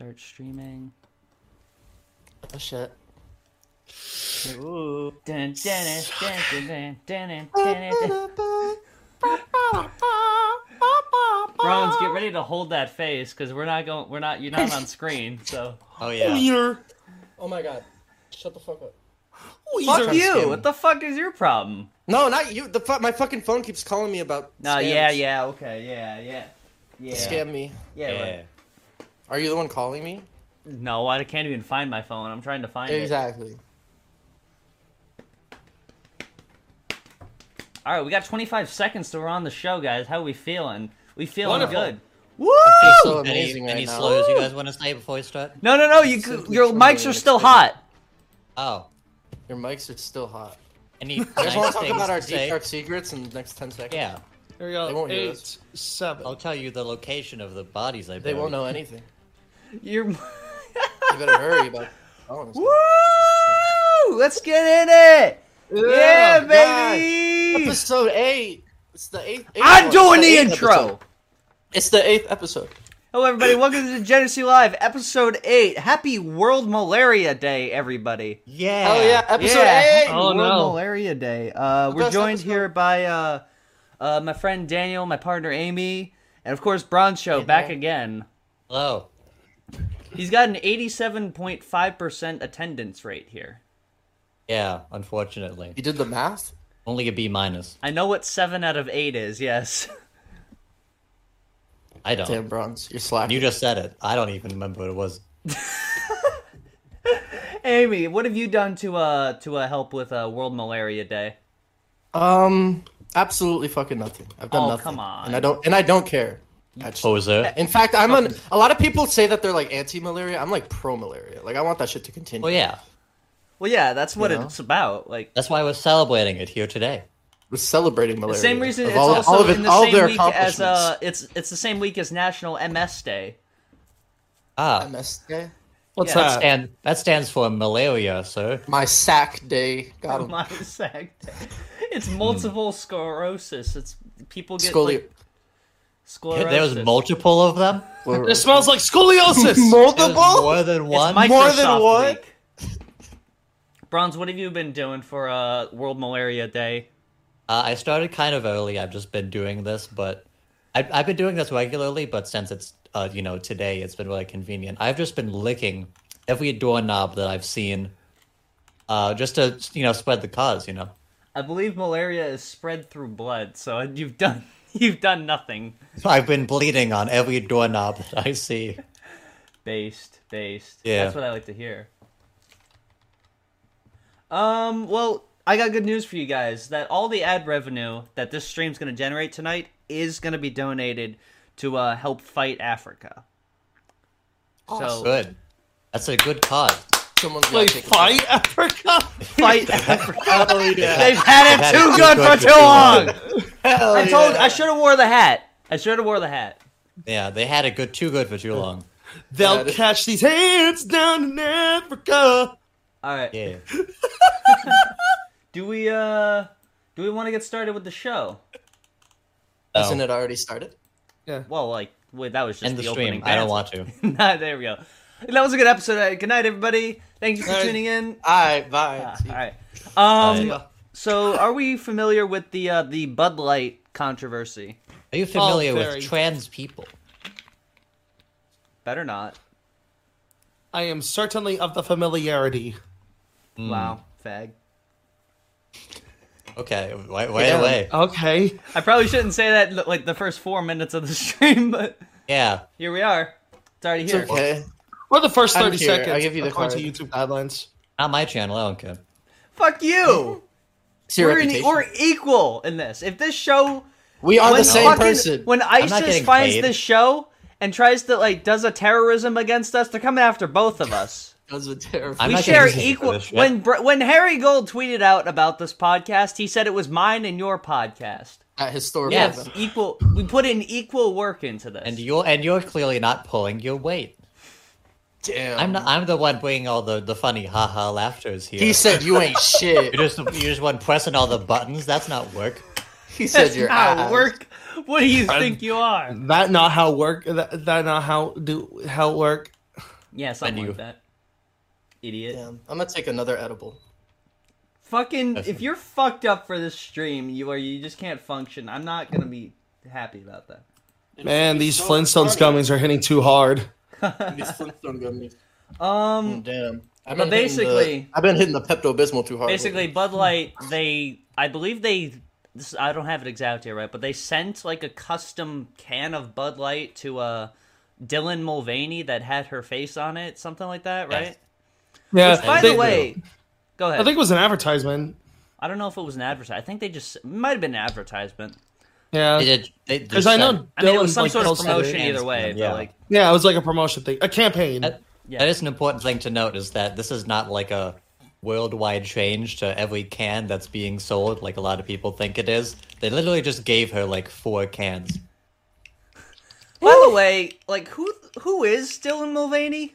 Twitch streaming. Oh shit. Ooh. Dun, dun, dun, dun, dun, dun, dun, dun, dun. Rollins, get ready to hold that face because we're not going. We're not. You're not on screen, so. Oh yeah. Weezer. Oh my god. Shut the fuck up. Fuck Weezer. you! scamming. What the fuck is your problem? No, not you. The fu- my fucking phone keeps calling me about. No, scams. yeah, yeah, okay, yeah, yeah, yeah, Scam me. yeah. Yeah. like- Are you the one calling me? no, I can't even find my phone. I'm trying to find it. Exactly. All right, we got 25 seconds to we're on the show, guys. How we feeling? We feeling Wonderful. good. I feel so Any, amazing right any now. slurs you guys want to say before we start? No, no, no. You, Simply your trembling mics are and still excited. Oh. hot. Your mics are still hot. Any nice I just want to talk things about our to deep say? dark secrets in the next ten seconds. Yeah. Here we go. They won't hear Eight, this. seven. I'll tell you the location of the bodies I They buried. won't know anything. Your. You better hurry about. Oh, Woo! Let's get in it. Yeah, God. baby. Episode eight. It's the eighth. eighth I'm one. doing It's the eighth intro. episode. It's the eighth episode. Hello, everybody. Welcome to Degeneracy Live, episode eight. Happy World Malaria Day, everybody. Yeah. Oh yeah, episode yeah. eight. happy Oh, World no. Malaria Day. Uh, we're best joined episode. here by uh, uh, my friend Daniel, my partner Amy, and of course Broncho Show back Daniel. again. Hello. He's got an 87.5% attendance rate here. Yeah, unfortunately. You did the math. Only a B minus. I know what 7 out of 8 is, yes. I don't. Damn, bronze. You're slacking. You just said it. I don't even remember what it was. Amy, what have you done to uh to uh, help with uh, World Malaria Day? Um, absolutely fucking nothing. I've done Oh, nothing. come on. And I don't. And I don't care. I just- Poser. in fact, I'm an. A lot of people say that they're like anti-malaria. I'm like pro-malaria. Like I want that shit to continue. Well, yeah. Well, yeah, that's what You know? it's about. Like That's why we're celebrating it here today. We're celebrating malaria. the same reason Of it's all- also all of it- in the all of same their week as uh accomplishments. it's it's the same week as National MS Day. Ah, MS Day, What's that, Yeah. that? stand, that stands for malaria, sir. my sack day. Got him. My sect. It's Hmm. multiple sclerosis. It's people get Scoli- like sclerosis. There was multiple of them? This smells like scoliosis. There was multiple. more than It's one? more than Microsoft what? week. Bronze, what have you been doing for uh, World Malaria Day? Uh, I started kind of early. I've just been doing this, but I, I've been doing this regularly. But since it's uh, you know today, it's been really convenient. I've just been licking every doorknob that I've seen, uh, just to you know spread the cause. You know, I believe malaria is spread through blood, so you've done you've done nothing. so I've been bleeding on every doorknob that I see. Based, based. Yeah. That's what I like to hear. Um, well, I got good news for you guys that all the ad revenue that this stream's going to generate tonight is going to be donated to uh, help fight Africa. So Good. That's a good cause. Someone's got Like to take fight Africa? fight Africa. Oh yeah. They've had it Had too it good for too long. Hell I told yeah. I should have wore the hat. I should have wore the hat. Yeah, they had it good too good for too long. Yeah, They'll this- catch these hands down in Africa. All right. Yeah. Do we uh do we want to get started with the show? Hasn't it already started? Well, like wait, that was just Oh. End the, the opening. stream. I don't want to. to. nah, there we go. That was a good episode. Uh, Good night, everybody. Thank you for All right. tuning in. I bye. Uh, See all ya. right. See Um. ya. So, are we familiar with the uh, the Bud Light controversy? Are Oh, you familiar very. with trans people? Better not. I am certainly of the familiarity. Wow, fag. Okay, right, right Yeah. away. Okay. I probably shouldn't say that like the first four minutes of the stream, but Yeah. here we are. It's already It's here. okay. Or the first I'm 30 here. seconds. I'll give you the according to YouTube guidelines. Not my channel, I don't care. Fuck you. It's your we're, in, e- reputation. we're equal in this. If this show, We are when the same fucking- person. When not ISIS getting finds paid. this show and tries to like does a terrorism against us, they're coming after both of us. Those were terrible. I'm we not share getting paid for equal. this shit. When Br- when Harry Gold tweeted out about this podcast, he said it was mine and your podcast. At historical Yes. event. Equal. We put in equal work into this. And you're and you're clearly not pulling your weight. Damn. I'm not, I'm the one bringing all the the funny haha laughters here. He said you ain't shit. you're just you're just one pressing all the buttons. That's not work. He said That's you're not ass. work. What do you think you are? That not how work. That, that not how do how work. Yeah, something Menu. like that. Idiot. Damn. I'm gonna take another edible. Fucking, That's- if you're fucked up for this stream, you are you just can't function. I'm not gonna be happy about that. Man, these Flintstones gummies are hitting too hard. These Flintstone gummies. Oh, Um, Damn. I've been hitting the- But basically- I've been hitting the Pepto Bismol too hard. basically, lately. Bud Light, they, I believe they, this, I don't have it exact here, right? But they sent like a custom can of Bud Light to uh, Dylan Mulvaney that had her face on it, something like that, right? Yes. Yeah. By they- the way, go ahead. I think it was an advertisement. I don't know if it was an advertisement. I think they just it might have been an advertisement. They Yeah. did. They Because I know I mean, it was Dylan, some like, sort of posted it. promotion either way. Yeah. But like, Yeah, it was like a promotion thing, a campaign. That, Yeah. that is an important thing to note is that this is not like a worldwide change to every can that's being sold like a lot of people think it is. They literally just gave her like four cans. by the way, like who who is Dylan Mulvaney?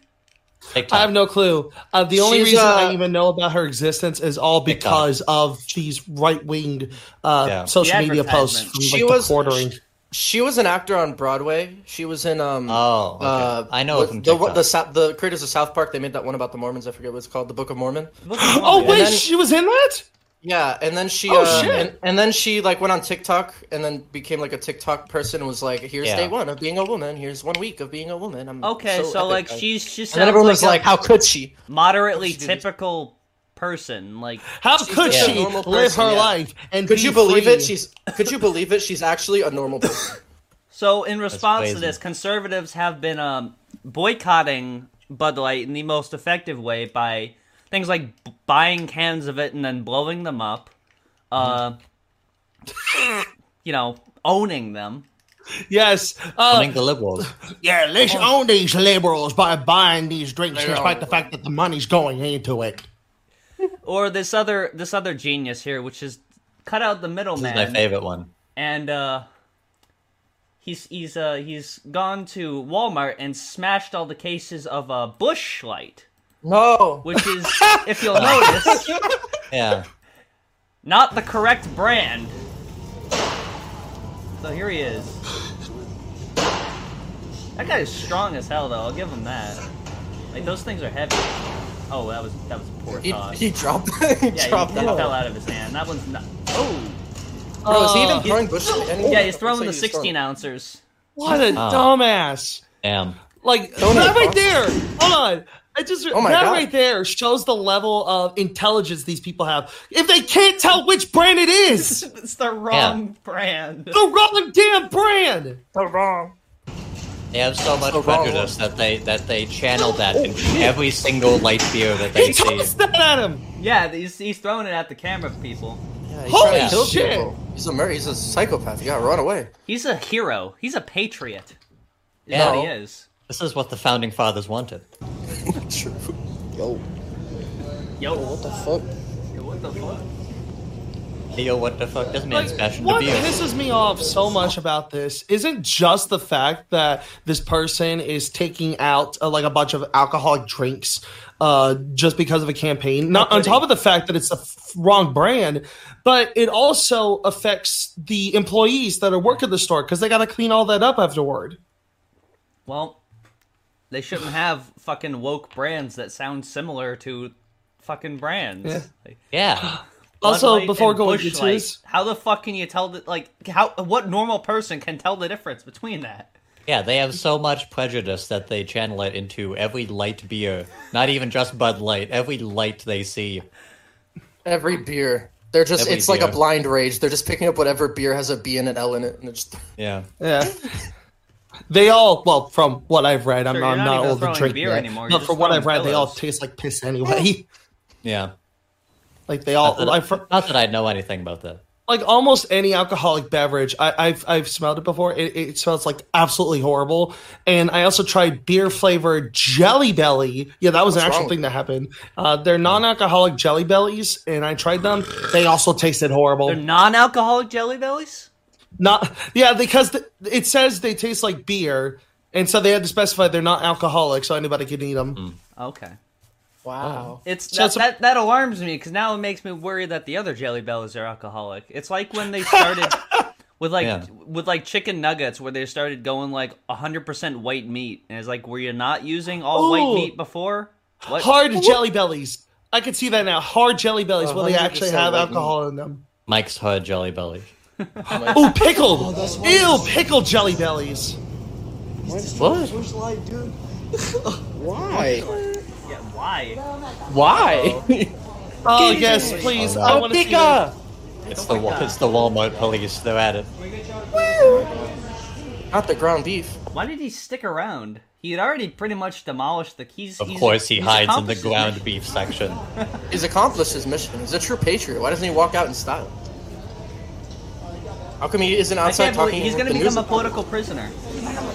TikTok. I have no clue. Uh, the only She's, reason uh, I even know about her existence is all because of these right wing uh, Yeah. social The media posts advertisement. from like, She the was- quartering. she was an actor on Broadway. She was in um. Oh, okay. uh, I know what- from the, TikTok. the Sou- the creators of South Park. They made that one about the Mormons. I forget what it's called. The Book of Mormon. Oh wait, And then- she was in that. Yeah, and then she. Oh, uh, shit. And, and then she like went on TikTok and then became like a TikTok person. and Was like, here's Yeah. day one of being a woman. Here's one week of being a woman. I'm Okay, so, epic. like I- she's she And then sounds everyone was like, like, a how could she? moderately She did this. typical person. Like How could just a she normal live person, her yeah. life? And Could be you believe free? it? She's. Could you believe it? She's actually a normal person. so. In response to crazy. this, conservatives have been um, boycotting Bud Light in the most effective way by things like b- buying cans of it and then blowing them up. Uh, you know, owning them. yes. I Uh, think the Oh. liberals. yeah, let's own these liberals by buying these drinks, They despite are. the fact that the money's going into it. or this other this other genius here, which is cut out the This is my middleman, favorite one. and uh, he's he's uh, he's gone to Walmart and smashed all the cases of uh, Bush Light, No. which is, if you'll notice, Yeah. not the correct brand. So here he is. That guy is strong as hell, though. I'll give him that. Like those things are heavy. Oh, that was that was a poor He, thought. he dropped. he yeah, he, dropped that out. fell out of his hand. That one's not. Oh. Bro, is he even Uh, throwing Bush? anymore? Yeah, he's throwing Looks the like he's 16 ounces. What a Ah. dumbass! Damn. Like Don't that it, right boss? there. Hold on. I just Oh my that God. right there shows the level of intelligence these people have. If they can't tell which brand it is, the It's the wrong brand. wrong damn brand. So wrong. They have so much the wrong prejudice that they that they channel that in every single light beer that they He see. tossed that at him. Yeah, he's, he's throwing it at the camera people. Yeah, he's Holy trying to kill shit. people. He's a mur- he's a psychopath. You gotta run away. He's a hero. He's a patriot. Is Yeah. what he is. This is what the founding fathers wanted. True. Yo, Yo, what the fuck? what the fuck? Yo, what the fuck? This man's Like, passion what to beer. pisses me off so much about this isn't just the fact that this person is taking out uh, like a bunch of alcoholic drinks uh, just because of a campaign. Not on top of the fact that it's the f- wrong brand, but it also affects the employees that are working the store because they got to clean all that up afterward. Well, they shouldn't have fucking woke brands that sound similar to fucking brands. Yeah. Like, Yeah. Bud Also, Light before and going Busch into Light, this, how the fuck can you tell that? Like, how what normal person can tell the difference between that? Yeah, they have so much prejudice that they channel it into every light beer. Not even just Bud Light, every light they see. Every beer. They're just, Every it's like a beer. blind rage. They're just picking up whatever beer has a B and an L in it. And they're just, Yeah. Yeah. They all, well, from what I've read, I'm, Sure, you're I'm not not even old to throwing drink beer yet, anymore, But you're just from what throwing I've read, they all pillows. taste like piss anyway. Yeah. like they all, Not like, that, for, not that I know anything about that. like almost any alcoholic beverage, I, I've I've smelled it before. It, it smells like absolutely horrible. And I also tried beer flavored Jelly Belly. Yeah, that was an What's actual wrong? thing that happened. Uh, they're non-alcoholic Jelly Bellies, and I tried them. They also tasted horrible. They're non-alcoholic jelly bellies. Not yeah, because th- it says they taste like beer, and so they had to specify they're not alcoholic, so anybody could eat them. Mm. Okay. wow. It's Oh. So that, it's a- that that alarms me because now it makes me worry that the other Jelly Bellies are alcoholic. It's like when they started with like Yeah. with like chicken nuggets where they started going like 100% white meat and it's like were you not using all white Ooh. meat before what Hard jelly bellies. I could see that now. Hard jelly bellies. Oh, Well, they 100% actually have white alcohol in them. Mike's hard jelly belly. Ooh, pickled. Ew, pickled jelly bellies. What? Why? yeah, why Why? Oh yes, please. Oh, no. I want to see. Pika! It's the Wa- it's the Walmart police. They're at it. Not the ground beef. why did he stick around he had already pretty much demolished the keys Of course, he hides in the ground ground. beef section. His accomplice is mission. He's a true patriot. Why doesn't he walk out in style? How come he isn't I outside can't believe talking? he's with going to the become a news- political prisoner.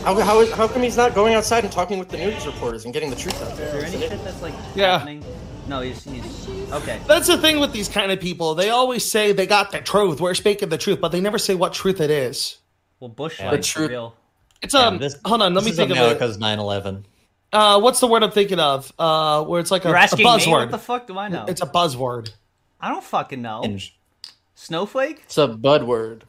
How, how, is, how come he's not going outside and talking with the news reporters and getting the truth out Is there? there any shit that's like Yeah. happening? No, he's he's okay. That's the thing with these kind of people. They always say they got the truth. We're speaking the truth, but they never say what truth it is. Well, Bush Yeah. lied The for truth- real. It's um. And this- hold on, let this me is think of it. America's 9/11. Uh, what's the word I'm thinking of? Uh, where it's like a, You're a asking me? What buzzword. the fuck do I know? it's a buzzword. I don't fucking know. Inge- Snowflake? It's a bud word.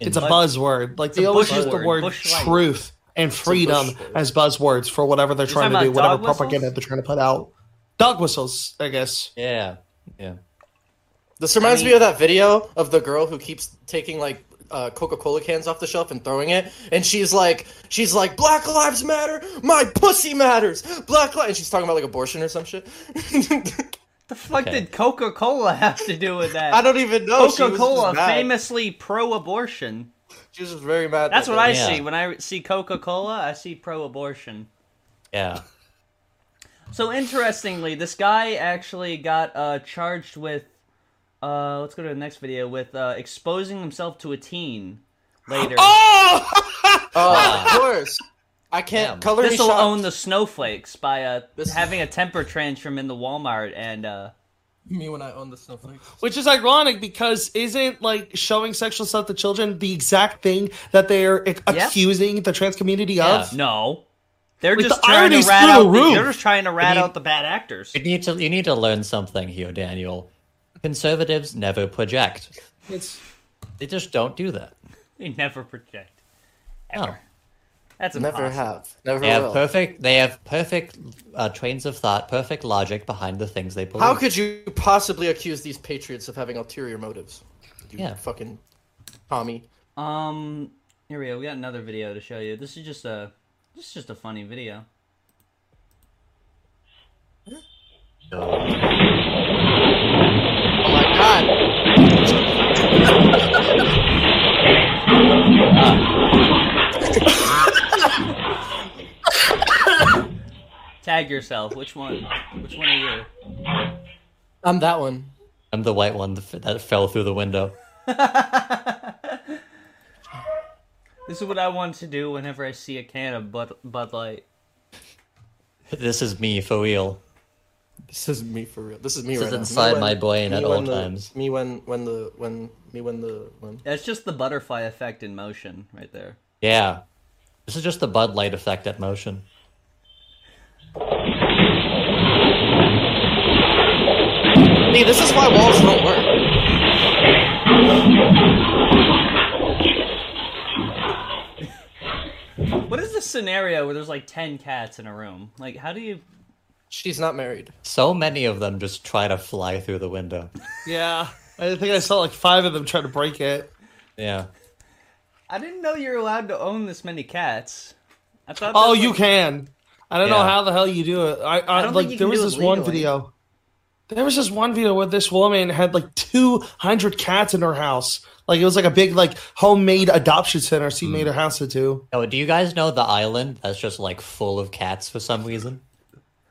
It's a But- buzzword. Like they a always bush use the word, word bush light. truth and freedom bush word. as buzzwords for whatever they're trying to talking do, about whatever dog whistles? propaganda they're trying to put out. Dog whistles, I guess. Yeah, yeah. This reminds I me mean- of that video of the girl who keeps taking like uh, Coca-Cola cans off the shelf and throwing it, and she's like, she's like, "Black lives matter, my pussy matters, black lives." And she's talking about like abortion or some shit. The fuck Okay. did Coca Cola have to do with that? I don't even know. She was Coca just Cola, mad. famously pro-abortion. She was just very mad. That's that what day. I Yeah. see when I see Coca Cola. I see pro-abortion. Yeah. So interestingly, this guy actually got uh, charged with. Uh, let's go to the next video with uh, exposing himself to a teen later. Ah! Oh, of course. I can't Damn. color me This will shocked. own the snowflakes by uh, This- having a temper tantrum in the Walmart and uh, me when I own the snowflakes. Which is ironic because isn't like showing sexual stuff to children the exact thing that they're ac- Yeah. accusing the trans community Yeah. of? no, they're Like, just the trying to irony's rat through out. the The, roof. they're just trying to rat mean- out the bad actors. You need to you need to learn something here, Daniel. Conservatives never project. It's They just don't do that. They never project. No. That's impossible. Never have. Never They have will. perfect. They have perfect uh, trains of thought, perfect logic behind the things they believe. How could you possibly accuse these patriots of having ulterior motives? You Yeah. fucking Tommy. Um, here we go. We got another video to show you. This is just a this is just a funny video. Oh my god. Tag yourself. Which one? Which one are you? I'm that one. I'm the white one that f- that fell through the window. This is what I want to do whenever I see a can of Bud, Bud Light. This is me for real. This is me for real. This is me This right is now. Me inside when- my brain me at when all the- times. Me when when the when me when the when That's just the butterfly effect in motion right there. Yeah, this is just the Bud Light effect at motion. See, this is why walls don't work. What is this scenario where there's like ten cats in a room? Like, how do you? She's not married. So many of them just try to fly through the window. yeah. I think I saw like five of them try to break it. Yeah, I didn't know you're allowed to own this many cats. I thought. Oh, that's, you like- can. I don't know Yeah. how the hell you do it. I, I, don't think like you there can was do it this one legally. video. There was this one video where this woman had like two hundred cats in her house. Like it was like a big like homemade adoption center she Hmm. made her house into. Oh, do you guys know the island that's just like full of cats for some reason?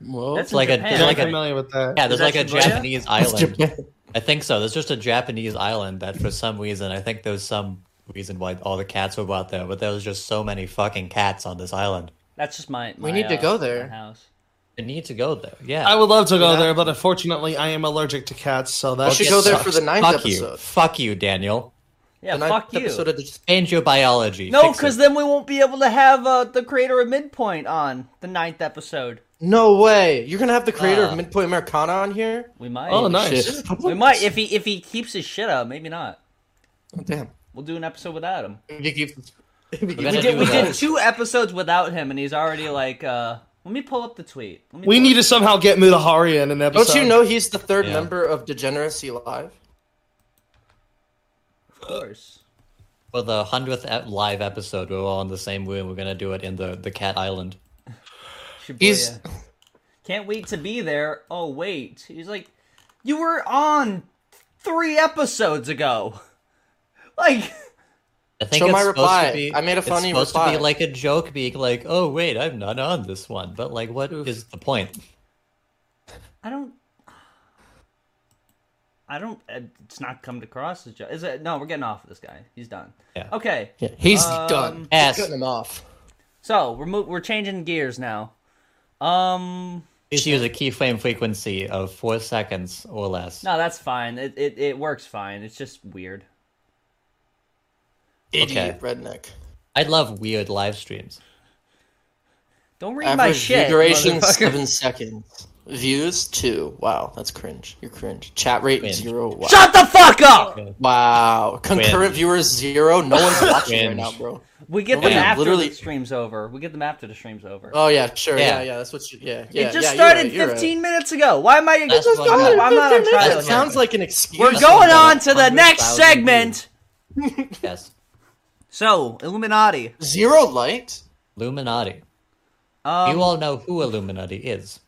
Well, That's in like a- Japan. it's Very like a- familiar with that. Yeah, there's that like a Shibuya? Japanese island. I think so. There's just a Japanese island that for some reason, I think there was some reason why all the cats were brought there, but there was just so many fucking cats on this island. That's just my. my, need to uh, go there. my House. They need to go there. Yeah. I would love to go Yeah. there, but unfortunately, I am allergic to cats, so I that's should go there for the ninth Fuck you. episode. Fuck you, Daniel. Yeah, The ninth fuck you. episode of the- Change your biology. No, Fix it. because then we won't be able to have uh, the creator of Midpoint on the ninth episode. No way. You're gonna have the creator Ah. of Midpoint Americana on here. We might. Oh, nice. Shit. We might if he if he keeps his shit up. Maybe not. Oh, damn. We'll do an episode without him. If you keep, if you gonna We keep- did, we without did him. two episodes without him, and he's already like, uh, let me pull up the tweet. Let me We pull need up- to somehow get Mudahari in an episode. don't you know he's the third Yeah. member of Degeneracy Live? of course. For the hundredth e-, live episode, we're all in the same room. We're gonna do it in the the Cat Island. Shibuya. He's- Can't wait to be there. Oh wait, he's like, you were on three episodes ago. Like, I think Show it's my supposed reply. to be. I made a funny it's supposed to reply. be like a joke, being like, "Oh wait, I'm not on this one." But like, what is the point? I don't. I don't. It's not come across as jo- is it? No, we're getting off of this guy. He's done. Yeah. Okay. He's Um, done. ass. Cutting him off. So we're mo- we're changing gears now. Um. Just use a keyframe frequency of four seconds or less. No, that's fine. It it, it works fine. It's just weird. Idiot redneck. I love weird live streams. Don't read my Average shit. view duration motherfucker. seven seconds. Views two. Wow, that's cringe. You're cringe. Chat rate Cringe. zero. Wow. Shut the fuck up. Wow. Concurrent Cringe. viewers zero. No one's watching right Cringe. now, bro. We get them Yeah, after literally- the stream's over. We get them after the stream's over. Oh yeah, sure. Yeah, Yeah. yeah. that's what you. Yeah, yeah. it just yeah, you're started right, you're right. 15 minutes ago. Why am I? I'm That's not, what happened. I'm not on trial. That here. sounds like an excuse. We're what going happened. on to 100,000 the next segment. Yes, So Illuminati. Zero light. Illuminati. Um, you all know who Illuminati is.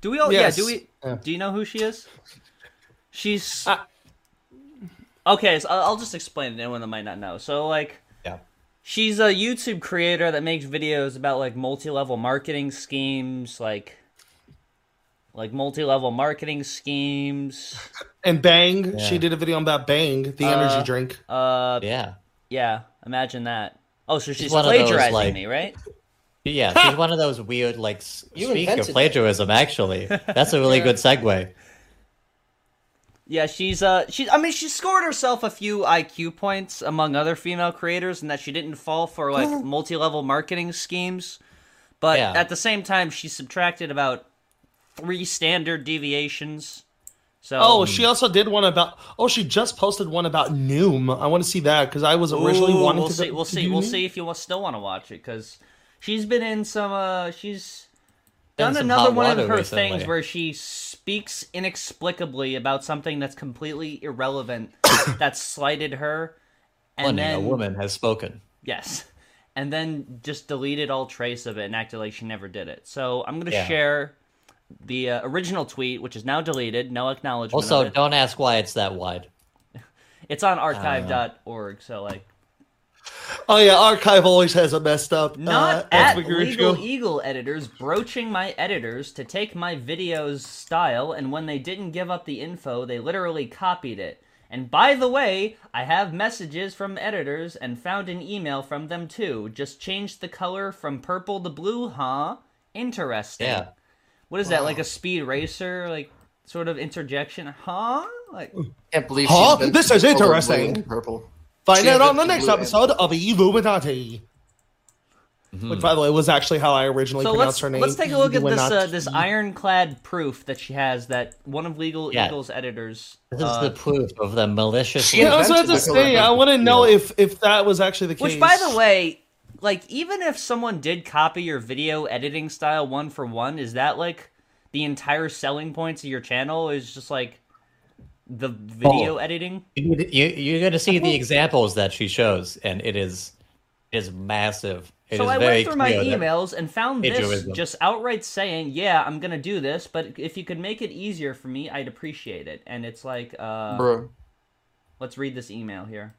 do we all? Yes. Yeah. Do we? Yeah. Do you know who she is? She's. I- okay, so I'll I'll just explain it to anyone that might not know. So like. Yeah. She's a YouTube creator that makes videos about like multi-level marketing schemes, like like multi-level marketing schemes. And Bang, Yeah. she did a video about Bang, the energy drink. Uh, Yeah. yeah. Imagine that. Oh, so she's, one of those, plagiarizing like- me, right? Yeah, she's one of those weird, like, s- You speak of invented plagiarism, actually. That's a really good segue. Yeah, she's uh, she. I mean, she scored herself a few IQ points among other female creators, and that she didn't fall for like multi-level marketing schemes. But Yeah. at the same time, she subtracted about three standard deviations. So um, Oh, she also did one about. Oh, she just posted one about Noom. I want to see that because I was originally Ooh, wanting we'll to. see. go- We'll to see. do We'll Noom. see if you wa- still want to watch it because she's been in some. uh She's Been done some another hot one of water her recently. things where she speaks inexplicably about something that's completely irrelevant that slighted her, and Funny, a then woman has spoken. yes, and then just deleted all trace of it and acted like she never did it. So I'm gonna Yeah. share the uh, original tweet, which is now deleted, no acknowledgement. of Also, uh, it. don't ask why it's that wide. it's on archive.org. So like. Oh yeah, archive always has a messed up. Not uh, at Edward Grinch Legal E- go- Eagle editors broaching my editors to take my video's style, and when they didn't give up the info, they literally copied it. And by the way, I have messages from editors and found an email from them too. Just changed the color from purple to blue, huh? Interesting. Yeah. What is that, like a speed racer, like sort of interjection? Huh? Like Can't believe. Huh? she invented This is blue and interesting. blue and Purple. Find She out on the invented next blue episode of Illuminati. Which, by the way, was actually how I originally Mm-hmm. So pronounced let's her name. let's take a look at this uh, Illuminati. this ironclad proof that she has that one of Legal Yeah. Eagle's editors. This uh, is the proof of the malicious. She- Yeah, I was about to invented the say. I want to know if if that was actually the case. Which, by the way, like even if someone did copy your video editing style one for one, is that like the entire selling points of your channel? Is just like the video Oh. editing? you, need- you, you're going to see the examples that she shows, and it is it is massive. It is so I very went through my clear that- emails and found this plagiarism. just outright saying, "Yeah, I'm gonna do this, but if you could make it easier for me, I'd appreciate it." And it's like, uh, Bro, let's read this email here.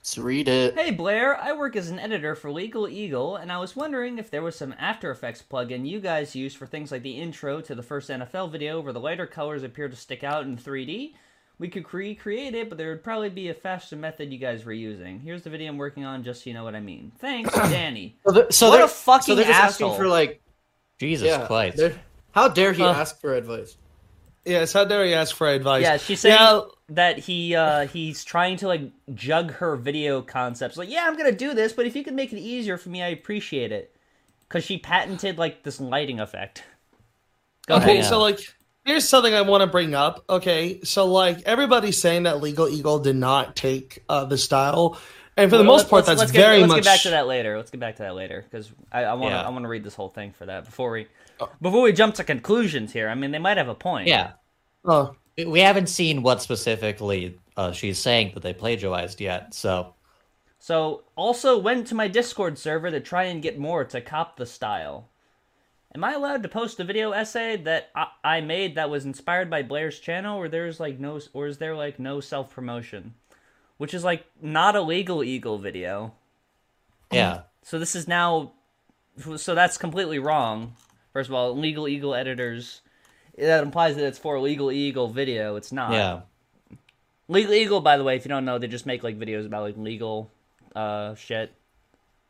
let's read it. Hey Blair, I work as an editor for Legal Eagle, and I was wondering if there was some After Effects plugin you guys use for things like the intro to the first NFL video where the lighter colors appear to stick out in 3D. We could recreate it, but there would probably be a faster method you guys were using. Here's the video I'm working on, just so you know what I mean. Thanks, Danny. So, they're- so What a they're, fucking so they're just asking asshole. for like. Jesus Yeah, Christ. they're- How dare he Huh. ask for advice? yes, how dare you ask for advice? Yeah, she said Yeah, that he uh, he's trying to like jug her video concepts. Like, yeah, I'm gonna do this, but if you could make it easier for me, I appreciate it. Cause she patented like this lighting effect. Go okay, ahead. so like Here's something I want to bring up. Okay, so like everybody's saying that Legal Eagle did not take uh, the style, and for the most part, that's let's get, very let's much. get back to that later. Let's get back to that later because I, I want to Yeah. I want to read this whole thing for that before we Oh. before we jump to conclusions here. I mean, they might have a point. Yeah. Oh. Uh, We- We haven't seen what specifically uh, she's saying that they plagiarized yet, so So also went to my Discord server to try and get more to cop the style. Am I allowed to post a video essay that I, I made that was inspired by Blair's channel, or there's like no, or is there like no self promotion, which is like not a legal eagle video. yeah. So this is now, so that's completely wrong. First of all, legal eagle editors, that implies that it's for a legal eagle video. It's not. Yeah. Legal eagle, by the way, if you don't know, they just make like videos about like legal, uh, shit.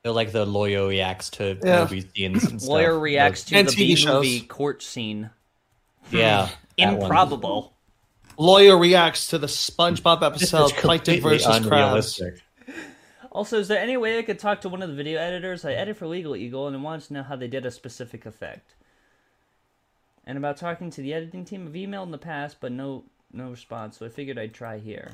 They're like the lawyer reacts to Yeah. movie scenes and stuff. Lawyer reacts to And the TV B shows. movie court scene. Hmm. Yeah. that one. Improbable. lawyer reacts to the SpongeBob episode It's Plankton completely versus Krabs. unrealistic. Also, is there any way I could talk to one of the video editors? I edit for Legal Eagle and I wanted to know how they did a specific effect. And about talking to the editing team, I've emailed in the past, but no no response, so I figured I'd try here.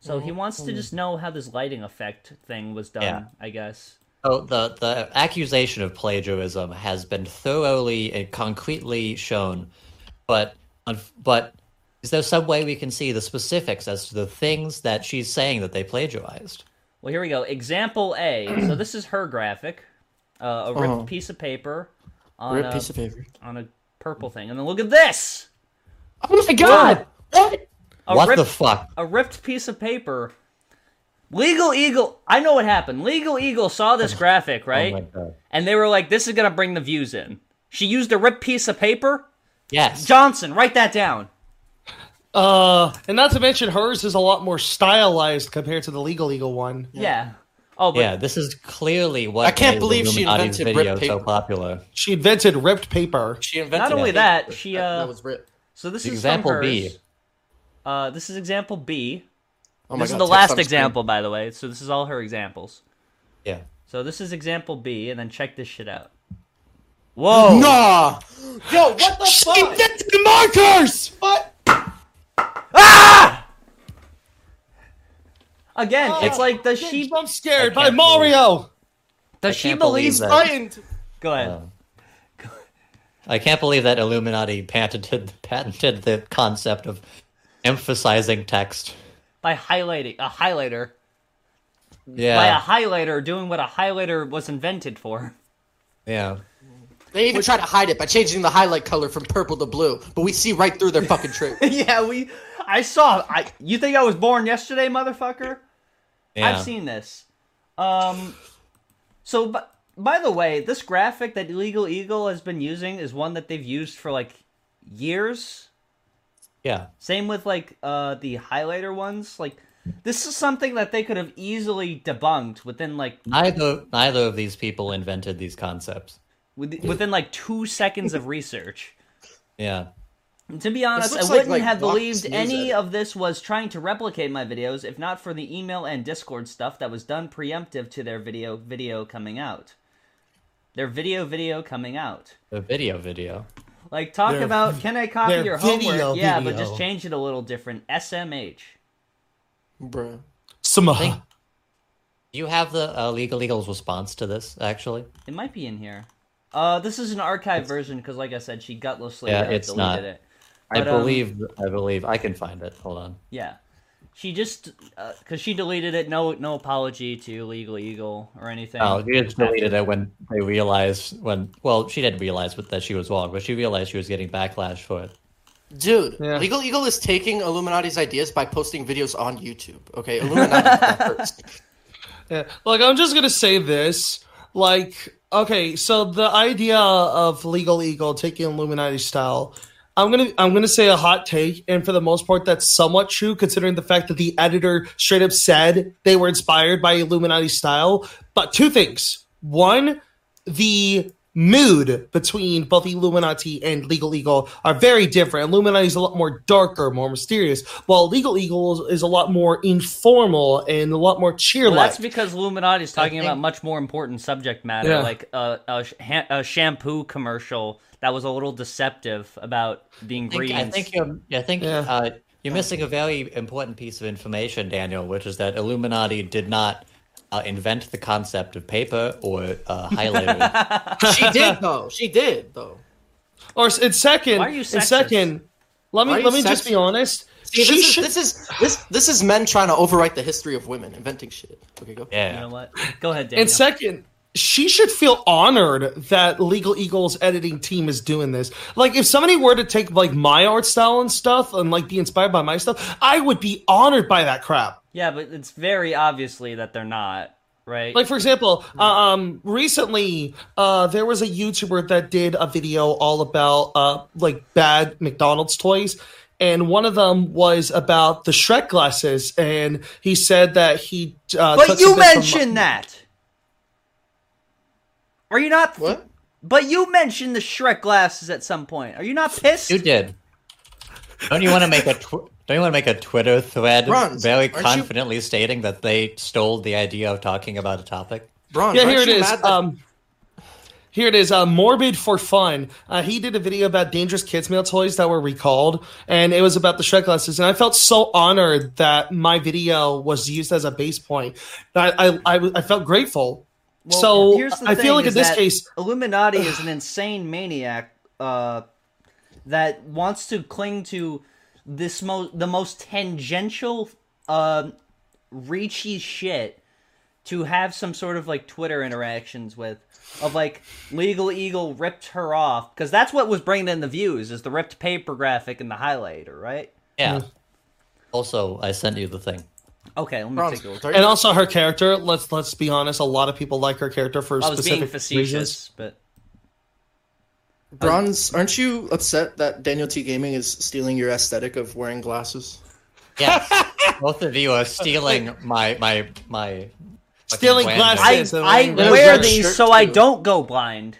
So he wants hmm. to just know how this lighting effect thing was done, Yeah. I guess. Oh, the the accusation of plagiarism has been thoroughly and concretely shown, but unf- but is there some way we can see the specifics as to the things that she's saying that they plagiarized? Well, here we go. Example A. so this is her graphic, uh, a ripped piece of paper on Rip a Uh-huh. piece of paper. on a purple thing, and then look at this. Oh my god! What? A what the ripped- fuck? a ripped piece of paper. Legal Eagle, I know what happened. Legal Eagle saw this graphic, right? Oh my god! and they were like, this is going to bring the views in. She used a ripped piece of paper? Yes, Johnson, write that down. Uh, and not to mention hers is a lot more stylized compared to the Legal Eagle one. Yeah. Oh, but yeah. This is clearly what I can't made believe she Illuminati's invented ripped video so paper. popular. She invented ripped paper. She not invented only it. that, she, That- uh, that was rip. so this is Example from B. hers. Uh, this is example B. Oh my This is God, text the on last screen. example, by the way. So this is all her examples. Yeah. So this is example B, and then check this shit out. Whoa! Nah. Yo, what the She fuck? invented the markers. What? Ah! Again, Oh, it's like does She she jump scared by can't believe- Mario. does she can't believe believe? that. um, Frightened. Go ahead. I can't believe that Illuminati patented patented the concept of emphasizing text. by highlighting a highlighter by a Yeah, highlighter doing what a highlighter was invented for. yeah. They even tried to hide it by changing the highlight color from purple to blue, but we see right through their fucking trick. yeah, we. I saw. I you think I was born yesterday, motherfucker? yeah. I've seen this. Um. So, but by the way, this graphic that Illegal Eagle has been using is one that they've used for like years. Yeah. Same with like uh the highlighter ones. Like this is something that they could have easily debunked within like Neither neither of these people invented these concepts. with- within like two seconds of research. Yeah. To be honest, I looks like- wouldn't like have Vox believed News any edit. of this was trying to replicate my videos if not for the email and Discord stuff that was done preemptive to their video video coming out. Their video video coming out. The video video. Like talk Their about can I copy their your video homework? Yeah, but just video. change it a little different. SMH. Bruh. Sma. Do you have the uh, Legal Eagle's response to this actually? It might be in here. Uh, this is an archived version because, like I said, she gutlessly Yeah, uh, it's not. deleted it. I But, um, believe I believe I can find it. Hold on. Yeah, she just because she deleted it. No, no apology to Legal Eagle or anything. Oh, she just deleted it when they realized when well, she didn't realize what- that she was wrong, but she realized she was getting backlash for it. Dude, Yeah. Legal Eagle is taking Illuminati's ideas by posting videos on YouTube. Okay, Illuminati's not first. Yeah. Like I'm just gonna say this. Like, okay, so the idea of Legal Eagle taking Illuminati style, I'm gonna I'm gonna say a hot take, and for the most part, that's somewhat true, considering the fact that the editor straight up said they were inspired by Illuminati style. But two things: one, the mood between both Illuminati and Legal Eagle are very different. Illuminati is a lot more darker, more mysterious, while Legal Eagle is, is a lot more informal and a lot more cheer Well, like. that's because Illuminati is talking about much more important subject matter, Yeah. like a, a, sh- ha- a shampoo commercial that was a little deceptive about the think- ingredients. I think you're, I think Yeah. uh, you're missing a very important piece of information, Daniel, which is that Illuminati did not uh, invent the concept of paper or uh, highlighter. She did though. She did though. or s- and second, Why are you and sexist? second, let me Why are you let me just be sexist? honest. See, she this, should, is, this is this this is men trying to overwrite the history of women inventing shit. Okay, go. yeah. you know what? Go ahead, Daniel. and second, she should feel honored that Legal Eagle's editing team is doing this. Like, if somebody were to take like my art style and stuff, and like be inspired by my stuff, I would be honored by that crap. yeah, but it's very obviously that they're not right. Like for example, uh, um, recently uh, there was a YouTuber that did a video all about uh, like bad McDonald's toys, and one of them was about the Shrek glasses, and he said that he. Uh, but took you something from- mentioned that. Are you not? What? But you mentioned the Shrek glasses at some point. Are you not pissed? You did. Don't you want to make a tw- don't you want to make a Twitter thread Bronze, very aren't you- confidently stating that they stole the idea of talking about a topic? Bron, Yeah, aren't here it you is. mad that- Um, here it is. Uh, Morbid for fun. Uh, he did a video about dangerous kids meal toys that were recalled, and it was about the Shrek glasses. And I felt so honored that my video was used as a base point. I I, I, w- I felt grateful. Well, so here's the I thing feel like in is this that case, Illuminati is an insane maniac uh, that wants to cling to this mo- the most tangential, uh, reachy shit to have some sort of like Twitter interactions with, of like Legal Eagle ripped her off because that's what was bringing in the views is the ripped paper graphic and the highlighter, right? Yeah. Also, I sent you the thing. Okay, let me Bronze, take a look. are you- and also her character. Let's let's be honest. A lot of people like her character for I was being specific facetious, reasons. but Bronze, aren't you upset that Daniel T Gaming is stealing your aesthetic of wearing glasses? Yeah. Both of you are stealing my my my fucking Stealing brand. glasses. I, so I wearing red wear shirt these so I too. don't go blind.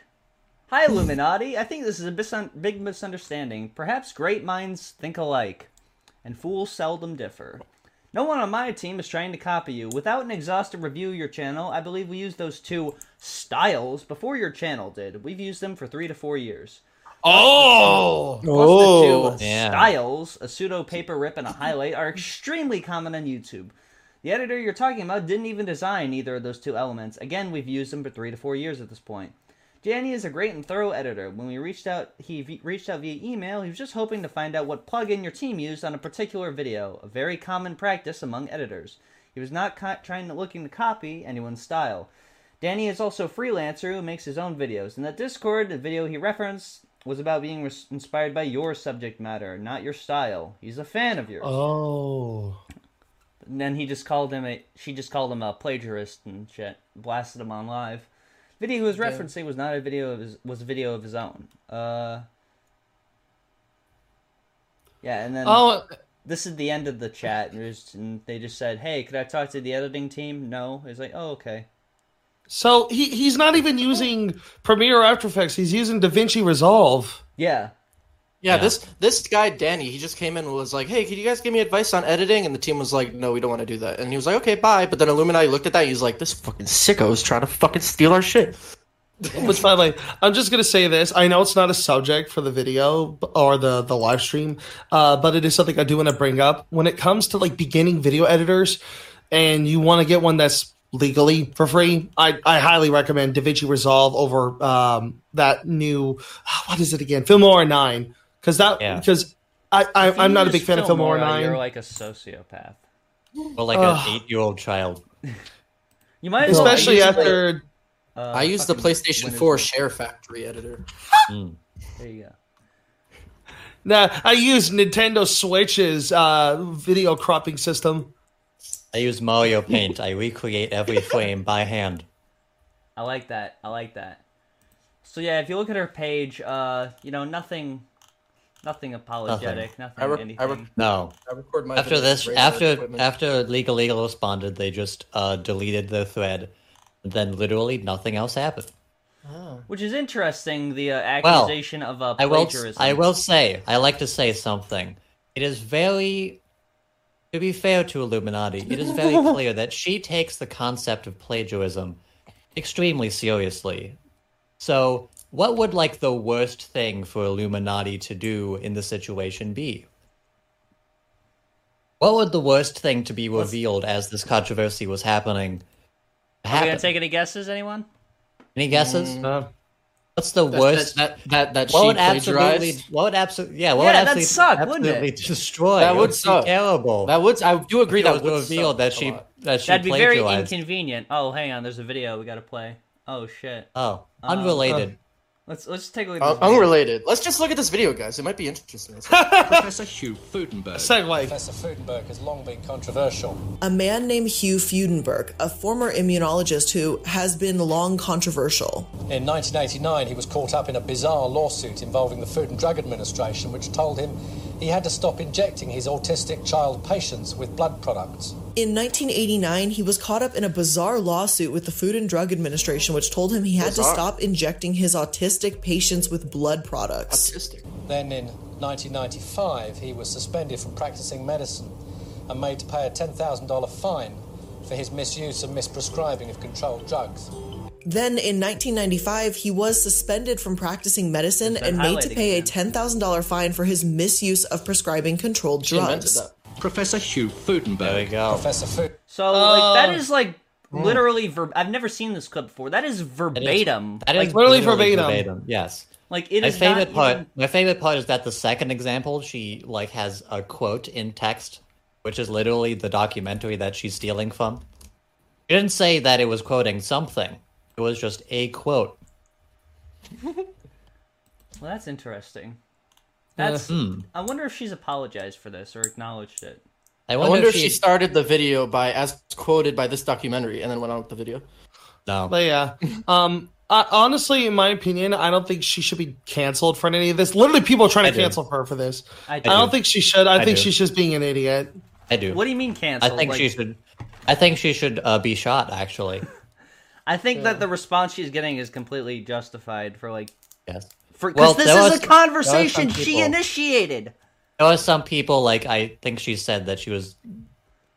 Hi, Illuminati. I think this is a bis- big misunderstanding. Perhaps great minds think alike, and fools seldom differ. No one on my team is trying to copy you. Without an exhaustive review of your channel, I believe we used those two styles before your channel did. We've used them for three to four years. Oh, Plus Oh, the two yeah. styles, a pseudo paper rip and a highlight, are extremely common on YouTube. The editor you're talking about didn't even design either of those two elements. Again, we've used them for three to four years at this point. Janny is a great and thorough editor. When we reached out, he v- reached out via email. He was just hoping to find out what plugin your team used on a particular video, a very common practice among editors. He was not co- trying to looking to copy anyone's style. Danny is also a freelancer who makes his own videos. In that Discord, the video he referenced was about being res- inspired by your subject matter, not your style. He's a fan of yours. oh. And then he just called him a she just called him a plagiarist and shit, blasted him on live. Video he was referencing was not a video of his was a video of his own. Uh yeah, and then Oh, this is the end of the chat, and, it was- and they just said, "Hey, could I talk to the editing team?" No, he's like, "Oh, okay." so he, he's not even using Premiere or After Effects. He's using DaVinci Resolve. Yeah, Yeah, Yeah. this this guy Danny, he just came in and was like, "Hey, could you guys give me advice on editing?" And the team was like, "No, we don't want to do that." And he was like, "Okay, bye." But then Illuminati looked at that. He was like, "This fucking sicko is trying to fucking steal our shit." Which, by the way, I'm just gonna say this. I know it's not a subject for the video b- or the the live stream, uh, but it is something I do want to bring up. When it comes to like beginning video editors, and you want to get one that's legally for free, I, I highly recommend DaVinci Resolve over um, that new uh, what is it again, Filmora Nine, because that Yeah. because I, I If I'm you not a use big fan of Filmora You're Nine, like a sociopath. Or like Ugh. an eight-year-old child. You might as well especially use, after like, uh, I used the fucking PlayStation Windows 4 Vista. Share Factory editor. There you go. nah, I use Nintendo Switch's uh, video cropping system. I use Mario Paint. I recreate every frame by hand. I like that. I like that. So yeah, if you look at her page, uh, you know nothing, nothing apologetic, nothing, I re- anything. I re- No. I record my After this, after after Legal Legal responded, they just uh, deleted the thread. Then literally nothing else happened. which is interesting. The uh, accusation of uh, I will. plagiarism. I will say. I like to say something. It is very. To be fair to Illuminati, it is very clear that she takes the concept of plagiarism extremely seriously. So, what would like the worst thing for Illuminati to do in the situation be? What would the worst thing to be revealed as this controversy was happening? Are we gonna happen? take any guesses? Anyone? Any guesses? Mm. Uh, What's the That- worst? that that that, that what she would absolutely, plagiarized. what would absolutely, yeah, what Yeah, would that'd absolutely, suck, wouldn't absolutely it? destroy. That It would be suck. terrible. That would I do agree It that was would revealed suck that a she lot. that she That'd be very plagiarized. inconvenient. Oh, hang on. There's a video we gotta play. Oh shit. Um, oh, unrelated. Let's let's just take a look. At Uh, this video. unrelated. Let's just look at this video, guys. It might be interesting. Professor Hugh Futenberg. segue. Professor Fudenberg has long been controversial. a man named Hugh Fudenberg, a former immunologist who has been long controversial. In 1989, he was caught up in a bizarre lawsuit involving the Food and Drug Administration, which told him he had to stop injecting his autistic child patients with blood products. In 1989, he was caught up in a bizarre lawsuit with the Food and Drug Administration, which told him he had to Bizarre. stop injecting his autistic patients with blood products. Autistic. Then in 1995, he was suspended from practicing medicine and made to pay a $10,000 fine for his misuse and misprescribing of controlled drugs. Then in 1995, he was suspended from practicing medicine that and made to highlighting pay a again? $10,000 fine for his misuse of prescribing controlled She invented drugs. that. Professor Hugh There we Futenberg. go. Professor Food. So like that Oh. is like literally verb. I've never seen this clip before. That is verbatim. That is Like, literally verbatim. Yes. like it My is favorite not part. even- My favorite part is that the second example, she like has a quote in text, which is literally the documentary that she's stealing from. She didn't say that it was quoting something. It was just a quote. Well, that's interesting. Uh, That's. hmm. I wonder if she's apologized for this or acknowledged it. I I wonder, wonder if she she started the video by as quoted by this documentary and then went on with the video. no. But yeah. Um. I, honestly, in my opinion, I don't think she should be canceled for any of this. Literally, people are trying to do. cancel her for this. I I, do. don't think she should. I, think do. she's just being an idiot. I do. What do you mean I canceled? think like, she should. I think she should uh, be shot. Actually, I think that the response she's getting is completely justified for like yes. for Well, because this there is are a some- conversation there are some she people- initiated. There were some people like I think she said that she was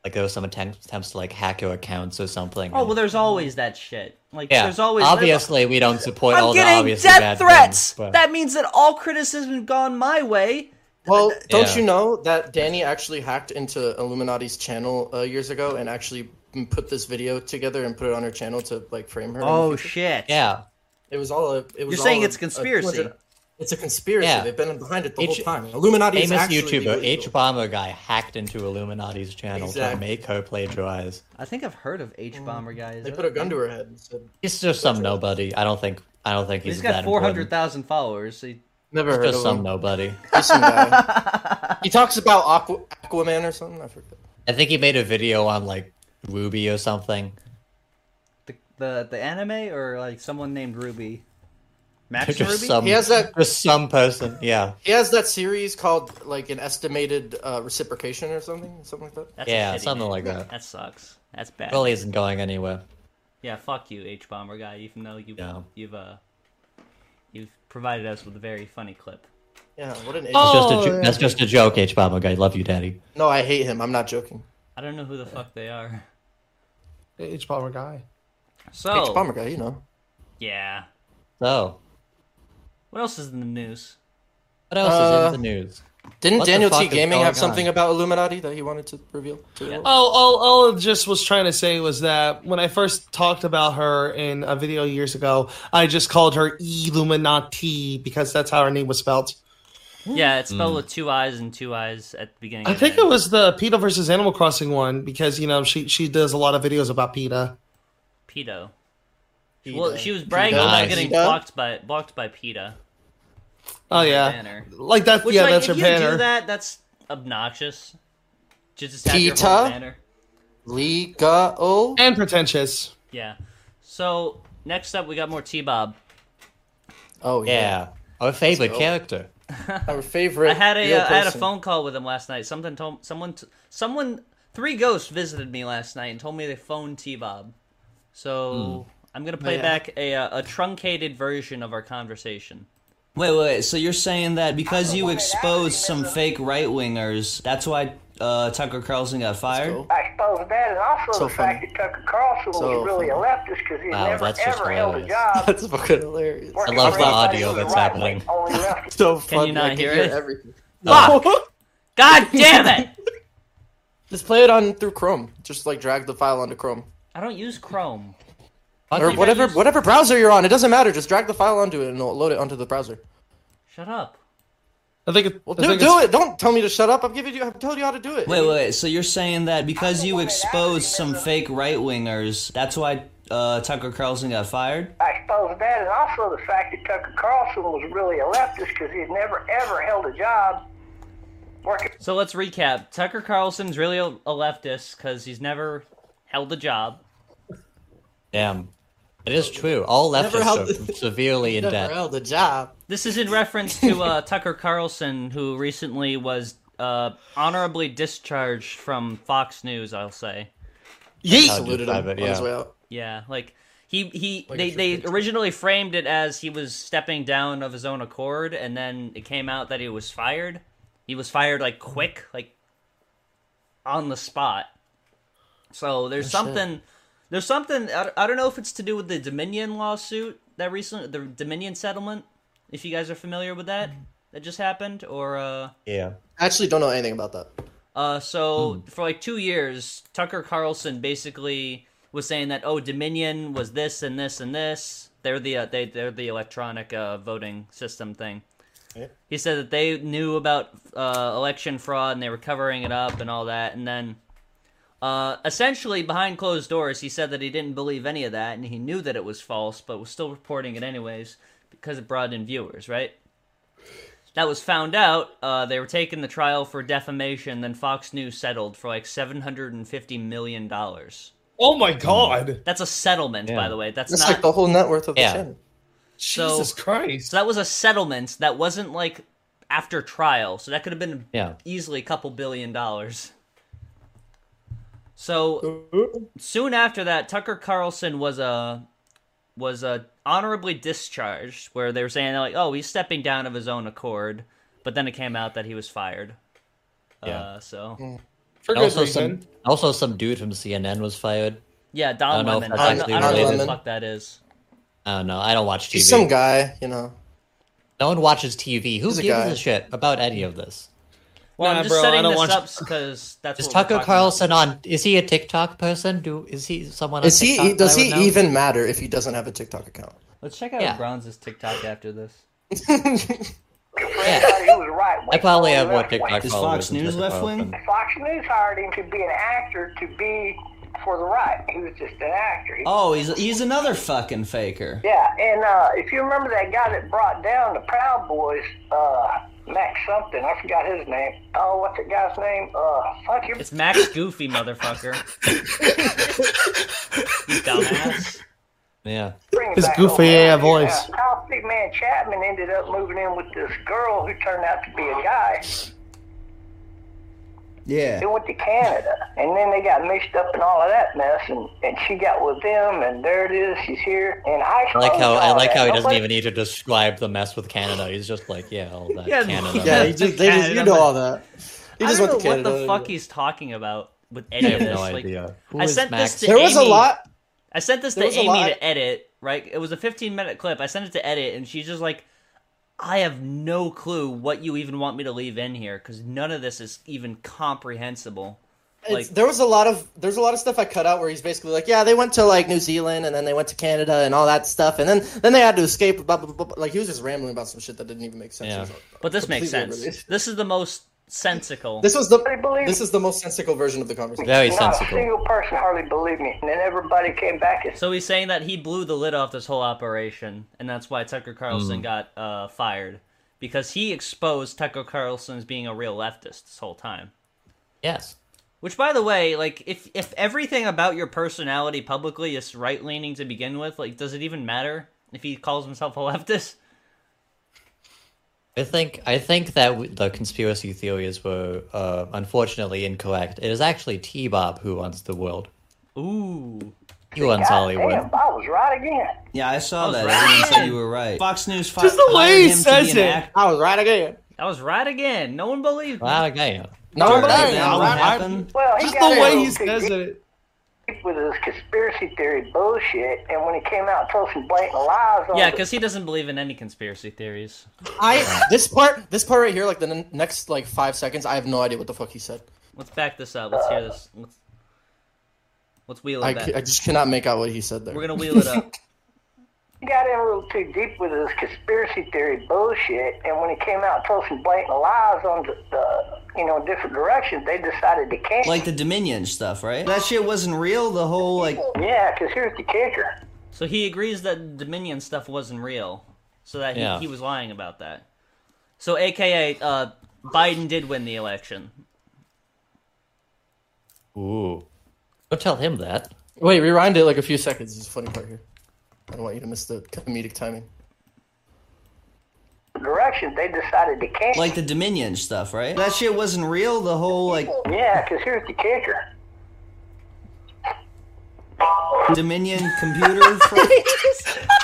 like there was some attempt, attempts to like hack her accounts or something. Oh well, there's always that shit. Like yeah. there's always obviously we don't support all I'm the getting obviously death bad threats. things, but- That means that all criticism gone my way. Well, don't Uh, Yeah. you know that Danny actually hacked into Illuminati's channel uh, years ago and actually m- put this video together and put it on her channel to like frame her? in the Oh future? shit! yeah, It was all. A, it was You're saying all a- it's a conspiracy. 200 It's a conspiracy. Yeah. They've been behind it the H- whole time. Illuminati is famous actually YouTuber illegal. H Bomber guy hacked into Illuminati's channel to Exactly. make her plagiarize. I think I've heard of H bomber guys. Mm. They put a gun to her head and said, He's just some nobody. I don't think. I don't think he's, He's got that four hundred important. thousand followers. so he- "Never heard Just of some him." nobody. He's some guy. he talks about Aqua- Aquaman or something. I forget. I think he made a video on like Ruby or something. the, the the anime or like someone named Ruby. Max Just Ruby. some. He has that. Just some person. Yeah. He has that series called like an estimated uh, reciprocation or something, something like that. That's a yeah, shitty something name. like that. That sucks. That's bad. Really isn't going anywhere. yeah, fuck you, H bomber guy. Even though you Yeah. have you've uh you've provided us with a very funny clip. Yeah, what an idiot. It's just Oh, a jo- yeah. That's just a joke, H Bomber guy. Love you, Daddy. No, I hate him. I'm not joking. I don't know who the fuck they are. H. Bomber guy. H. So Bomber guy, you know. yeah, So, what else is in the news? what else Uh, is in the news? Didn't What the Daniel T. fuck is Gaming have going something on? about Illuminati that he wanted to reveal to the world? Oh, all, all I just was trying to say was that when I first talked about her in a video years ago, I just called her Illuminati because that's how her name was spelled. Hmm. Yeah, it's Hmm. spelled with two eyes and two eyes at the beginning. I and think end. it was the PETA versus Animal Crossing one because you know she she does a lot of videos about PETA. pedo. He, Well, uh, she was bragging Nice. about getting Pedo? blocked by blocked by PETA. Oh yeah, Banner. like that. Which, yeah, like, that's her if you do banner. that, that's obnoxious. Just have your whole Peter? banner. legal. and pretentious. Yeah. So next up, we got more T Bob. Oh yeah. Yeah. Our favorite character. Our favorite. I had a real uh, I had a person. phone call with him last night. Something told someone t- Hmm. someone three ghosts visited me last night and told me they phoned T Bob. So I'm gonna play Yeah. back a uh, a truncated version of our conversation. Wait, wait, wait. So you're saying that because you exposed some fake right wingers, that's why uh, Tucker Carlson got fired? I suppose that, and also So the fact funny. that Tucker Carlson So was really a funny. leftist because he Wow, never that's just ever held a hilarious. job. That's fucking hilarious. working love for the anybody audio who was that's right happening. wing, Only left. So funny. you not I can hear hear it? everything. Fuck! God damn it! Just play it on through Chrome. Just like drag the file onto Chrome I don't use Chrome. Fuck or you. whatever whatever browser you're on. It doesn't matter. Just drag the file onto it and it'll load it onto the browser. Shut up. I think it, Well, I do, think do it's- it. Don't tell me to shut up. I'm giving you. I'm telling you how to do it. Wait, wait, wait. So you're saying that because you exposed some fake right wingers, that's why uh, Tucker Carlson got fired? I suppose that, and also the fact that Tucker Carlson was really a leftist because he had never ever held a job. Working So let's recap. Tucker Carlson's really a a leftist because he's never held a job. Damn. It is true. All leftists held are the- severely in Never debt. held a job. This is in reference to uh, Tucker Carlson, who recently was uh, honorably discharged from Fox News. I'll say. He saluted him private, on his yeah. way out. Yeah, like he he Like a they true they patriot. originally framed it as he was stepping down of his own accord, and then it came out that he was fired. He was fired like quick, like on the spot. So there's something, there's something. I, don't- I don't know if it's to do with the Dominion lawsuit that recently, the Dominion settlement. If you guys are familiar with that, that just happened, or uh, Yeah. Actually, don't know anything about that. uh, so for like two years, Tucker Carlson basically was saying that oh, Dominion was this and this and this. They're the uh, they they're the electronic uh, voting system thing. He said that they knew about uh, election fraud and they were covering it up and all that. And then, uh, essentially behind closed doors, he said that he didn't believe any of that and he knew that it was false, but was still reporting it anyways because it brought in viewers, right? that was found out, uh, they were taking the trial for defamation. Then Fox News settled for like seven hundred and fifty million dollars. Oh my god! That's a settlement, by the way. That's That's not like the whole net worth of the Yeah. channel. So- Jesus Christ! so. That was a settlement that wasn't like after trial. So that could have been Yeah. easily a couple billion dollars. So soon after that, Tucker Carlson was uh, was uh, honorably discharged, where they were saying like, "Oh, he's stepping down of his own accord," but then it came out that he was fired. Yeah. Uh, so. Hmm. For good also reason. some also some dude from CNN was fired. Yeah, I don't Don know if Lemon. that's I don't, actually I don't know who the related. fuck that is. I don't know. I don't watch TV. He's some guy, you know. No one watches TV. Who He's a gives guy. a shit about any of this? Well, Nah, I'm just bro, I setting don't this watch- up because that's Is what we're Tucker talking Carlson on? Is he a TikTok person? Do is he someone? On Is he? TikTok that does I would he know? even matter if he doesn't have a TikTok account? About. Let's check out Yeah. Bronze's TikTok after this. for anybody who was right wing. I probably have more left wing. TikTok Is followers. Fox than News Tucker left wing? Carlson. Fox News hired him to be an actor to be for the right. He was just an actor. He- Oh, he's he's another fucking faker. Yeah, and uh, if you remember that guy that brought down the Proud Boys, uh, Max something, I forgot his name. Oh, what's that guy's name? Uh, fuck him. It's Max Goofy, motherfucker. you dumbass. Yeah. Bring it His back goofy over. Oh, ass voice. Uh, Kyle Big Man Chapman ended up moving in with this girl who turned out to be a guy. Yeah. They went to Canada, and then they got mixed up in all of that mess, and, and she got with them, and there it is, she's here. And I I like how I all like that. how Oh he doesn't Nobody- even need to describe the mess with Canada. He's just like, yeah, all that Yeah, Canada. yeah, Yeah, he just- they just- you know all that. He I don't know what the fuck he's talking about with I any of have this. no like, idea. Who I is sent Max? this to There was a Amy- lot. I sent this There to was a Amy lot- to edit, right? It was a 15 minute clip. I sent it to edit, and she's just like, I have no clue what you even want me to leave in here because none of this is even comprehensible. It's- like- there was a lot of there's a lot of stuff I cut out where he's basically like, yeah, they went to like New Zealand and then they went to Canada and all that stuff, and then then they had to escape. Blah, blah, blah, blah. Like he was just rambling about some shit that didn't even make sense. Yeah. It was like- But this makes Completely sense. overrated. This is the most sensical. This was the They believe- this is the most sensical version of the conversation. Very Not a sensible. single person hardly believed me, and then everybody came back and said, so he's saying that he blew the lid off this whole operation, and that's why Tucker Carlson Mm. got uh, fired because he exposed Tucker Carlson as being a real leftist this whole time. Yes. Which, by the way, like if if everything about your personality publicly is right leaning to begin with, like does it even matter if he calls himself a leftist? I think I think that w- the conspiracy theories were uh, unfortunately incorrect. It is actually T-Bob who runs the world. Ooh, You once Hollywood. Damn, I was right again. Yeah, I saw that. Everyone said you were right. Fox News fi- Just the way hired he him to be says an it. act- I was right again. I was right again. No one believed me. Wow, okay. No, Did I'm that right. ever I'm right. happen? Well, he Mm. Just got the way he real says it. deep with his conspiracy theory bullshit, and when he came out and told some blatant lies on Yeah, it, because he doesn't believe in any conspiracy theories. I this part, this part right here, like the n- next like five seconds, I have no idea what the fuck he said. Let's back this up. Let's hear this. Let's, let's wheel it I, back. c- I just cannot make out what he said there. We're gonna wheel it up. he got in a little too deep with his conspiracy theory bullshit, and when he came out and told some blatant lies on the, the you know different directions, they decided to cancel. Like the Dominion stuff, right? That shit wasn't real. The whole like yeah, because here's the kicker. so he agrees that Dominion stuff wasn't real, so that he, Yeah. he was lying about that. So, AKA, uh, Biden did win the election. Ooh. Don't tell him that. Wait, rewind it like a few seconds. There's a funny part here. I don't want you to miss the comedic timing. direction, they decided to cancel. like the Dominion stuff, right? That shit wasn't real. The whole like yeah, because here's the kicker. Dominion computer. Fr-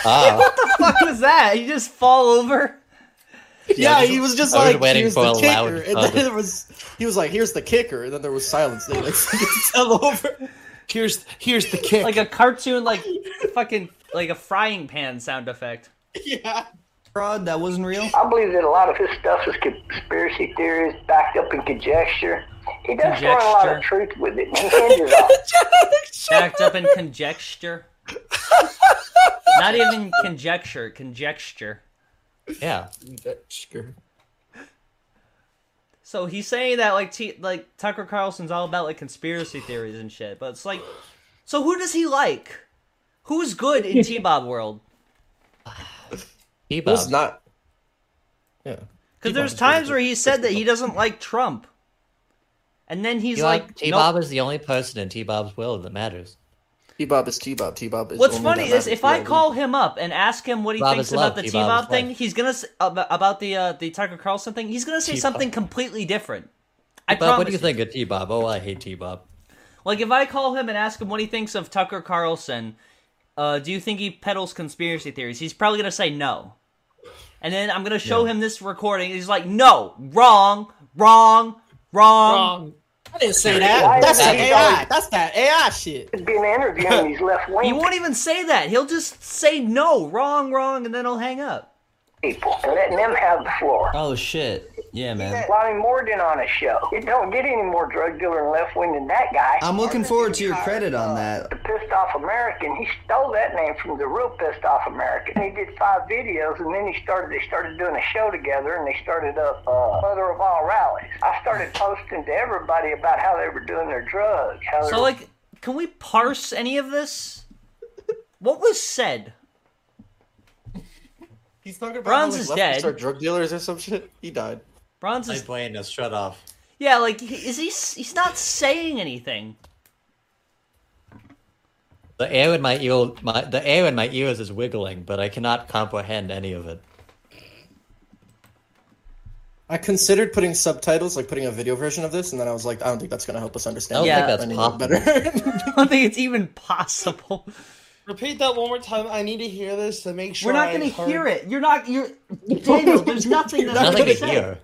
Ah, Oh. fuck was that? You just fall over? Yeah, he was just I was like, waiting here's for the a kicker, loud and then thud. it was, he was like, here's the kicker, and then there was silence. They like fell over. Here's here's the kick. Like a cartoon, like fucking like a frying pan sound effect. Yeah. fraud that wasn't real. I believe that a lot of his stuff is conspiracy theories backed up in conjecture. He does throw in a lot of Conjecture. truth with it. And he hinges on it. Backed up in conjecture. Not even conjecture, conjecture. yeah. So he's saying that like t- like Tucker Carlson's all about like conspiracy theories and shit, but it's like, so who does he like? Who's good in T-Bob world? He It was not. Yeah. Because there's times where he said that he doesn't like Trump, and then he's You like, like, T nope. Bob is the only person in T Bob's world that matters. T Bob is T Bob. T Bob is. What's only funny that is matters. if I Yeah, call him up and ask him what he Bob thinks is love, about the T-Bob is T-Bob thing, life. he's gonna s- ab- about the uh, the Tucker Carlson thing. He's gonna say something completely different. I Bob, promise. what do you think of T Bob? Oh, I hate T Bob. Like if I call him and ask him what he thinks of Tucker Carlson, uh, do you think he peddles conspiracy theories? He's probably gonna say no. And then I'm gonna show him this recording. He's like, no, wrong, wrong, wrong. I didn't say that. That's that AI. That's that AI shit. He's being interviewed and he's left He wing won't even say that. He'll just say no, wrong, wrong, and then he'll hang up. people and letting them have the floor. Oh shit. Yeah, man. Lonnie Morgan on a show. You don't get any more drug dealer and left wing than that guy. I'm looking forward to your credit on that. the pissed off American. He stole that name from the real pissed off American. He did five videos, and then he started. They started doing a show together, and they started up uh, Mother of All Rallies. I started posting to everybody about how they were doing their drugs. How they So were- like, can we parse any of this? What was said? He's talking about Bronze how, is like, dead. leftists are drug dealers or some shit. He died. Bronze My is brain is shut off. yeah. Like, he- is he? s- He's not saying anything. The air in my ear, my, the air in my ears is wiggling, but I cannot comprehend any of it. I considered putting subtitles, like putting a video version of this, and then I was like, I don't think that's gonna help us I don't understand. Yeah. think any that's of it possible. better. I don't think it's even possible. Repeat that one more time. I need to hear this to make sure. We're not I gonna heard- hear it. You're not. You're Daniel. There's nothing that's Nothing gonna to say. hear.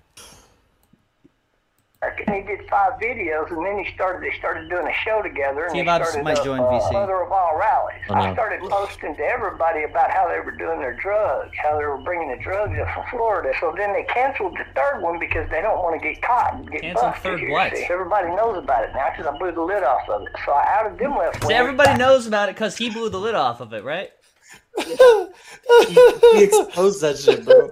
American. He did five videos, and then he started. They started doing a show together, and See, they Bob's started might up join uh, VC. Mother of All Rallies. Oh, I no. started posting to everybody about how they were doing their drugs, how they were bringing the drugs up from Florida. So then they canceled the third one because they don't want to get caught and get Canceled busted. third you what? see. Everybody knows about it now because I blew the lid off of it. So I outed them left. So everybody knows about it because he blew the lid off of it, right? he exposed that shit, bro.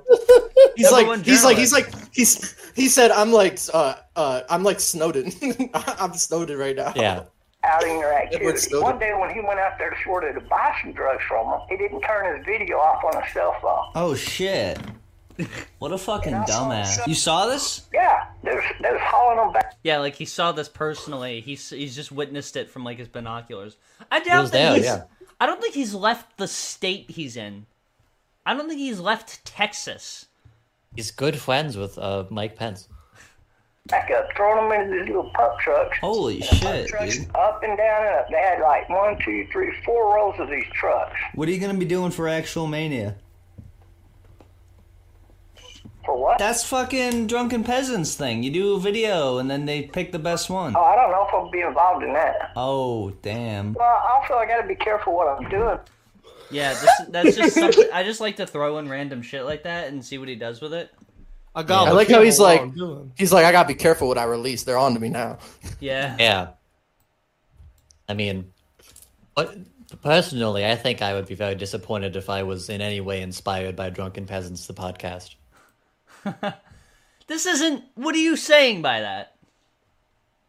He's Everyone like, he's like, he's like, he's he said, I'm like, uh, uh, I'm like Snowden. I'm Snowden right now. Yeah. outing their Edward activity. Snowden. One day when he went out there to Florida to buy some drugs from them, he didn't turn his video off on his cell phone. Oh shit. What a fucking dumbass. You saw this? Yeah, they was, they was hauling them back. Yeah, like he saw this personally. He's he's just witnessed it from like his binoculars. I It doubt was that there, he's. yeah. I don't think he's left the state he's in. I don't think he's left Texas. He's good friends with uh, Mike Pence. back up, throwing them into these little pup trucks. Holy And the pup shit, trucks dude. Up and down and up. They had like one, two, three, four rows of these trucks. What are you gonna be doing for actual mania? For what? That's fucking drunken peasants thing. You do a video and then they pick the best one. oh, I don't know if I'll be involved in that. Oh damn. Well, also I got to be careful what I'm doing. Yeah, this, that's just something. I just like to throw in random shit like that and see what he does with it. I got. I what like how people he's want. like, he's like, I gotta be careful what I release. They're on to me now. Yeah. Yeah. I mean, but personally, I think I would be very disappointed if I was in any way inspired by Drunken Peasants, the podcast. This isn't. What are you saying by that?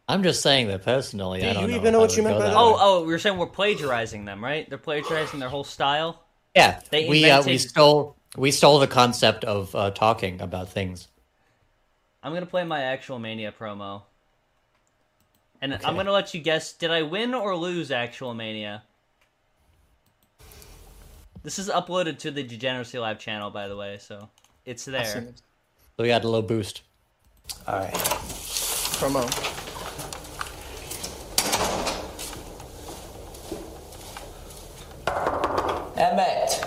I'm just saying that personally, Do I don't you know. even know if I what you would meant go by that? way. Oh, oh, we are saying we're plagiarizing them, right? They're plagiarizing their whole style. yeah. they we uh, we Oh, invented- stole we stole the concept of uh, talking about things. I'm gonna play my actual Mania promo, and I'm gonna let you guess: did I win or lose actual Mania? This is uploaded to the Degeneracy Live channel, by the way, so it's there. So we got a little boost. All right, promo. Emmett.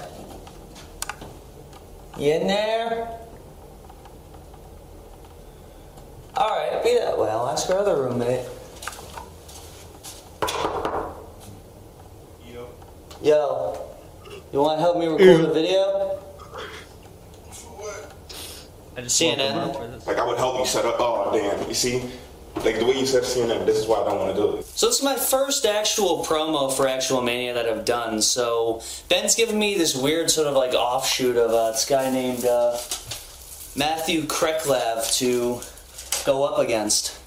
You in there? Alright, be that way. I'll ask our other roommate. Yo. Yo. You want to help me record the video? I just CNN. woke up for this. Like I would help you set up. Oh damn! You see, like the way you set up CNN, this is why I don't want to do it. So this is my first actual promo for Actual Mania that I've done. So Ben's given me this weird sort of like offshoot of uh, this guy named uh, Matthew Kreklav to go up against.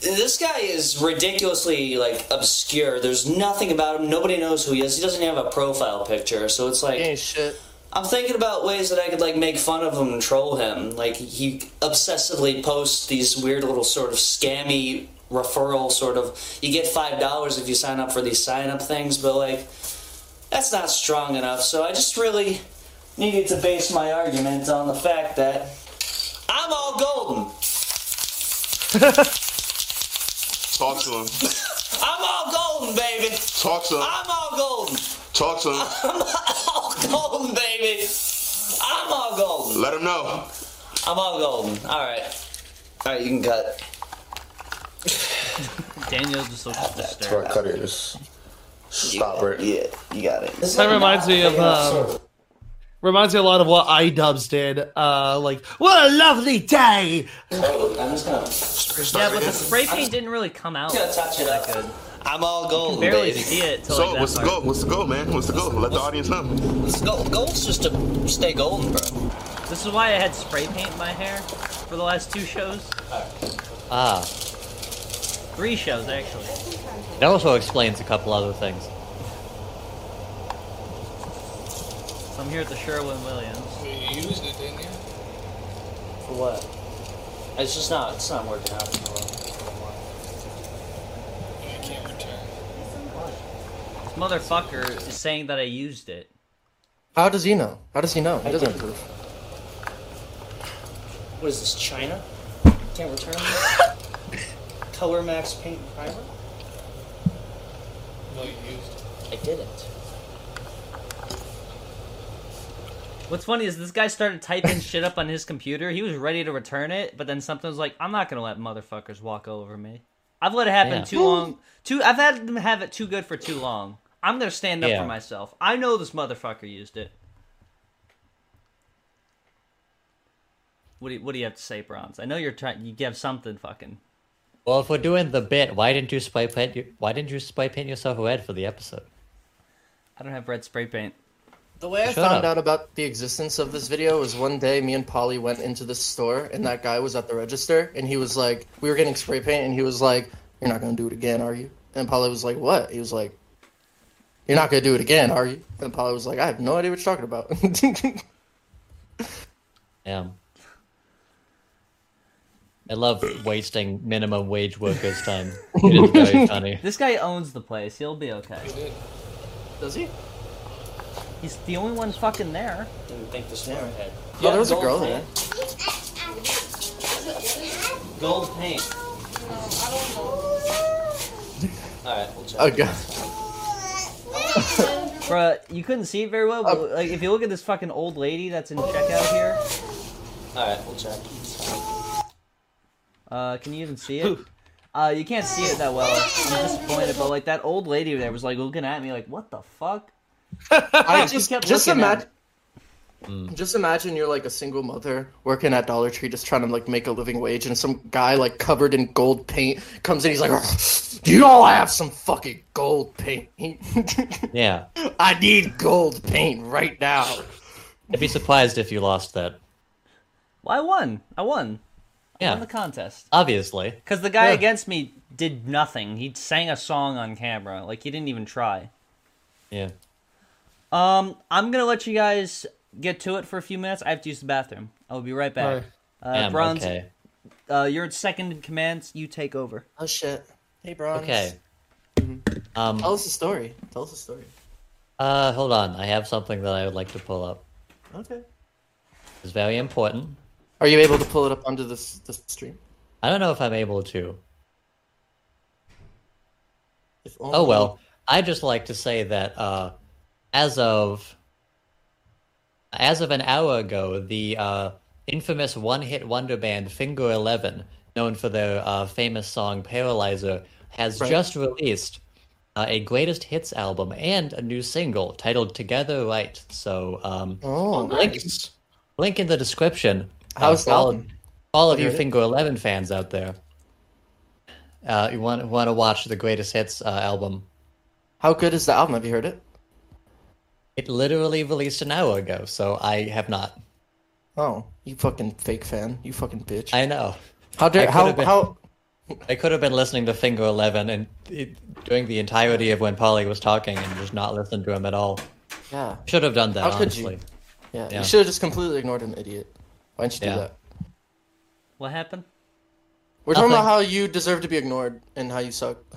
This guy is ridiculously like obscure. There's nothing about him. Nobody knows who he is. He doesn't even have a profile picture. So it's like Ain't shit. I'm thinking about ways that I could like make fun of him and troll him. Like he obsessively posts these weird little sort of scammy referral sort of you get five dollars if you sign up for these sign up things, but like that's not strong enough. So I just really needed to base my argument on the fact that I'm all golden. Talk to him. I'm all golden, baby. Talk to him. I'm all golden. Talk to him. I'm all golden, baby. I'm all golden. Let him know. I'm all golden. All right. All right, you can cut. Daniel just looks disturbed. Short cutters. Stop it. Yeah, you got it. That reminds me of um, reminds me a lot of what iDubbbz did. Uh, like, what a lovely day. I'm just gonna, Yeah, but the spray paint didn't really come out. gonna touch it up. Good. I'm all golden, Barely baby. see it till So like what's the that part. goal? What's the goal, man? What's the goal? Let the audience know. It's gold. Gold's just to stay golden, bro. This is why I had spray paint in my hair for the last two shows, Ah, three shows actually. that also explains a couple other things. So I'm here at the Sherwin Williams. For what? It's just not. It's not working out. for me. This motherfucker is saying that I used it. How does he know? How does he know? He doesn't approve. What is this? China? Can't return. this? Color Max paint and primer. No, you used. I didn't. What's funny is this guy started typing shit up on his computer. He was ready to return it, but then something was like, "I'm not gonna let motherfuckers walk over me. I've let it happen Yeah. too long. Too. I've had them have it too good for too long. I'm gonna stand up Yeah. for myself. I know this motherfucker used it." What do you, What do you have to say, Bronze? I know you're trying. You have something fucking. Well, if we're doing the bit, why didn't you spray paint? Your, why didn't you spray paint yourself red for the episode? I don't have red spray paint. The way I Shut found up. out about the existence of this video was one day me and Polly went into the store and that guy was at the register and he was like, we were getting spray paint and he was like, you're not gonna do it again, are you? And Polly was like, what? He was like, you're not gonna do it again, are you? And Polly was like, I have no idea what you're talking about. Yeah. Um, I love wasting minimum wage workers' time. It is very funny. This guy owns the place. He'll be okay. Does he? He's the only one fucking there. Didn't think this far ahead. Oh, there was a girl there. gold paint. All right, we'll check. Oh god. Bruh, you couldn't see it very well, but like if you look at this fucking old lady that's in checkout here. All right, we'll check. Uh, can you even see it? Uh, you can't see it that well. I'm disappointed, but like that old lady there was like looking at me like, what the fuck? I just kept just looking at imagine. Just imagine you're like a single mother working at Dollar Tree, just trying to like make a living wage, and some guy like covered in gold paint comes in. He's like, "Ugh, "You all have some fucking gold paint. Yeah. I need gold paint right now." I'd be surprised if you lost that. Well, I won. I won. I Yeah. won the contest. Obviously. Because the guy Yeah. against me did nothing. He sang a song on camera. Like, he didn't even try. Yeah. Um, I'm going to let you guys get to it for a few minutes. I have to use the bathroom. I'll be right back. Alright. Uh, Damn, Bronze, okay. uh, you're in second in command. You take over. Oh, shit. Hey, Bronze. Okay. Mm-hmm. Um, Tell us a story. Tell us a story. uh, hold on. I have something that I would like to pull up. Okay. It's very important. Are you able to pull it up onto this this stream? I don't know if I'm able to. If Oh well, I just like to say that uh, as of as of an hour ago, the uh, infamous one-hit wonder band Finger Eleven, known for their uh, famous song "Paralyzer," has Right. just released uh, a greatest hits album and a new single titled "Together Right." So, um, oh, link, link in the description. Uh, How's for all, that? all of I you heard it. Finger Eleven fans out there, uh, you want want to watch the greatest hits uh, album. How good is the album? Have you heard it? It literally released an hour ago, so I have not. Oh, you fucking fake fan. You fucking bitch. I know. How I dare could how have been- how I could have been listening to Finger Eleven and it, doing the entirety of when Polly was talking and just not listening to him at all. yeah. Should have done that. How could you? honestly. Yeah, Yeah. you should have just completely ignored him, idiot. Why didn't you Yeah. do that? What happened? We're talking about Nothing. how you deserve to be ignored and how you suck.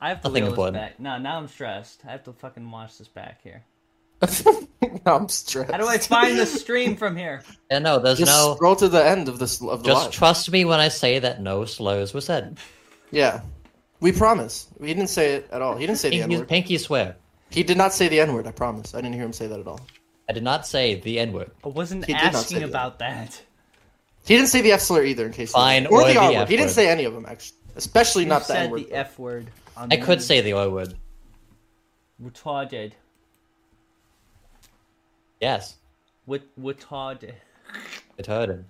I have to Nothing wheel this important. back. No, now I'm stressed. I have to fucking watch this back here. Now I'm stressed. How do I find the stream from here? Yeah, no, there's Just no. scroll to the end of this of the Just live. trust me when I say that no slurs were said. yeah, we promise. We didn't say it at all. He didn't say the N Pinky- word. pinky swear. He did not say the N word. I promise. I didn't hear him say that at all. I did not say the N word. I wasn't He did not say asking that. about that. He didn't say the F slur either. In case you- Fine, or, or the the R word. F He didn't word. say any of them actually, especially You not the said N word. the F word. on I the could news. say the O word. retarded. Yes, With retarded. it heard him.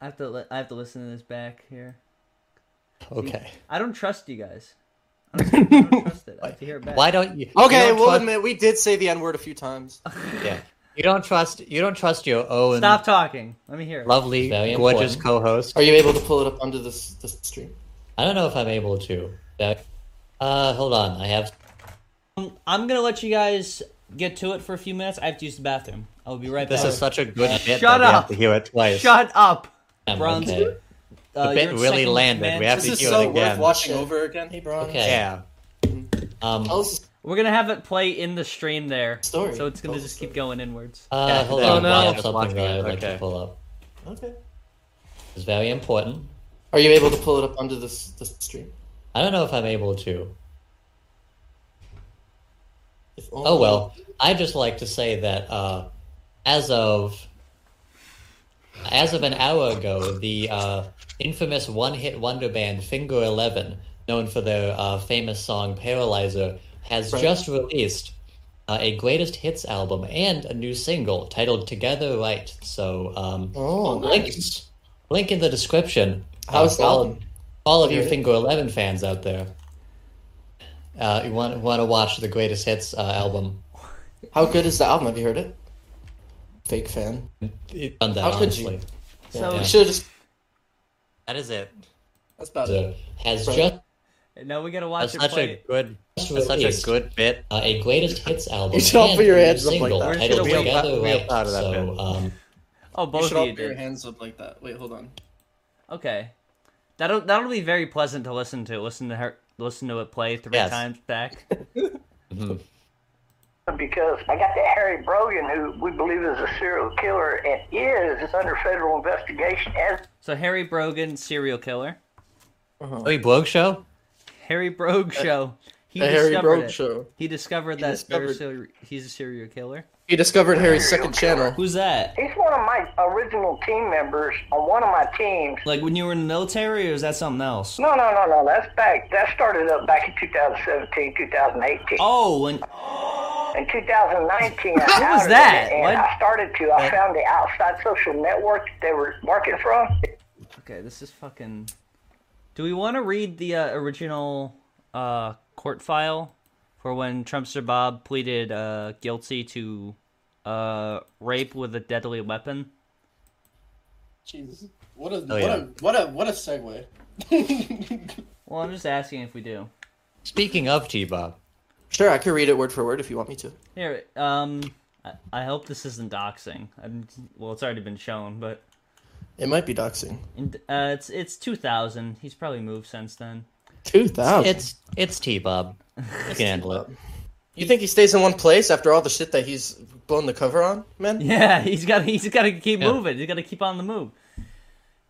I have to. Li- I have to listen to this back here. Okay. I don't trust you guys. I don't, I don't trust it. I have to hear it back. Why don't you? Okay, you don't we'll trust- admit we did say the N word a few times. Yeah. You don't trust. You don't trust your own Stop talking. Let me hear it. lovely, Very gorgeous important. co-host. Are you able to pull it up onto this this stream? I don't know if I'm able to. That- Uh, hold on. I have. Um, I'm gonna let you guys get to it for a few minutes. I have to use the bathroom. I'll be right This back. is such a good bit. that Shut We have up. to hear it twice. Shut up. Damn, Bronze. okay. The bit you're in really second landed. command. We have This to is hear it so worth again. watching over again. Hey, Bron. Okay. Yeah. Um. We're gonna have it play in the stream there, Oh, Story. Oh, so it's gonna just keep going inwards. Uh, hold on. I have something that I would like to Okay. pull up. Okay. It's very important. Are you able to pull it up onto this this stream? I don't know if I'm able to. If Oh well, I just like to say that uh, as of as of an hour ago, the uh, infamous one-hit wonder band Finger Eleven, known for their uh, famous song "Paralyzer," has Right. just released uh, a greatest hits album and a new single titled "Together Right." So, um, oh, link link in the description. Uh, How's the for all- album? all of you Okay. Finger Eleven fans out there. Uh, you want want to watch the greatest hits uh, album? How good is the album? Have you heard it? Fake fan. It, done that, How could honestly. you? Yeah. So Yeah. you should have just. That is it. That's about So, it. has Right. just Now we gotta watch that's it such play. a good that's such a released. good bit. Uh, a greatest hits album. You should all and put your a new hands up like single that. titled Real- Together real Right. proud of that so, Um, Oh, both should of all you put your did. hands up like that. Wait, hold on. Okay, that'll that'll be very pleasant to listen to. Listen to her. Listen to it play three Yes. times back. because I got that Harry Brogan, who we believe is a serial killer and is under federal investigation as So Harry Brogan, serial killer. Uh-huh. Oh, he Brogue show? Harry Brogue show. He the Harry discovered Brogue it. show. He discovered that discovered- there's a- he's a serial killer. He discovered Harry's second channel. Who's that? He's one of my original team members on one of my teams. Like when you were in the military, or is that something else? No, no, no, no. That's back. That started up back in 2017, 2018. Oh, when In 2019, I Who was outed that? it, and What? I started to. I found the outside social network that they were working from. Okay, this is fucking. Do we want to read the uh, original uh, court file for when Trumpster Bob pleaded uh, guilty to uh, rape with a deadly weapon? Jesus. What a, Oh, what yeah. what a what a segue. Well, I'm just asking if we do. Speaking of G Bob. Sure, I could read it word for word if you want me to. Here, um, I, I hope this isn't doxing. I'm, well, it's already been shown, but It might be doxing. and, uh, it's it's 2000. He's probably moved since then. Two thousand. It's it's T Bob. You can handle it. You think he stays in one place after all the shit that he's blown the cover on, man? Yeah, he's got he's got to keep Yeah. moving. He's got to keep on the move.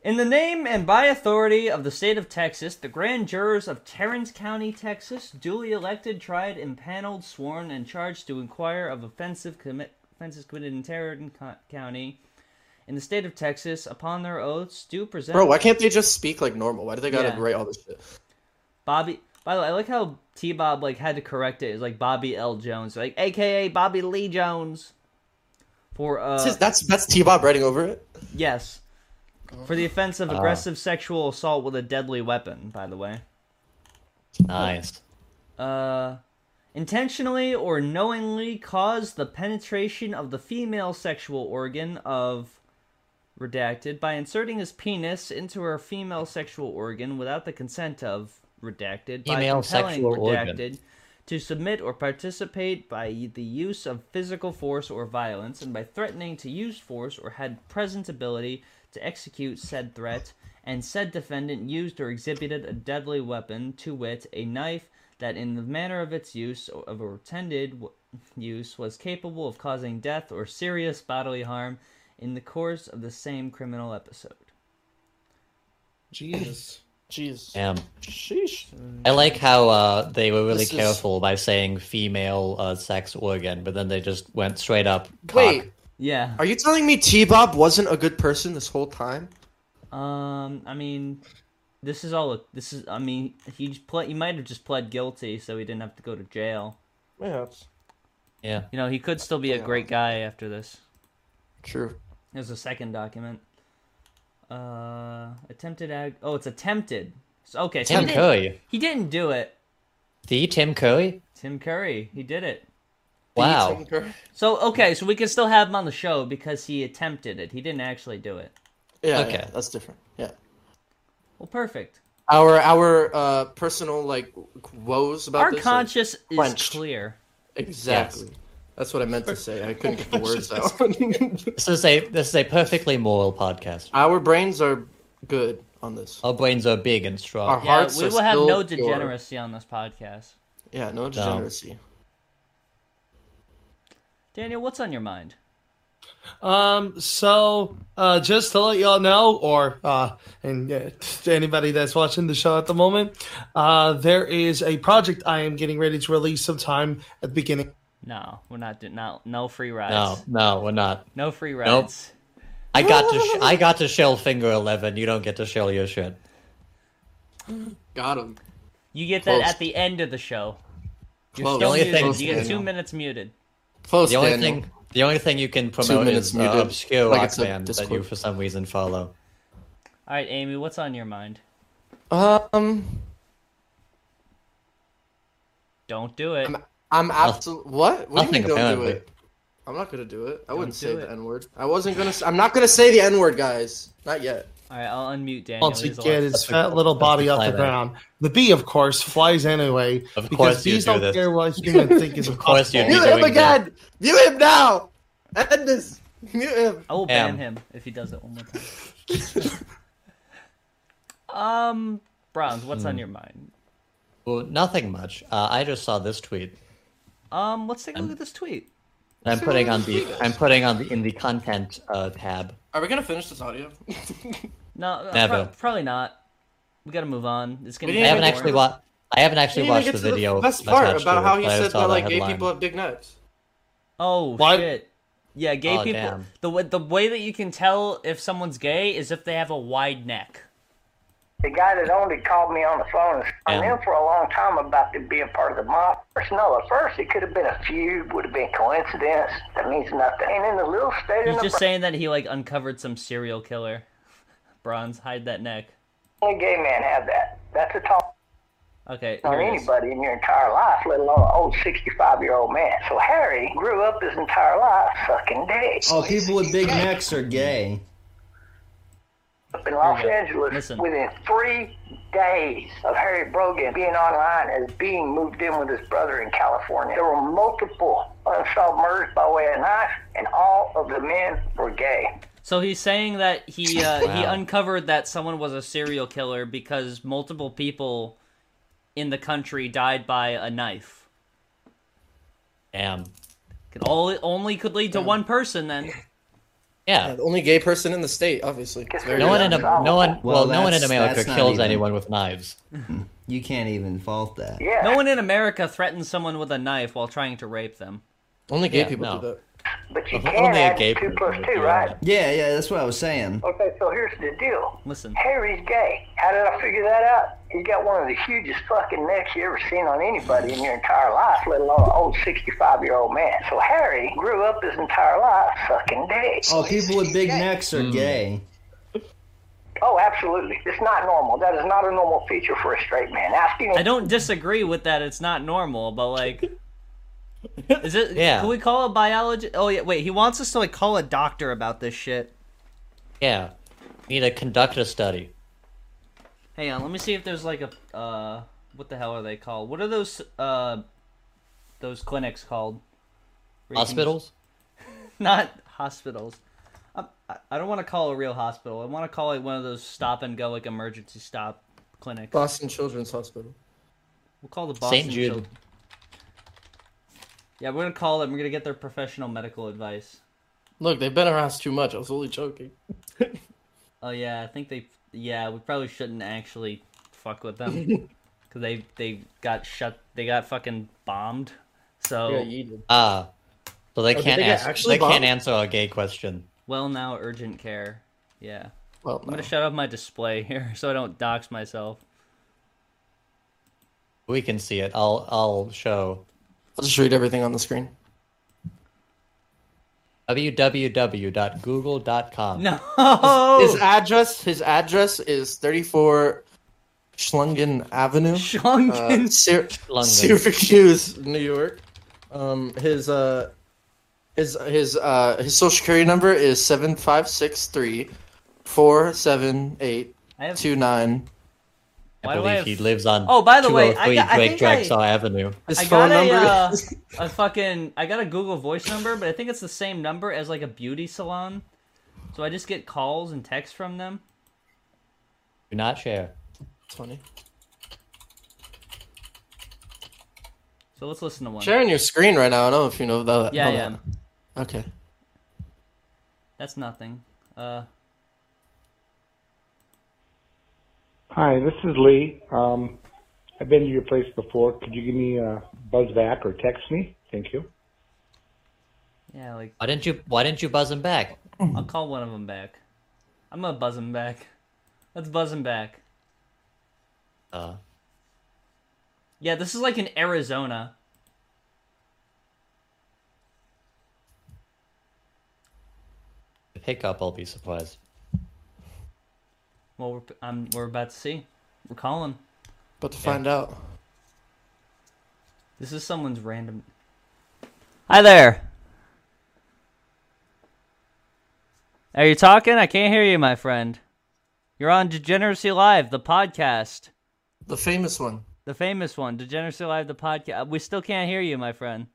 In the name and by authority of the state of Texas, the grand jurors of Terrence County, Texas, duly elected, tried, impaneled, sworn, and charged to inquire of offensive commi- offenses committed in Tarrant Co- County, in the state of Texas, upon their oaths, do present. Bro, why can't they just speak like normal? Why do they gotta Yeah. write all this shit? Bobby? By the way, I like how T Bob like had to correct it. It's like Bobby L Jones, like AKA Bobby Lee Jones. For uh, That's his- that's that's T Bob writing over it. Yes. For the offense of Uh. Ah. aggressive sexual assault with a deadly weapon, by the way. Nice. Uh intentionally or knowingly cause the penetration of the female sexual organ of redacted by inserting his penis into her female sexual organ without the consent of redacted by Female compelling sexual organ. redacted to submit or participate by the use of physical force or violence and by threatening to use force or had present ability to execute said threat and said defendant used or exhibited a deadly weapon to wit a knife that in the manner of its use or of or intended w- use was capable of causing death or serious bodily harm in the course of the same criminal episode Jesus. Jeez. Damn. Sheesh. Um, I like how uh, they were really This is- careful by saying female uh, sex organ, but then they just went straight up. Wait, yeah are you telling me T Bob wasn't a good person this whole time? Um, I mean, this is all. This is. I mean, he just ple- He might have just pled guilty, so he didn't have to go to jail. Yeah. Yeah. You know, he could still be a great guy after this. True. There's a second document. Uh, attempted ag. Oh, it's attempted. So, okay, so he Tim didn't- Curry. He didn't do it. The Tim Curry? Tim Curry. He did it. Wow. So okay, so we can still have him on the show because he attempted it. He didn't actually do it. Yeah. Okay. Okay. that's different. Yeah. Well, perfect. Our our uh, personal like woes about Our this are conscience is quenched. clear. Exactly. That's what I meant to say. I couldn't get the words out. This is a this is a perfectly moral podcast. Our brains are good on this. Our brains are big and strong. Our Yeah, hearts we are will have no still pure. degeneracy on this podcast. Yeah, no degeneracy. Daniel, what's on your mind? Um, so uh, just to let y'all know, or uh, and uh, to anybody that's watching the show at the moment, uh, there is a project I am getting ready to release sometime at the beginning. No, we're not doing no, no free rides. No, no, we're not. No free Nope. rides. I got to sh- I got to shell finger eleven. You don't get to shell your shit. Got him. You get that Close. at the end of the show. You're Close. The still only muted. thing- you get two Daniel. minutes muted. Close, the only Daniel. thing the only thing you can promote minutes is uh, muted, obscure like rock it's a band that you Discord. for some reason follow. All right, Amy, what's on your mind? Um, Don't do it. I'm absolutely what? What I'll do you think mean don't do apparently. it? I'm not gonna do it. I wouldn't do say the it. N word. I wasn't gonna. s- I'm not gonna say the N word, guys. Not yet. All right, I'll unmute Daniel. Once he He's a get lot- his fat little body off the climate. ground, the bee, of course, flies anyway Of because course you bees do don't this. care what humans think is Of course you'd be impossible. doing that. Mute him now. End this. Mute him. I will ban Damn. him if he does it one more time. um, Hmm. Browns, what's on your mind? Well, nothing much. Uh, I just saw this tweet. Um, let's take a look at this tweet. And I'm putting on the I'm putting on the in the content uh, tab. Are we gonna finish this audio? No, uh, Never. pro- probably not. We got to move on. It's I gonna. haven't actually watched. I haven't actually didn't watched get the to video. best attached part to about it, how he but I said saw that the like gay headline. people have big nuts. Oh shit! Yeah, gay Oh, people. damn. The way the way that you can tell if someone's gay is if they have a wide neck. The guy that owned it called me on the phone and on them for a long time about them being part of the mob. First, no, at first it could have been a feud, would have been coincidence. That means nothing. And in the little state of He's just Nebraska, saying that he like uncovered some serial killer. Bronze, hide that neck. only gay men have that. That's a talk Okay. on here it is. anybody in your entire life, let alone an old 65 year old man. So Harry grew up his entire life sucking dick. Oh, people with big necks are gay. up in Los Angeles within three days of Harry Brogan being online as being moved in with his brother in California. There were multiple unsolved murders by way of knife, and all of the men were gay. So he's saying that he uh, he Wow. uncovered that someone was a serial killer because multiple people in the country died by a knife. Damn. Could all only could lead to one person then. Yeah. the only gay person in the state, obviously. It's very No one in bad. a, no one well, Well, no one in that's- America that's not kills even- anyone with knives. You can't even fault that. No one in America threatens someone with a knife while trying to rape them. Only gay people do that. But you If can only a add gay two person plus would two, do right? Yeah, yeah, that's what I was saying. Okay, so here's the deal. Listen. Harry's gay. How did I figure that out? He's got one of the hugest fucking necks you ever seen on anybody in your entire life, let alone an old 65 year old man. So Harry grew up his entire life sucking dick. Oh, people with big necks are gay. Oh, absolutely. It's not normal. That is not a normal feature for a straight man. Asking I don't disagree with that. It's not normal, but like, is it? Yeah. Can we call a biologist? Oh yeah. Wait, he wants us to like call a doctor about this shit. Yeah. Need to conduct a study. Hang on. Let me see if there's like a uh, what the hell are they called? What are those uh, those clinics called? Where you can- Hospitals? Not hospitals. I, I- I don't want to call a real hospital. I want to call it one of those stop and go like emergency stop clinics. Boston Children's Hospital. We'll call the Boston St. Jude. Chil- Yeah, we're gonna call them. We're gonna get their professional medical advice. Look, they've been around too much. I was only joking. Oh yeah, I think they. Yeah, we probably shouldn't actually fuck with them because they they got shut. They got fucking bombed. So Ah. So they Oh, did can't they get answer actually they can't bombed? answer a gay question. well now urgent care. Yeah. Well, I'm gonna shut off my display here so I don't dox myself. We can see it. I'll I'll show. I'll just read everything on the screen. www.google.com. No. Oh! His address, his address is 34 Schlungen Avenue, Schlungen, uh, Syr- Schlungen. Syracuse, New York. Um, his uh, his his uh, his social security number is seven five six three four seven eight two nine. I Why do I believe have- he lives on Oh, by the way, I 203 got- I Drake think I- Drexel Avenue. I got a, uh, a fucking. I got a Google Voice number, but I think it's the same number as like a beauty salon. So I just get calls and texts from them. Do not share. It's funny. So let's listen to one. Sharing your screen right now. I don't know if you know that. Yeah, know yeah. that. Okay. That's nothing. Uh, Hi, this is Lee. Um, I've been to your place before. Could you give me a buzz back or text me? Thank you. yeah, like Why didn't you why didn't you buzz him back? I'll call one of them back. I'm gonna buzz him back. Let's buzz him back. Uh, Yeah, this is like in Arizona. the pickup, I'll be surprised. Well, we're I'm, we're about to see. We're calling. About to find out. This is someone's random. Hi there. Are you talking? I can't hear you, my friend. You're on Degeneracy Live, the podcast. The famous one. The famous one, Degeneracy Live, the podcast. We still can't hear you, my friend.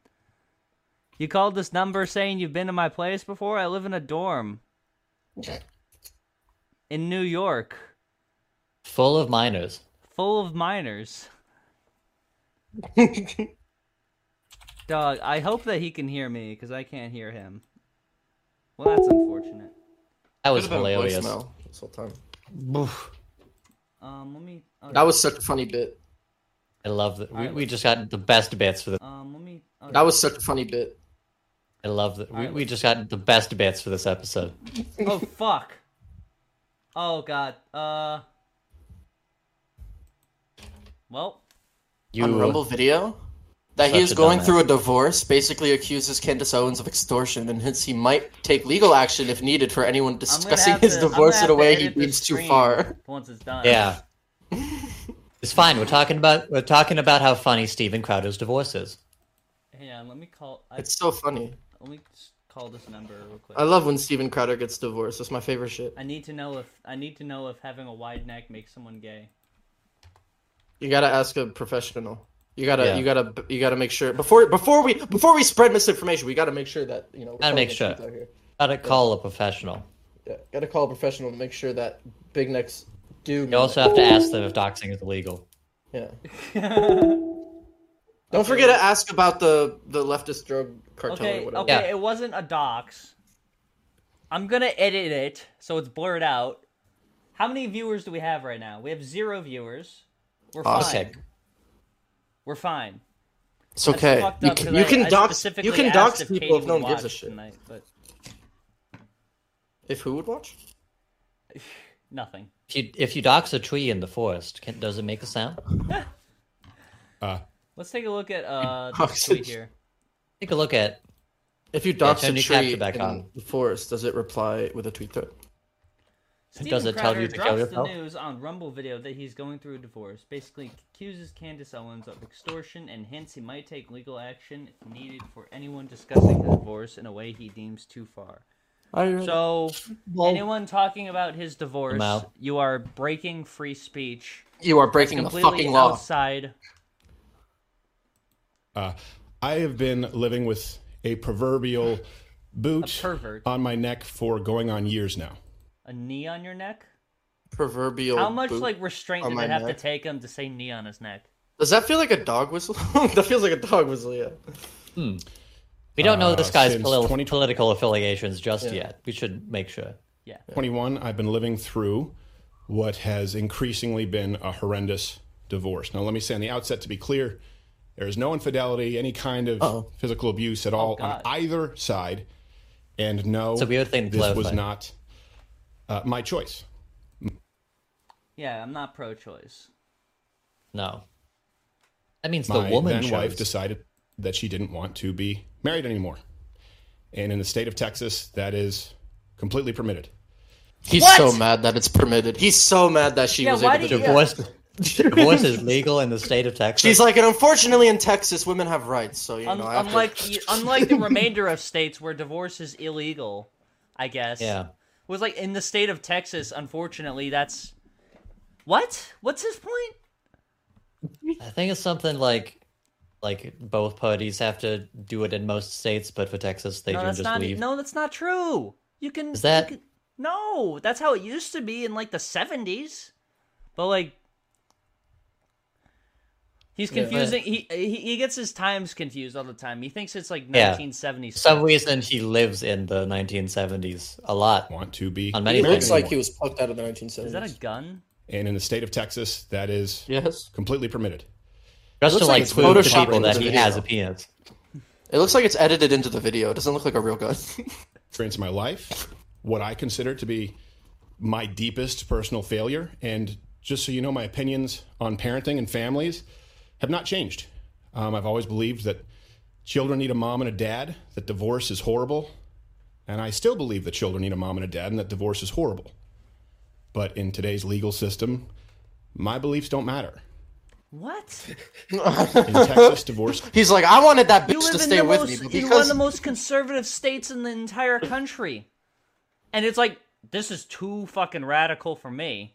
You called this number saying you've been to my place before? I live in a dorm. In New York, Full of minors. full of minors. Dog, I hope that he can hear me because I can't hear him. Well, that's unfortunate. That was hilarious. This whole time. Um, let me. oh, That was such a funny bit. I love that. We, Alright, we just got the best bits for the. Um, let me. oh, That was such a funny bit. I love that. We, we just got the best bits for this episode. oh fuck. Oh god. Uh. Well, You uh, On Rumble video? That he Such is a going dumbass. through a divorce basically accuses Candace Owens of extortion, and hence he might take legal action if needed for anyone discussing have his to- I'm divorce gonna in a have way to he edit this deems too stream far. Once it's done. Yeah. it's fine. We're talking about we're talking about how funny Steven Crowder's divorce is. Hang on. Let me call. I, It's so funny. Let me just call this number real quick. I love when Steven Crowder gets divorced. That's my favorite shit. I need to know if I need to know if having a wide neck makes someone gay. You gotta ask a professional. You gotta, Yeah. you gotta, you gotta make sure before before we before we spread misinformation. We gotta make sure that you know. we're Gotta telling make the sure. truth out here. Gotta call a professional. Yeah, gotta call a professional to make sure that big necks do. You also have to ask them if doxing is illegal. Yeah. Don't forget to ask about the the leftist drug cartel or Okay, whatever. okay, it wasn't a dox. I'm gonna edit it so it's blurred out. How many viewers do we have right now? We have zero viewers. We're fine. Awesome. We're fine. It's okay. fucked You up can- 'cause you I- can I dox- specifically you can asked dox Katie people if no would one gives a watch shit. Tonight, but If who would watch? nothing. If you if you dox a tree in the forest, can, does it make a sound? Uh. Let's take a look at uh this doxed tweet it. here. Take a look at. If you dox turn a your tree capture back in on. the forest, does it reply with a tweet thread? Steven Does it tell Crowder you to kill drops yourself? the news on Rumble video that he's going through a divorce. Basically, accuses Candace Owens of extortion and hints he might take legal action if needed for anyone discussing the divorce in a way he deems too far. So, anyone talking about his divorce, Mal. you are breaking free speech. You are breaking the completely fucking law. Outside. Uh, I have been living with a proverbial boot pervert. on my neck for going on years now. A knee on your neck? Proverbial. How much boot like restraint on did my it have neck. to take him to say knee on his neck? Does that feel like a dog whistle? that feels like a dog whistle. Yeah. We don't know Uh, this guy's since politi- political affiliations just Yeah. yet. We should make sure. 21, I've been living through what has increasingly been a horrendous divorce. Now, let me say on the outset to be clear, there is no infidelity, any kind of physical abuse at all on either side. And no, It's a weird thing to this was clarify. not uh, my choice. Yeah, I'm not pro-choice. No. That means my the woman then chose. wife decided that she didn't want to be married anymore. And in the state of Texas, that is completely permitted. He's so mad that it's permitted. He's so mad that she Yeah, was why able to did he- divorce. divorce is legal in the state of Texas. She's like, and unfortunately in Texas, women have rights, so you Un- know. I have to- unlike unlike the remainder of states where divorce is illegal, I guess. Yeah. Was like in the state of Texas, unfortunately, that's what? What's his point? I think it's something like like both parties have to do it in most states, but for Texas they no, can that's just not e- leave. no, that's not true. You can Is that- you can- No, that's how it used to be in like the 70s. But like He's Yeah. confusing. He, he he gets his times confused all the time. He thinks it's like Yeah. 1970s. For some reason he lives in the 1970s a lot. Want to be on He many looks things. like he was plucked out of the 1970s. Is that a gun? And in the state of Texas, that is yes. completely permitted. just to looks like like it's prove to photoshopped people into that the he video. has a penis. It looks like it's edited into the video. It doesn't look like a real gun. Experience of my life, what I consider to be my deepest personal failure. And just so you know, my opinions on parenting and families have not changed. Um, I've always believed that children need a mom and a dad, that divorce is horrible. And I still believe that children need a mom and a dad and that divorce is horrible. But in today's legal system, my beliefs don't matter. What? In Texas, divorce He's like, I wanted that bitch You to live in stay the with most, me, but in one of because the most conservative states in the entire country, and it's like this is too fucking radical for me.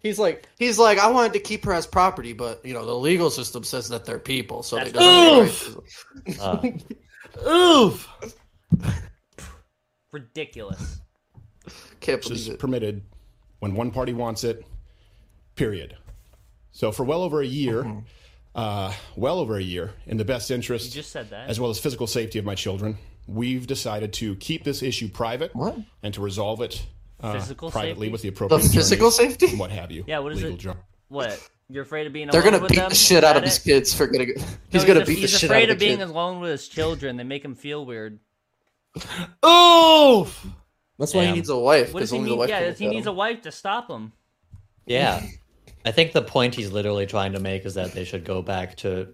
he's like, he's like, I wanted to keep her as property, but you know, the legal system says that they're people, so they That's- don't. Uh, Oof. Ridiculous. Can't which is believe it. permitted Mm-hmm. when one party wants it, period. So for well over a year, uh, well over a year in the best interest, You just said that. as well as physical safety of my children. We've decided to keep this issue private and to resolve it uh, Physical privately safety? with the appropriate The physical attorneys safety? and what have you. Yeah, what is legal it? jargon. What? You're afraid of being They're alone gonna with beat them? the shit Is out of that his it? kids for gonna. He's No, gonna af- beat the he's shit out afraid of the being kid. alone with his children. They make him feel weird. Oh, That's why he Damn. needs a wife. What Because does he only the need? wife Yeah, can he look at needs him. a wife to stop him. Yeah. I think the point he's literally trying to make is that they should go back to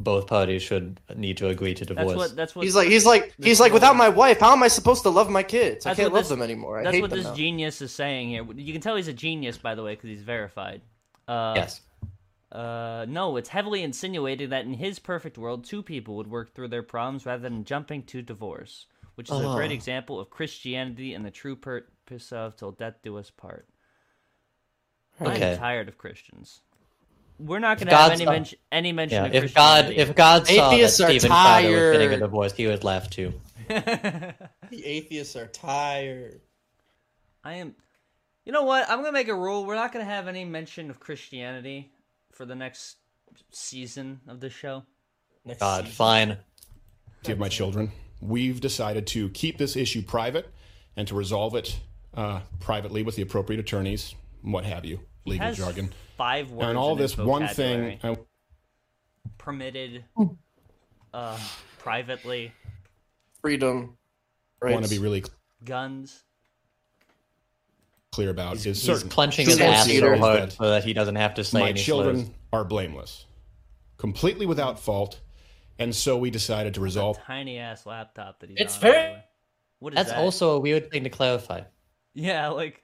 both parties should need to agree to divorce. That's what. That's what. He's like, he's like, he's like, without my wife, how am I supposed to love my kids? I That's can't what love this- them anymore. I that's hate what them this now. genius is saying here. You can tell he's a genius, by the way, because he's verified. Uh, Yes. Uh, no, it's heavily insinuated that in his perfect world, two people would work through their problems rather than jumping to divorce, which is a great Ah. example of Christianity and the true purpose of "till death do us part." Okay. I'm tired of Christians. We're not If going to have God's- any, mention any mention Yeah, of if God Christianity. if God saw that Atheists are Stephen Crowder was getting a tired. divorce, he would laugh too. The atheists are tired. I am. You know what? I'm gonna make a rule. We're not gonna have any mention of Christianity for the next season of this show. God, fine. Of my children. We've decided to keep this issue private and to resolve it uh, privately with the appropriate attorneys and what have you. He Legal has jargon. Five words. and all in this his one vocabulary. thing. I, permitted, Hmm. uh, privately, Freedom. I want rights. to be really guns. clear about is He's certain. clenching True his ass consider so is hard that so that he doesn't have to say my any children slurs. are blameless, completely without fault, and so we decided to resolve. Tiny ass laptop that he's It's on, by the very- way. What is That's that? also a weird thing to clarify. Yeah, like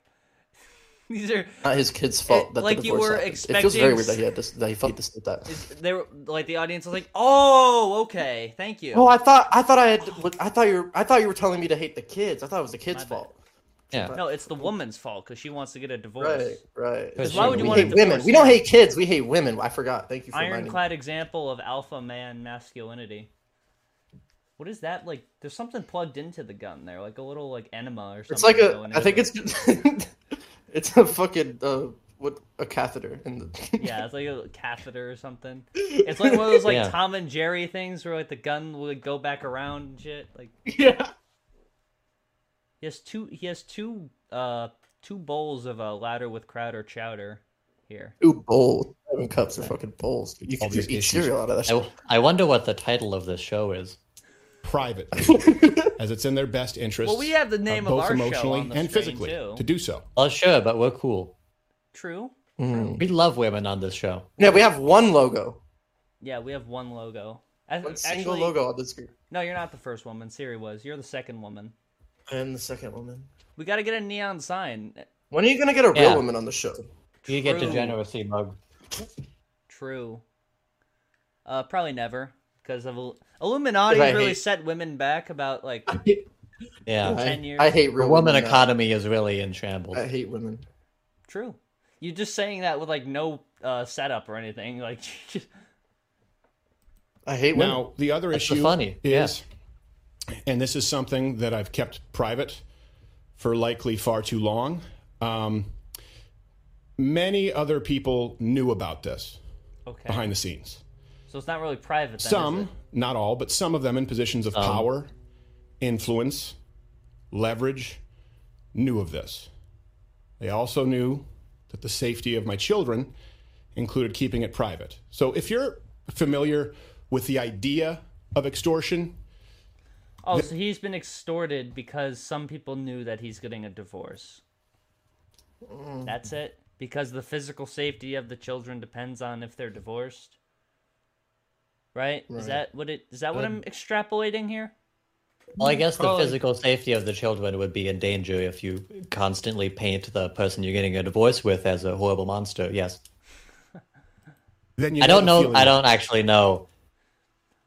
these are Not his kid's fault. It- that the like you divorce were happened. It feels expecting very weird s- that he had this. That he felt this. That. they were like the audience was like, "Oh, okay, thank you." Oh, I thought I thought I had. I thought you were. I thought you were telling me to hate the kids. I thought it was the kids' fault. Yeah. No, it's the woman's fault because she wants to get a divorce. Right, right. 'Cause why would you we want to hate women? We don't hate kids. We hate women. I forgot. Thank you for reminding me. Ironclad example of alpha man masculinity. What is that like? There's something plugged into the gun there, like a little like enema or something. It's like a. going I into think it. it's. it's a fucking uh, what a catheter in the. yeah, it's like a catheter or something. It's like one of those like Yeah. Tom and Jerry things where like the gun would go back around and shit. Like yeah, he has two. He has two. Uh, two bowls of a uh, ladder with Crowder chowder here. Two bowls. Seven cups are fucking bowls. dude. You can just eat cereal out of that. shit. I, I wonder what the title of this show is. Private, as it's in their best interest. Well, we have the name uh, of both our show emotionally on the and screen, physically too. to do so. Mm. Oh, sure, but we're cool. True. We love women on this show. Yeah, we have one logo. Yeah, we have one logo. I- One single actually- logo on this group. No, you're not the first woman. Siri was. You're the second woman. And the second woman. We got to get a neon sign. When are you gonna get a real Yeah. woman on the show? You get True. degeneracy mug. True. Uh, probably never, because of Ill- Illuminati Because I really hate- set women back about like Yeah. ten years. The woman economy is really in shambles. I hate women. True. You're just saying that with like no uh, setup or anything. Like, just- I hate now the other That's the issue funny, is, and this is something that I've kept private for likely far too long. Um, many other people knew about this okay. behind the scenes. So it's not really private. Then, is some, it? Um, not all, but some of them in positions of power, influence, leverage, knew of this. They also knew that the safety of my children included keeping it private. So if you're familiar with the idea of extortion, Oh, so he's been extorted because some people knew that he's getting a divorce. Mm. That's it. Because the physical safety of the children depends on if they're divorced. Right? Is Right. that what it is that what Good. I'm extrapolating here? Well, I guess the Probably. physical safety of the children would be in danger if you constantly paint the person you're getting a divorce with as a horrible monster. Yes. then you I don't the know. feeling I of- don't actually know.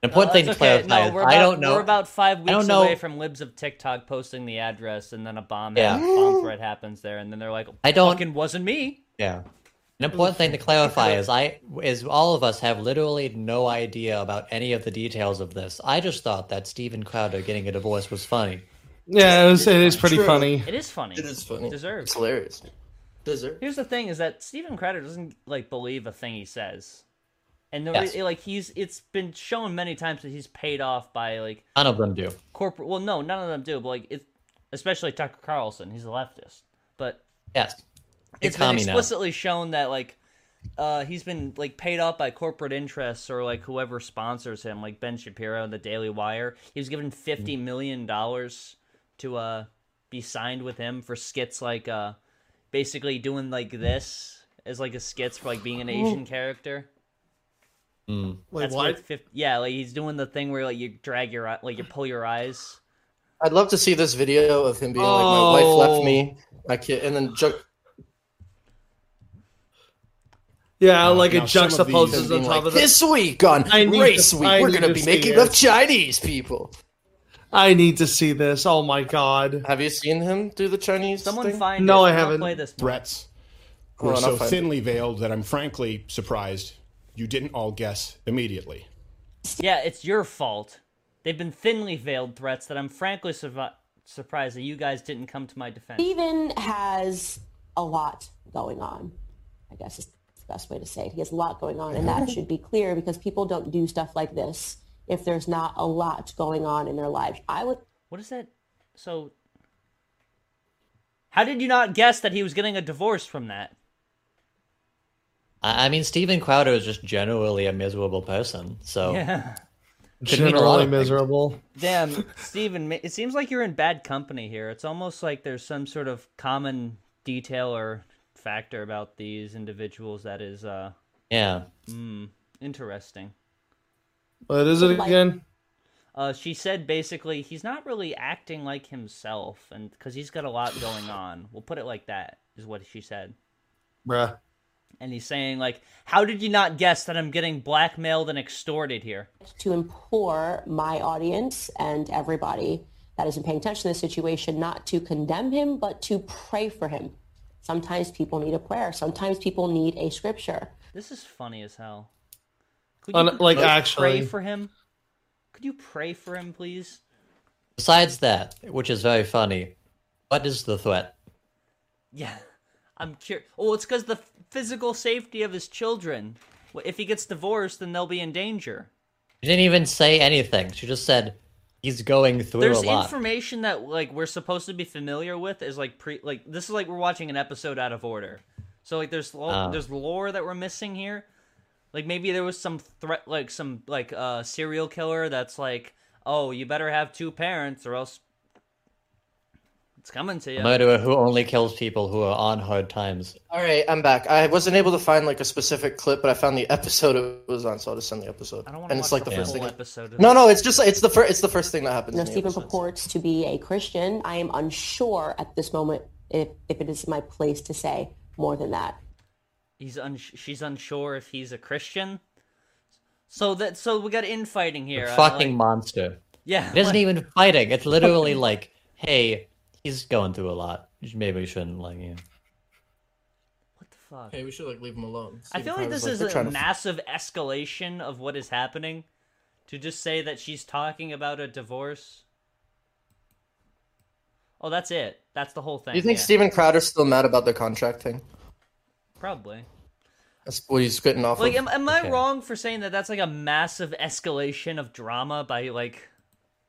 An important thing to That's okay. clarify No, is we're I about- don't know. We're about five I weeks don't know- away from libs of TikTok posting the address, and then a bomb, Yeah. bomb threat happens there, and then they're like, I don't- "Fucking wasn't me." Yeah. An important thing to clarify is I is all of us have literally no idea about any of the details of this. I just thought that Steven Crowder getting a divorce was funny. yeah, it, was, it is pretty funny. It is funny. It is funny. Deserved. It's hilarious. Deserved. Here's the thing: is that Steven Crowder doesn't like believe a thing he says. And the Yes. re- like he's it's been shown many times that he's paid off by like None of them do. corporate. Well, no, none of them do. But like it, especially Tucker Carlson, he's a leftist. But Yes. it's been commie now. explicitly shown that like uh, he's been like paid off by corporate interests or like whoever sponsors him, like Ben Shapiro and the Daily Wire. He was given fifty Mm. million dollars to uh be signed with him for skits like uh basically doing like this as like a skits for like being an Asian character. Wait, That's what? worth 50, yeah, like he's doing the thing where like you drag your eye- like you pull your eyes. I'd love to see this video of him being like, "My wife left me, Oh. my kid," and then ju- Yeah, like it Now, some of these- juxtaposes on being top like, of the- this week on I need to- Race Week, I we're need going to to be see making it. of Chinese people. I need to see this. Oh my god. Have you seen him do the Chinese? Someone thing? find No, it, I and I'll haven't. play this. Threats Hold were on, I'll so find it. thinly veiled that I'm frankly surprised you didn't all guess immediately. Yeah, it's your fault. They've been thinly veiled threats that I'm frankly survi- surprised that you guys didn't come to my defense. Steven has a lot going on, I guess is the best way to say it. He has a lot going on, and that should be clear because people don't do stuff like this if there's not a lot going on in their lives. I would What is that? So, how did you not guess that he was getting a divorce from that? I I mean, Steven Crowder is just generally a miserable person. So Yeah. Could mean a lot Generally of things. miserable. Damn, Steven, ma- it seems like you're in bad company here. It's almost like there's some sort of common detail or factor about these individuals that is, uh, Yeah. hmm, interesting. What is it Like- again? Uh, she said basically he's not really acting like himself, and because he's got a lot going on. We'll put it like that is what she said. Bruh. And he's saying like, "How did you not guess that I'm getting blackmailed and extorted here?" to implore my audience and everybody that isn't paying attention to this situation not to condemn him, but to pray for him. Sometimes people need a prayer. Sometimes people need a scripture. This is funny as hell. Un- like, please actually. pray for him? Could you pray for him, please? Besides that, which is very funny, what is the threat? Yeah, I'm curious. Well, it's because the f- physical safety of his children. Wh- If he gets divorced, then they'll be in danger. She didn't even say anything. She just said he's going through There's a lot. information that like we're supposed to be familiar with is like pre like this is like we're watching an episode out of order. So like there's lo- Ah. there's lore that we're missing here. Like maybe there was some threat like some like uh serial killer that's like, "Oh, you better have two parents or else it's coming to you." A murderer who only kills people who are on hard times. All right, I'm back. I wasn't able to find like a specific clip, but I found the episode it was on, so I'll just send the episode. I don't and it's like the, first whole thing. episode of No, no, it's just it's the first it's the first thing that happens. No, in the Stephen purports to be a Christian. I am unsure at this moment if, if it is my place to say more than that. He's un- she's unsure if he's a Christian. So that so we got infighting here. uh, Fucking like- monster. Yeah, It isn't like- even fighting. It's literally like, hey, he's going through a lot. Maybe we shouldn't like you. Fuck. Hey, we should like leave him alone. I feel like this is a massive escalation of what is happening. To just say that she's talking about a divorce. Oh, that's it. That's the whole Do thing. you think yeah. Steven Crowder's still mad about the contract thing? Probably. That's what he's getting off. Like, of. am, am I wrong for saying that that's like a massive escalation of drama by like?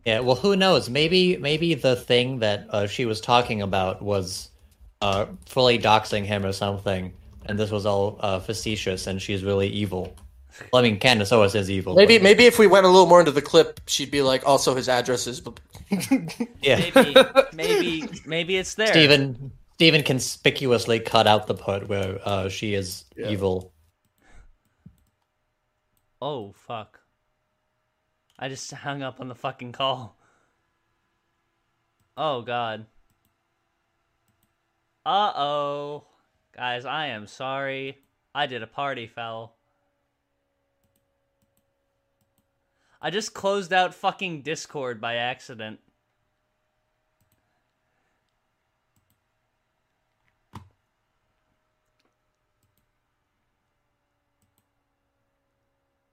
Yeah, well, who knows? Maybe maybe the thing that uh, she was talking about was uh, fully doxing him or something, and this was all uh, facetious, and she's really evil. Well, I mean, Candace Owens is evil. Maybe maybe if we went a little more into the clip, she'd be like, also his address is. Yeah. Maybe, maybe, maybe it's there. Stephen Stephen conspicuously cut out the part where uh, she is evil. Oh fuck! I just hung up on the fucking call. Oh god. Uh oh, guys, I am sorry. I did a party foul. I just closed out fucking Discord by accident.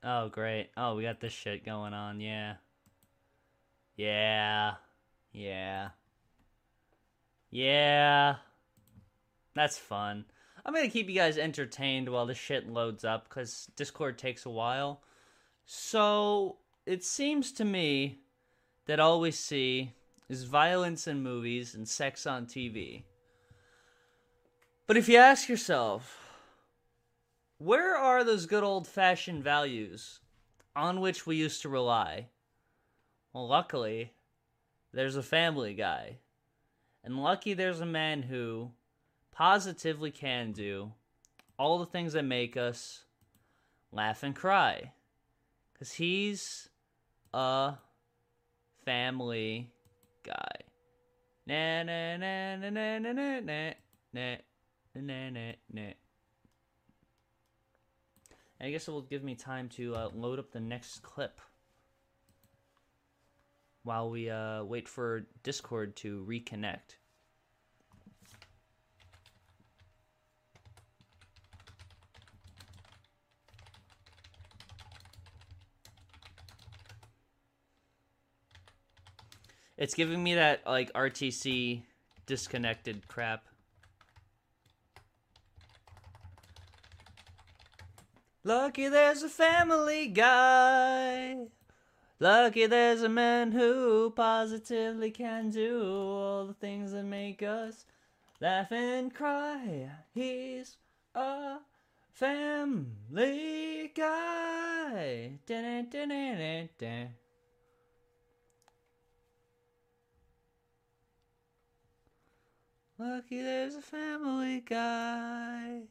Oh, great. Oh, we got this shit going on. Yeah. Yeah. Yeah. Yeah. That's fun. I'm gonna keep you guys entertained while this shit loads up because Discord takes a while. So it seems to me that all we see is violence in movies and sex on TV. But if you ask yourself, where are those good old fashioned values on which we used to rely? Well, luckily, there's a family guy. And lucky there's a man who positively can do all the things that make us laugh and cry. Because he's a family guy. Na na na na na na na na na na na na. I guess it will give me time to uh, load up the next clip while we uh, wait for Discord to reconnect. It's giving me that like RTC disconnected crap. Lucky there's a family guy. Lucky there's a man who positively can do all the things that make us laugh and cry. He's a family guy. Dun-dun-dun-dun-dun. Lucky there's a family guy.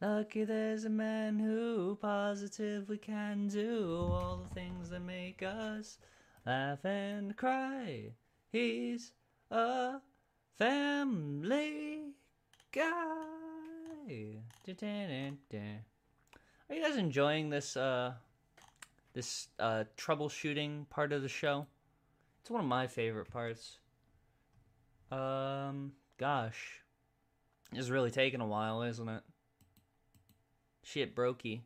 Lucky there's a man who positively can do all the things that make us laugh and cry. He's a family guy. Dun-dun-dun-dun. Are you guys enjoying this uh this uh troubleshooting part of the show? It's one of my favorite parts. Um, gosh, it's really taking a while, isn't it? Shit, brokey.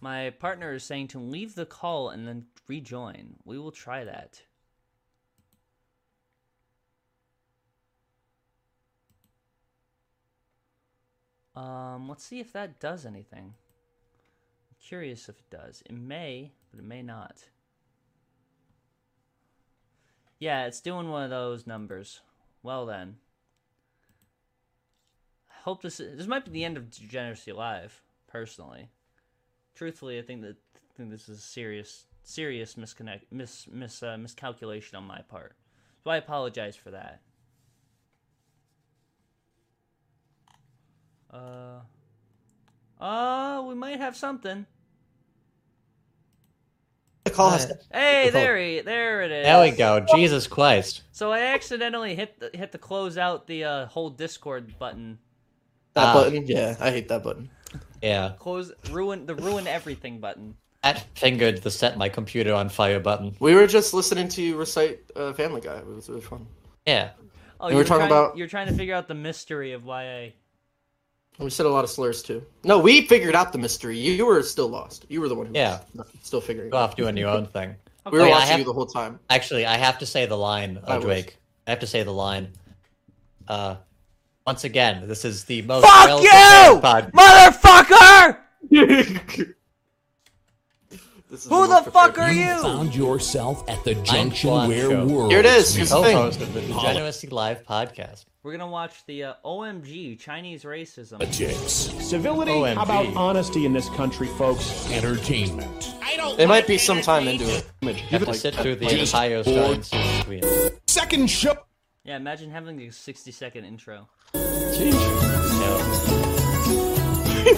My partner is saying to leave the call and then rejoin. We will try that. Um, let's see if that does anything. I'm curious if it does. It may, but it may not. Yeah, it's doing one of those numbers. Well then. I hope this is, this might be the end of Degeneracy Live, personally. Truthfully, I think that I think this is a serious serious misconnect mis mis uh, miscalculation on my part. So I apologize for that. Uh uh we might have something. The call has to- Hey, there he, there it is. There we go. Jesus Christ. So I accidentally hit the, hit the close out the uh, whole Discord button. That Ah. button, yeah, I hate that button. Yeah. Close ruin the ruin everything button. That fingered the set my computer on fire button. We were just listening to you recite uh, Family Guy. It was, it was fun. Yeah. Oh, We you were talking trying, about- you're trying to figure out the mystery of why I. We said a lot of slurs too. No, we figured out the mystery. You were still lost. You were the one who Yeah. was still figuring. it Go out. off doing your own thing. We were Wait, I watching have- you the whole time. Actually, I have to say the line, I uh, was. Drake. I have to say the line. Uh, once again, this Oh, is the most. Fuck well you, prepared pod- motherfucker! Who the the fuck are you? Found yourself at the junction Juan where Show. worlds Here it is, here's the meet. thing. Co-host of the Degeneracy Live podcast. We're gonna watch the uh, OMG Chinese racism. Civility, how about honesty in this country, folks? Entertainment. They might be some time into it. have to sit through the Just entire starting season between. Second show. Yeah, imagine having a 60 second intro.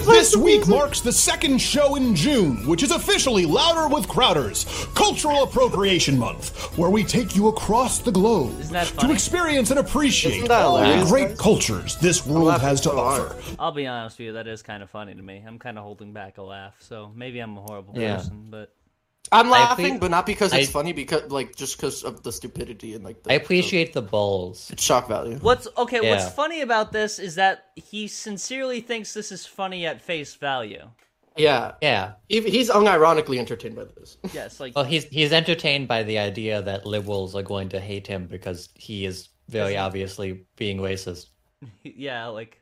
this week marks the second show in June, which is officially Louder with Crowders, Cultural Appropriation Month, where we take you across the globe to experience and appreciate Isn't that all the hilarious, great cultures this world has to offer. I'll be honest with you, that is kind of funny to me. I'm kind of holding back a laugh, so maybe I'm a horrible Yeah. person, but I'm I laughing, appreciate- but not because it's I- funny. Because like just because of the stupidity and like the I appreciate the balls. shock value. what's okay? Yeah. What's funny about this is that he sincerely thinks this is funny at face value. Yeah, Yeah. Even- he's unironically entertained by this. Yes, like Well, he's he's entertained by the idea that liberals are going to hate him because he is very obviously being racist. yeah, like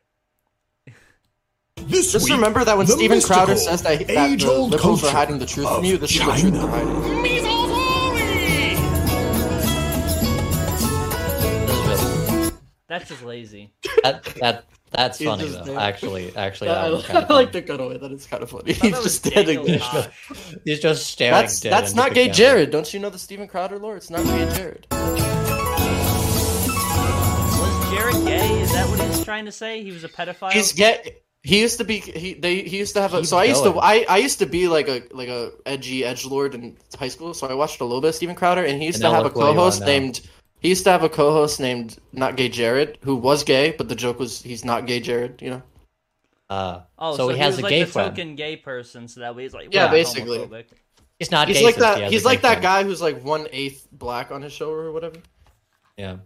This Just week, remember that when the Steven Crowder mystical, says that, that the age-old liberals are culture hiding the truth of from you, this is the truth they're hiding. that's just lazy. That, that that's He's funny just though. there. Actually, actually, I, that was I kind of like the cutaway. That is kind of funny. He's thought that just was standing Daniel there. Tosh. He's just staring That's dead that's into not the gay, camera. Jared. Don't you know the Steven Crowder lore? It's not gay, Jared. Was Jared gay? Is that what he's trying to say? He was a pedophile. He's get. He used to be. He they. He used to have a. Keep so I used to. going. I, I used to be like a like a edgy edge lord in high school. So I watched a little bit of Steven Crowder, and he used And to now have a look where you are co-host now. named. He used to have a co-host named not gay Jared, who was gay, but the joke was he's not gay Jared. You know. Uh, Oh, so, so, he was has a like gay the friend. token gay person, so that way he's like Yeah, not basically. homophobic. He's not he's gay, like since he that. has He's a like gay that friend. guy who's like one eighth black on his show or whatever. Yeah.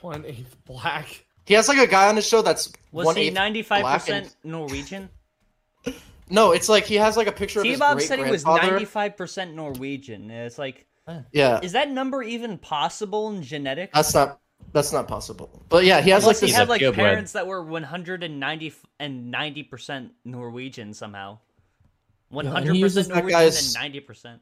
One eighth black. He has like a guy on his show that's Was one he eighth ninety five percent Norwegian? No, it's like he has like a picture of T his Bob great said he was grandfather. ninety five percent Norwegian. and It's like, Yeah. is that number even possible in genetics? That's not. That's not possible. But yeah, he has Unless like he this. had like parents that were one hundred and ninety and ninety percent Norwegian somehow. One hundred uses percent that Norwegian guy's- and ninety percent.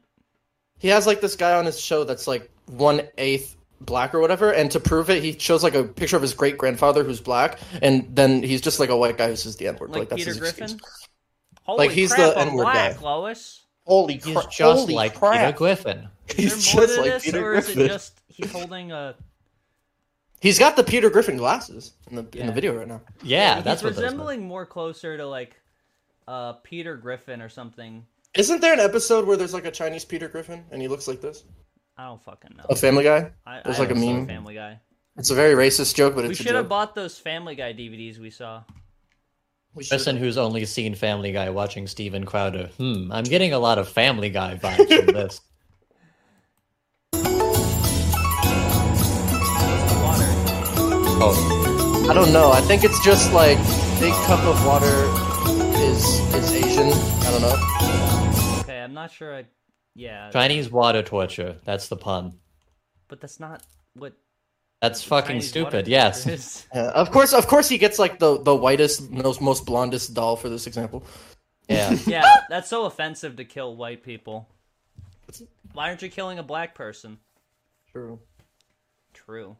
He has like this guy on his show that's like one eighth black or whatever, and to prove it, he shows like a picture of his great grandfather who's black, and then he's just like a white guy who says the n word. Like, Like, that's Peter his Griffin. excuse. Holy Like, he's crap, the I'm N-word guy. black, Lois. Holy He's crap! just Holy like Peter crap! Griffin. He's Is there more just to like this, Peter or is Griffin. it just he's holding a? He's got the Peter Griffin glasses in the in Yeah. the video right now. he's resembling more closer to like uh, Peter Griffin or something. Isn't there an episode where there's like a Chinese Peter Griffin and he looks like this? I don't fucking know. A Family Guy? I, There's I like a haven't seen meme. Family Guy. It's a very racist joke, but we it's a should have joke. bought those Family Guy DVDs we saw. Person who's only seen Family Guy watching Steven Crowder. Hmm, I'm getting a lot of Family Guy vibes from this. Oh, I don't know. I think it's just like big cup of water is is Asian. I don't know. Okay, I'm not sure. I yeah, Chinese water torture. That's the pun. but that's not what. That's fucking Chinese water stupid. torture Yes. is. Yeah, uh, of course, of course, he gets like the the whitest, most most blondest doll for this example. Yeah. yeah, that's so offensive to kill white people. Why aren't you killing a black person? True. True.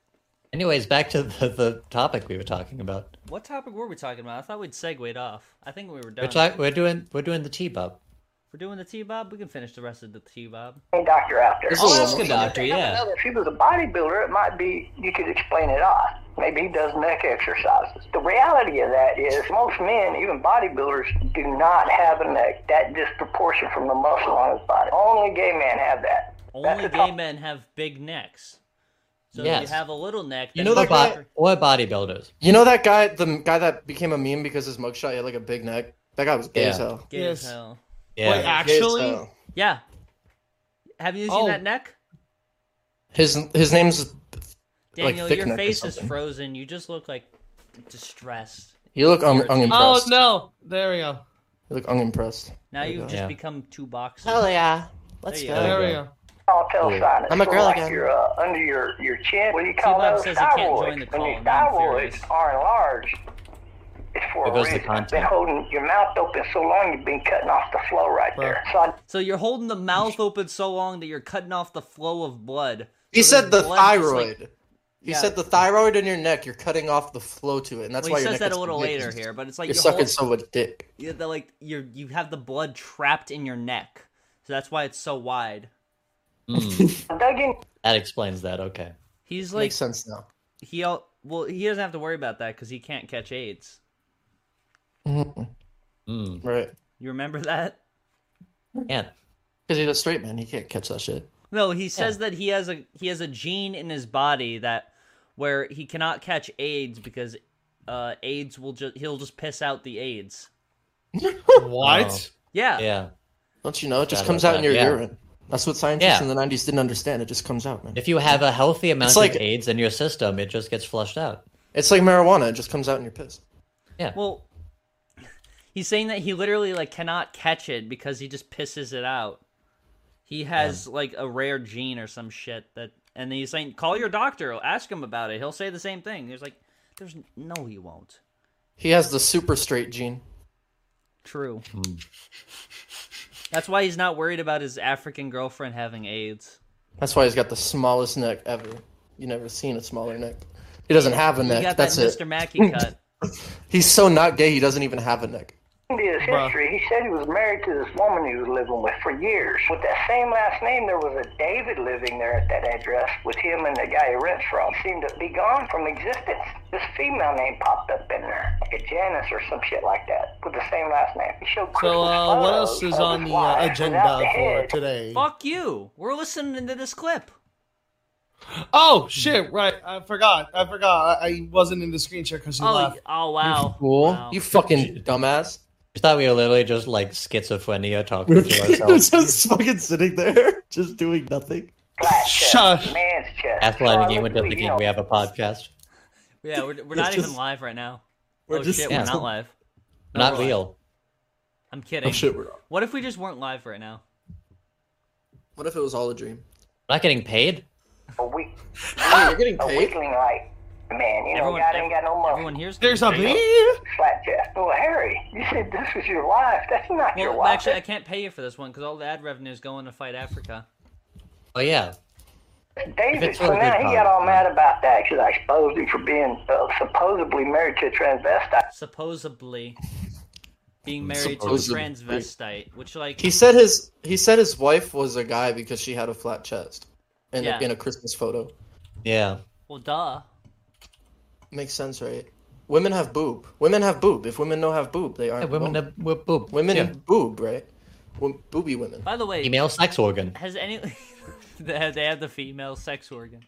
Anyways, back to the, the topic we were talking about. What topic were we talking about? I thought we'd segued off. I think we were done. We're, talk- we're doing we're doing the T Bob. We're doing the T Bob. We can finish the rest of the T Bob. Hey, doctor out there. There's a I'll ask a woman. doctor, If they have yeah. another- If he was a bodybuilder, it might be you could explain it off. Maybe he does neck exercises. The reality of that is most men, even bodybuilders, do not have a neck that disproportion from the muscle on his body. Only gay men have that. Only gay men have big necks. So if Yes. you have a little neck, You then know that guy- Or bodybuilders. You know that guy, the guy that became a meme because his mugshot he had like a big neck. That guy was gay Yeah. as hell. Gay as Yes. hell. Yeah. Wait, actually, Gay as hell. Yeah. Have you seen Oh. that neck? his his name's Daniel, like thick your neck or face is something. frozen. You just look like distressed. You look un- Irritated. Oh unimpressed. no! There we go. You look unimpressed. Now There you you've go. just Yeah. become two boxes. Hell yeah. Let's There you go. There we go. I'll tell Yeah. sign. It's I'm a sort girl of like again. Your, uh, under your, your chin. What do you call T-Bob those? says he can't Thyroids. join the call, When your and I'm furious. thyroids are enlarged, it's for There a goes the reason. You've been content. holding your mouth open so long, you've been cutting off the flow right there. So I So you're holding the mouth open so long that you're cutting off the flow of blood. He So said the blood just, like- thyroid. He Yeah. said the thyroid in your neck. You're cutting off the flow to it, and that's Well, why he your says neck that a is little big. later here, but it's like you're your sucking whole- so much dick. Yeah, they're like you're you have the blood trapped in your neck, so that's why it's so wide. Mm. dug in That explains that. Okay. He's like Makes sense now. he all well he doesn't have to worry about that because he can't catch AIDS. Mm. Mm-hmm. Right. You remember that? And Because he's a straight man, he can't catch that shit. No, he says that he has a he has a gene in his body that where he cannot catch AIDS because uh AIDS will just he'll just piss out the AIDS. What? Yeah. yeah. Don't you know? It just Shadow comes out in Band, your yeah. urine. That's what scientists Yeah. in the '90s didn't understand. It just comes out, man. If you have a healthy amount It's like- of AIDS in your system, it just gets flushed out. It's like marijuana. It just comes out in your piss. Yeah. Well, he's saying that he literally like cannot catch it because he just pisses it out. He has like a rare gene or some shit that and he's saying, "Call your doctor. Ask him about it. He'll say the same thing." There's like, "There's n- no, he won't." He has the super straight gene. True. That's why he's not worried about his African girlfriend having AIDS. That's why he's got the smallest neck ever. You never seen a smaller neck. He doesn't have a He neck. got That's that it. Mr. Mackey cut. He's so not gay. He doesn't even have a neck. into his history, he said he was married to this woman he was living with for years. With that same last name, there was a David living there at that address with him and the guy he rents from. Seemed to be gone from existence. This female name popped up in there, like a Janice or some shit like that, with the same last name. He showed So, uh, what else is of on his the uh, wife without the agenda for head. today? Fuck you. We're listening to this clip. Oh shit! Right, I forgot. I forgot. I, I wasn't in the screen share because you Oh, left. oh wow. Cool. You fucking dumbass. I thought we were literally just like schizophrenia talking to ourselves. just fucking sitting there, just doing nothing. Shut. Man's chest. That's why Charlotte we went up Lee, you again. know, We have a podcast. Yeah, we're, we're It's not even just- live right now. we're oh just- shit, yeah. we're not live. We're not real. I'm kidding. Oh, shit, we're- What if we just weren't live right now? What if it was all a dream? We're not getting paid. A week. you're getting A weakling like man, you know, Everyone- God ain't got no money. Everyone here's There's a Well, Flat chest. Well, Harry, you said this was your wife. That's not your wife. actually, I can't pay you for this one because all the ad revenue is going to fight Africa. Oh yeah. David. it's So for a now good he got all cause, mad about that because I exposed him for being uh, supposedly married to a transvestite. Supposedly being married Supposedly. to a transvestite, which like He said his he said his wife was a guy because she had a flat chest, in Yeah. a, in a Christmas photo. Yeah. well, duh. Makes sense, right? Women have boob. Women have boob. If women don't have boob, they aren't. Yeah, women women. have boob. Women Yeah. have boob, right? Wo- booby women. By the way, Female sex organ. Has any? they have- they have the female sex organ.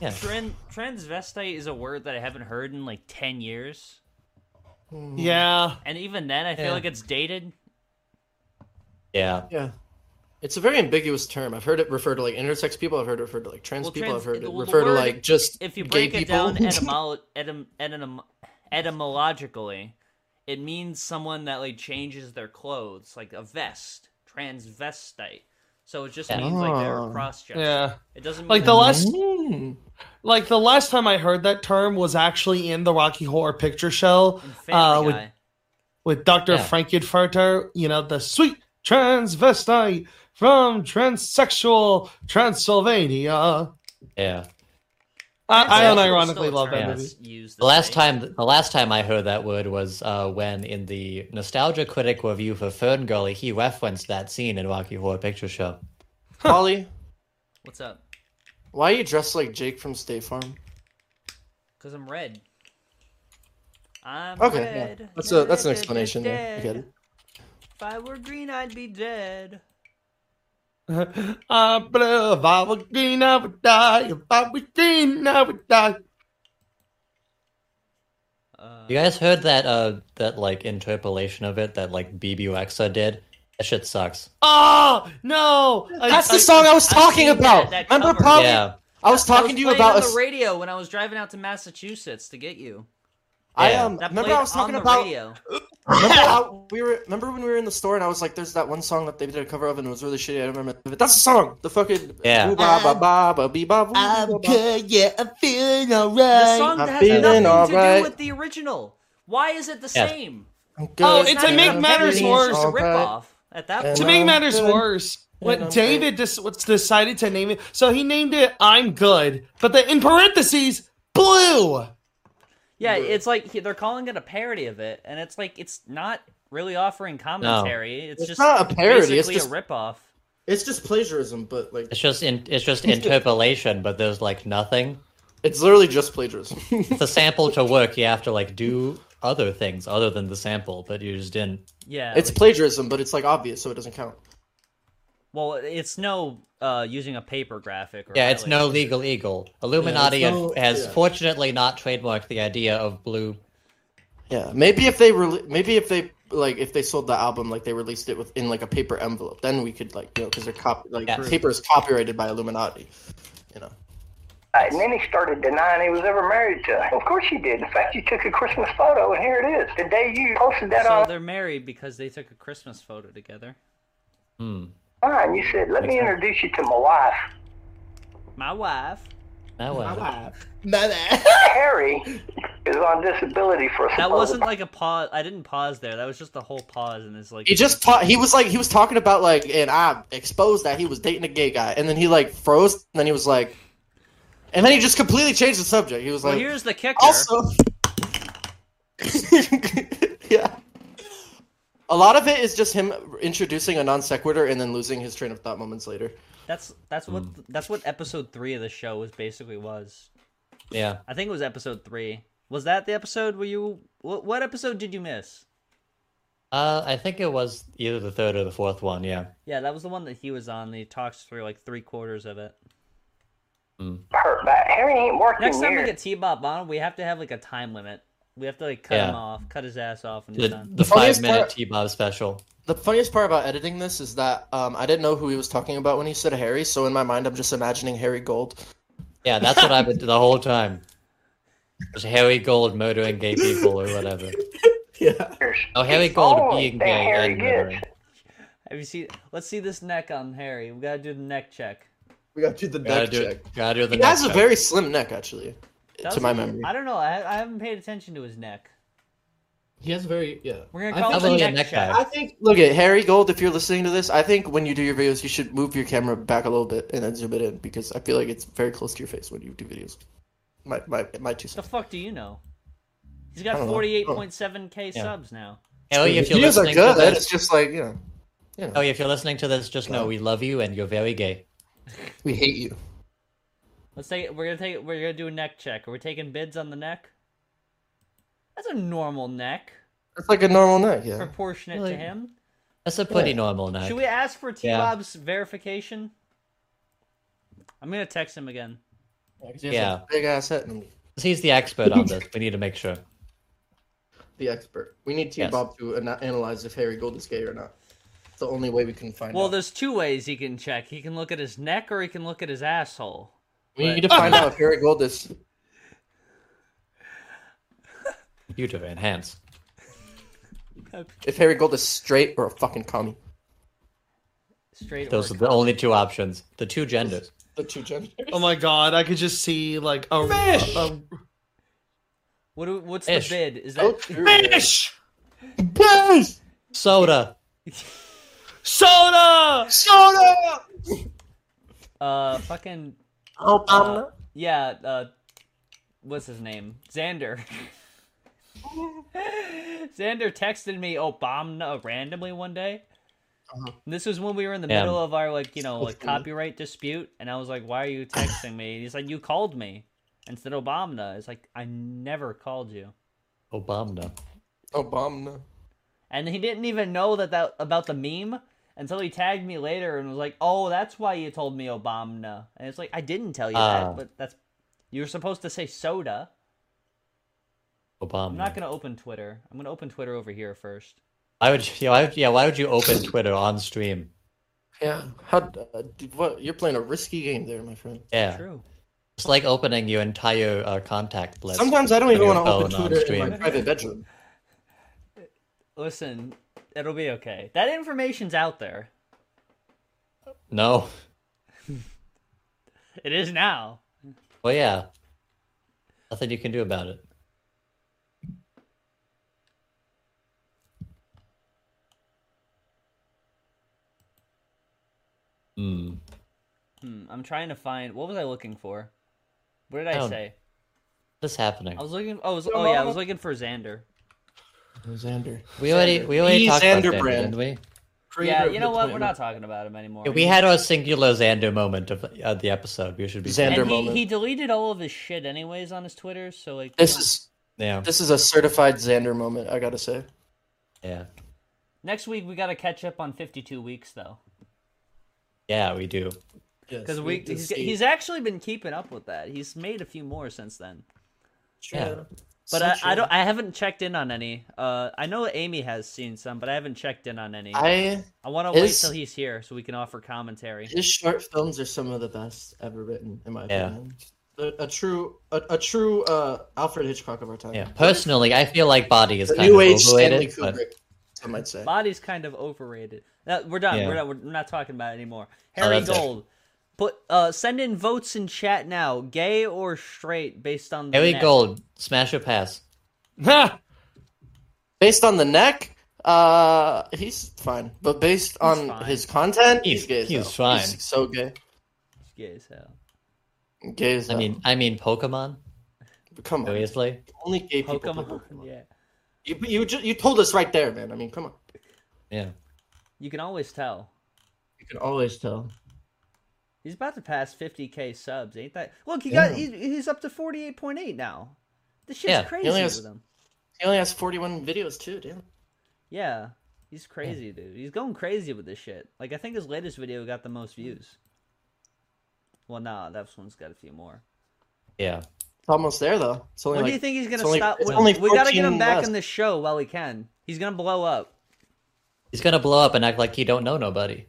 Yeah. Tran- transvestite is a word that I haven't heard in like ten years. Yeah. And even then, I feel Yeah. like it's dated. Yeah. Yeah. It's a very ambiguous term. I've heard it referred to like intersex people. I've heard it referred to like trans Well, people. trans- I've heard it well, the referred to word, like just if you gay break it people. down etymo- etym- etym- etymologically, it means someone that like changes their clothes, like a vest, transvestite. So it just Yeah. means like they're Ah. Oh. cross dressing. Yeah. it doesn't Like mean the last, Mm. like the last time I heard that term was actually in the Rocky Horror Picture Show uh, with Guy. with Doctor Yeah. Frankenfurter. You know the sweet transvestite from transsexual Transylvania. Yeah. I, I Yeah. unironically love that Yeah. movie. The last time, the last time I heard that word was uh, when in the Nostalgia Critic review for Ferngully, he referenced that scene in Rocky Horror Picture Show. Holly, What's up? why are you dressed like Jake from State Farm? Because I'm red. I'm Okay, red. yeah. that's a that's an explanation. There, I get it. If I were green, I'd be dead. I'm blue. Uh, If I were green, I would die. If I were green, I would die. you guys heard that uh, that like interpolation of it that like BB Rexa did? That shit sucks. Oh no! That's the song I was talking about. that Remember, cover. Polly? Yeah. I was I talking was to you playing about a on s- the radio when I was driving out to Massachusetts to get you. I um That remember played I was talking on the about radio. remember how we were remember when we were in the store and I was like, "There's that one song that they did a cover of and it was really shitty." I don't remember. But that's the song. The fucking Yeah. Ooh, ba, ba, ba, ba, bee, ba, boo, I'm ba, ba. good, yeah, I'm feeling alright. The song I'm has feeling nothing to alright. do with the original. Why is it the Yeah. same? Oh, it's to not make even matters original, worse. It's just a ripoff at that point. To make matters worse, when David dis- what's decided to name it, so he named it "I'm Good," but then in parentheses, blue. Yeah, it's like he- they're calling it a parody of it, and it's like it's not really offering commentary. It's, It's just not a parody, it's basically just- a ripoff. It's just plagiarism, but like It's just in, it's just interpolation, but there's like nothing. It's literally just plagiarism. It's a sample to work. You have to like do other things other than the sample, but you just didn't. Yeah, it's like- plagiarism, but it's like obvious, so it doesn't count. Well, it's no uh, using a paper graphic. Or Yeah, it's no highlight. legal eagle. Illuminati Yeah, it's no- has yeah. fortunately not trademarked the idea of blue. Yeah, maybe if they rele maybe if they like if they sold the album like they released it within like a paper envelope, then we could like you know because they're copy like Yeah. paper is copyrighted by Illuminati. Right, and then he started denying he was ever married to her. Of course you did. In fact, you took a Christmas photo, and here it is. The day you posted that So on they're married because they took a Christmas photo together. Hmm. online, you said, let me introduce you to my wife. My wife. My wife. Harry is on disability for That wasn't like a pause. I didn't pause there. That was just the whole pause, and it's like He just ta- he was like he was talking about like and I exposed that he was dating a gay guy and then he like froze and then he was like and then he just completely changed the subject. He was Well, like here's the kicker. Also, a lot of it is just him introducing a non sequitur and then losing his train of thought moments later. that's that's what Hmm. that's what episode three of the show was basically was. Yeah. I think it was episode three. Was that the episode where you? What, what episode did you miss? Uh, I think it was either the third or the fourth one. Yeah. Yeah, that was the one that he was on. He talks through like three quarters of it. hurt back. Harry ain't working Next time we years. get T Bob on, we have to have like a time limit. We have to like cut Yeah. him off, cut his ass off, and he's The, done. the funniest five minute part- T Bob special. The funniest part about editing this is that um, I didn't know who he was talking about when he said Harry, so in my mind I'm just imagining Harry Gold. Yeah, that's what I've been the whole time. Just Harry Gold murdering gay people or whatever. Yeah. Oh, Harry Gold Oh, being that gay Harry and gets. murdering. Have you seen? Let's see this neck on Harry. We gotta do the neck check. We gotta do the Gotta neck do check. it. Gotta do the He has neck a check. very slim neck, actually, to my memory. I don't know. I, I haven't paid attention to his neck. He has very yeah. We're I gonna call think- him I'm the really a neck, Oh, neck check. guy. I think. Look at Harry Gold. If you're listening to this, I think when you do your videos, you should move your camera back a little bit and then zoom it in because I feel like it's very close to your face when you do videos. My my my two The cents. fuck do you know? He's I got don't know. forty-eight point seven k Yeah. subs now. Ellie, if you're Videos are listening good, to this, it's just like, you know, you know. Ellie, Oh, if you're listening to this, just know we love you and you're very gay. We hate you. Let's take. We're gonna take. We're gonna do a neck check. Are we taking bids on the neck? That's a normal neck, It's like a normal neck, yeah. proportionate to him. That's a pretty Yeah. normal neck. Should we ask for T Yeah. Bob's verification? I'm gonna text him again. Yeah. Big ass head. and He's the expert on this. We need to make sure. The expert. We need T Yes. Bob to ana- analyze if Harry Gold is gay or not. It's the only way we can find Well, out. there's two ways he can check. He can look at his neck, or he can look at his asshole. We need to find out if Harry Gold is. You to enhance. If Harry Gold is straight or a fucking commie. Straight. Those or- are the only two options. The two genders. The two genders. Oh my god, I could just see like a Fish! a- What? do- What's Ish. the bid? Is Oh, that? Fish! Yes! Soda. Soda! Soda! Uh, fucking. Oh, uh, yeah. Uh, what's his name? Xander. Xander texted me Obama randomly one day. Uh-huh. And This was when we were in the Yeah. middle of our like you know like funny. copyright dispute, and I was like, "Why are you texting me?" And he's like, "You called me." And said Obama. It's like I never called you, Obama. Obama. and he didn't even know that that about the meme until he tagged me later and was like, "Oh, that's why you told me Obama." And it's like I didn't tell you Ah. that, but that's you were supposed to say soda. Obama. I'm not gonna open Twitter. I'm gonna open Twitter over here first. I would. Yeah. Why would, yeah. Why would you open Twitter on stream? Yeah. How, uh, dude, what? You're playing a risky game there, my friend. Yeah. True. It's like opening your entire uh, contact list. Sometimes I don't even want on to your open phone on Twitter in stream. my private bedroom. Listen, it'll be okay. That information's out there. No. It is now. Well, yeah. Nothing you can do about it. Hmm. Hmm, I'm trying to find. What was I looking for? What did I Oh, say? What's happening? I was looking. Oh, I was- oh yeah, I was looking for Xander. Xander. We already we already The talked Xander about Xander, brand. didn't we? yeah, you know what? We're not talking about him anymore. Yeah, We had our singular Xander moment of uh, the episode. We should be Xander and he, moment. he deleted all of his shit anyways on his Twitter. So like, This is Yeah, this is a certified Xander moment. I gotta say. yeah, next week we got to catch up on 52 weeks though, yeah. We do. because we he's, he's actually been keeping up with that. He's made a few more since then. Yeah. But I, I don't. I haven't checked in on any. Uh, I know Amy has seen some, but I haven't checked in on any. I- I want to wait his- till he's here so we can offer commentary. His short films are some of the best ever written, in my Yeah. opinion. A, a true, a, a true uh, Alfred Hitchcock of our time. Yeah. Personally, I feel like Body is The kind new of age Stanley overrated. but- Kubrick, some might say. Body's kind of overrated. No, we're done. Yeah. We're, not, we're not talking about it anymore. Oh, Harry that's it. Gold. Put uh, send in votes in chat now, gay or straight, based on the Harry neck. Gold, smash or pass. based on the neck, uh, he's fine. But based on his content, he's, gay. as he's hell. fine. He's so gay. It's gay as hell. Gay as I hell. mean, I mean Pokemon. Come on. Seriously, Only gay people. play Pokemon, Pokemon. yeah. You you ju- you told us right there, man. I mean, come on. yeah. You can always tell. You can always tell. He's about to pass 50k subs, ain't that? Look, he got Yeah. he's, he's up to 48.8 now. This shit's Yeah, he crazy only has- with him. He only has forty-one videos too, damn. Yeah, he's crazy, dude. He's going crazy with this shit. Like, I think his latest video got the most views. Well, nah, that one's got a few more. Yeah. It's almost there though. It's only when do like- you think he's it's gonna only- stop? it's We, only we gotta get 14 him back less. in the show while he can. He's gonna blow up. He's gonna blow up and act like he don't know nobody.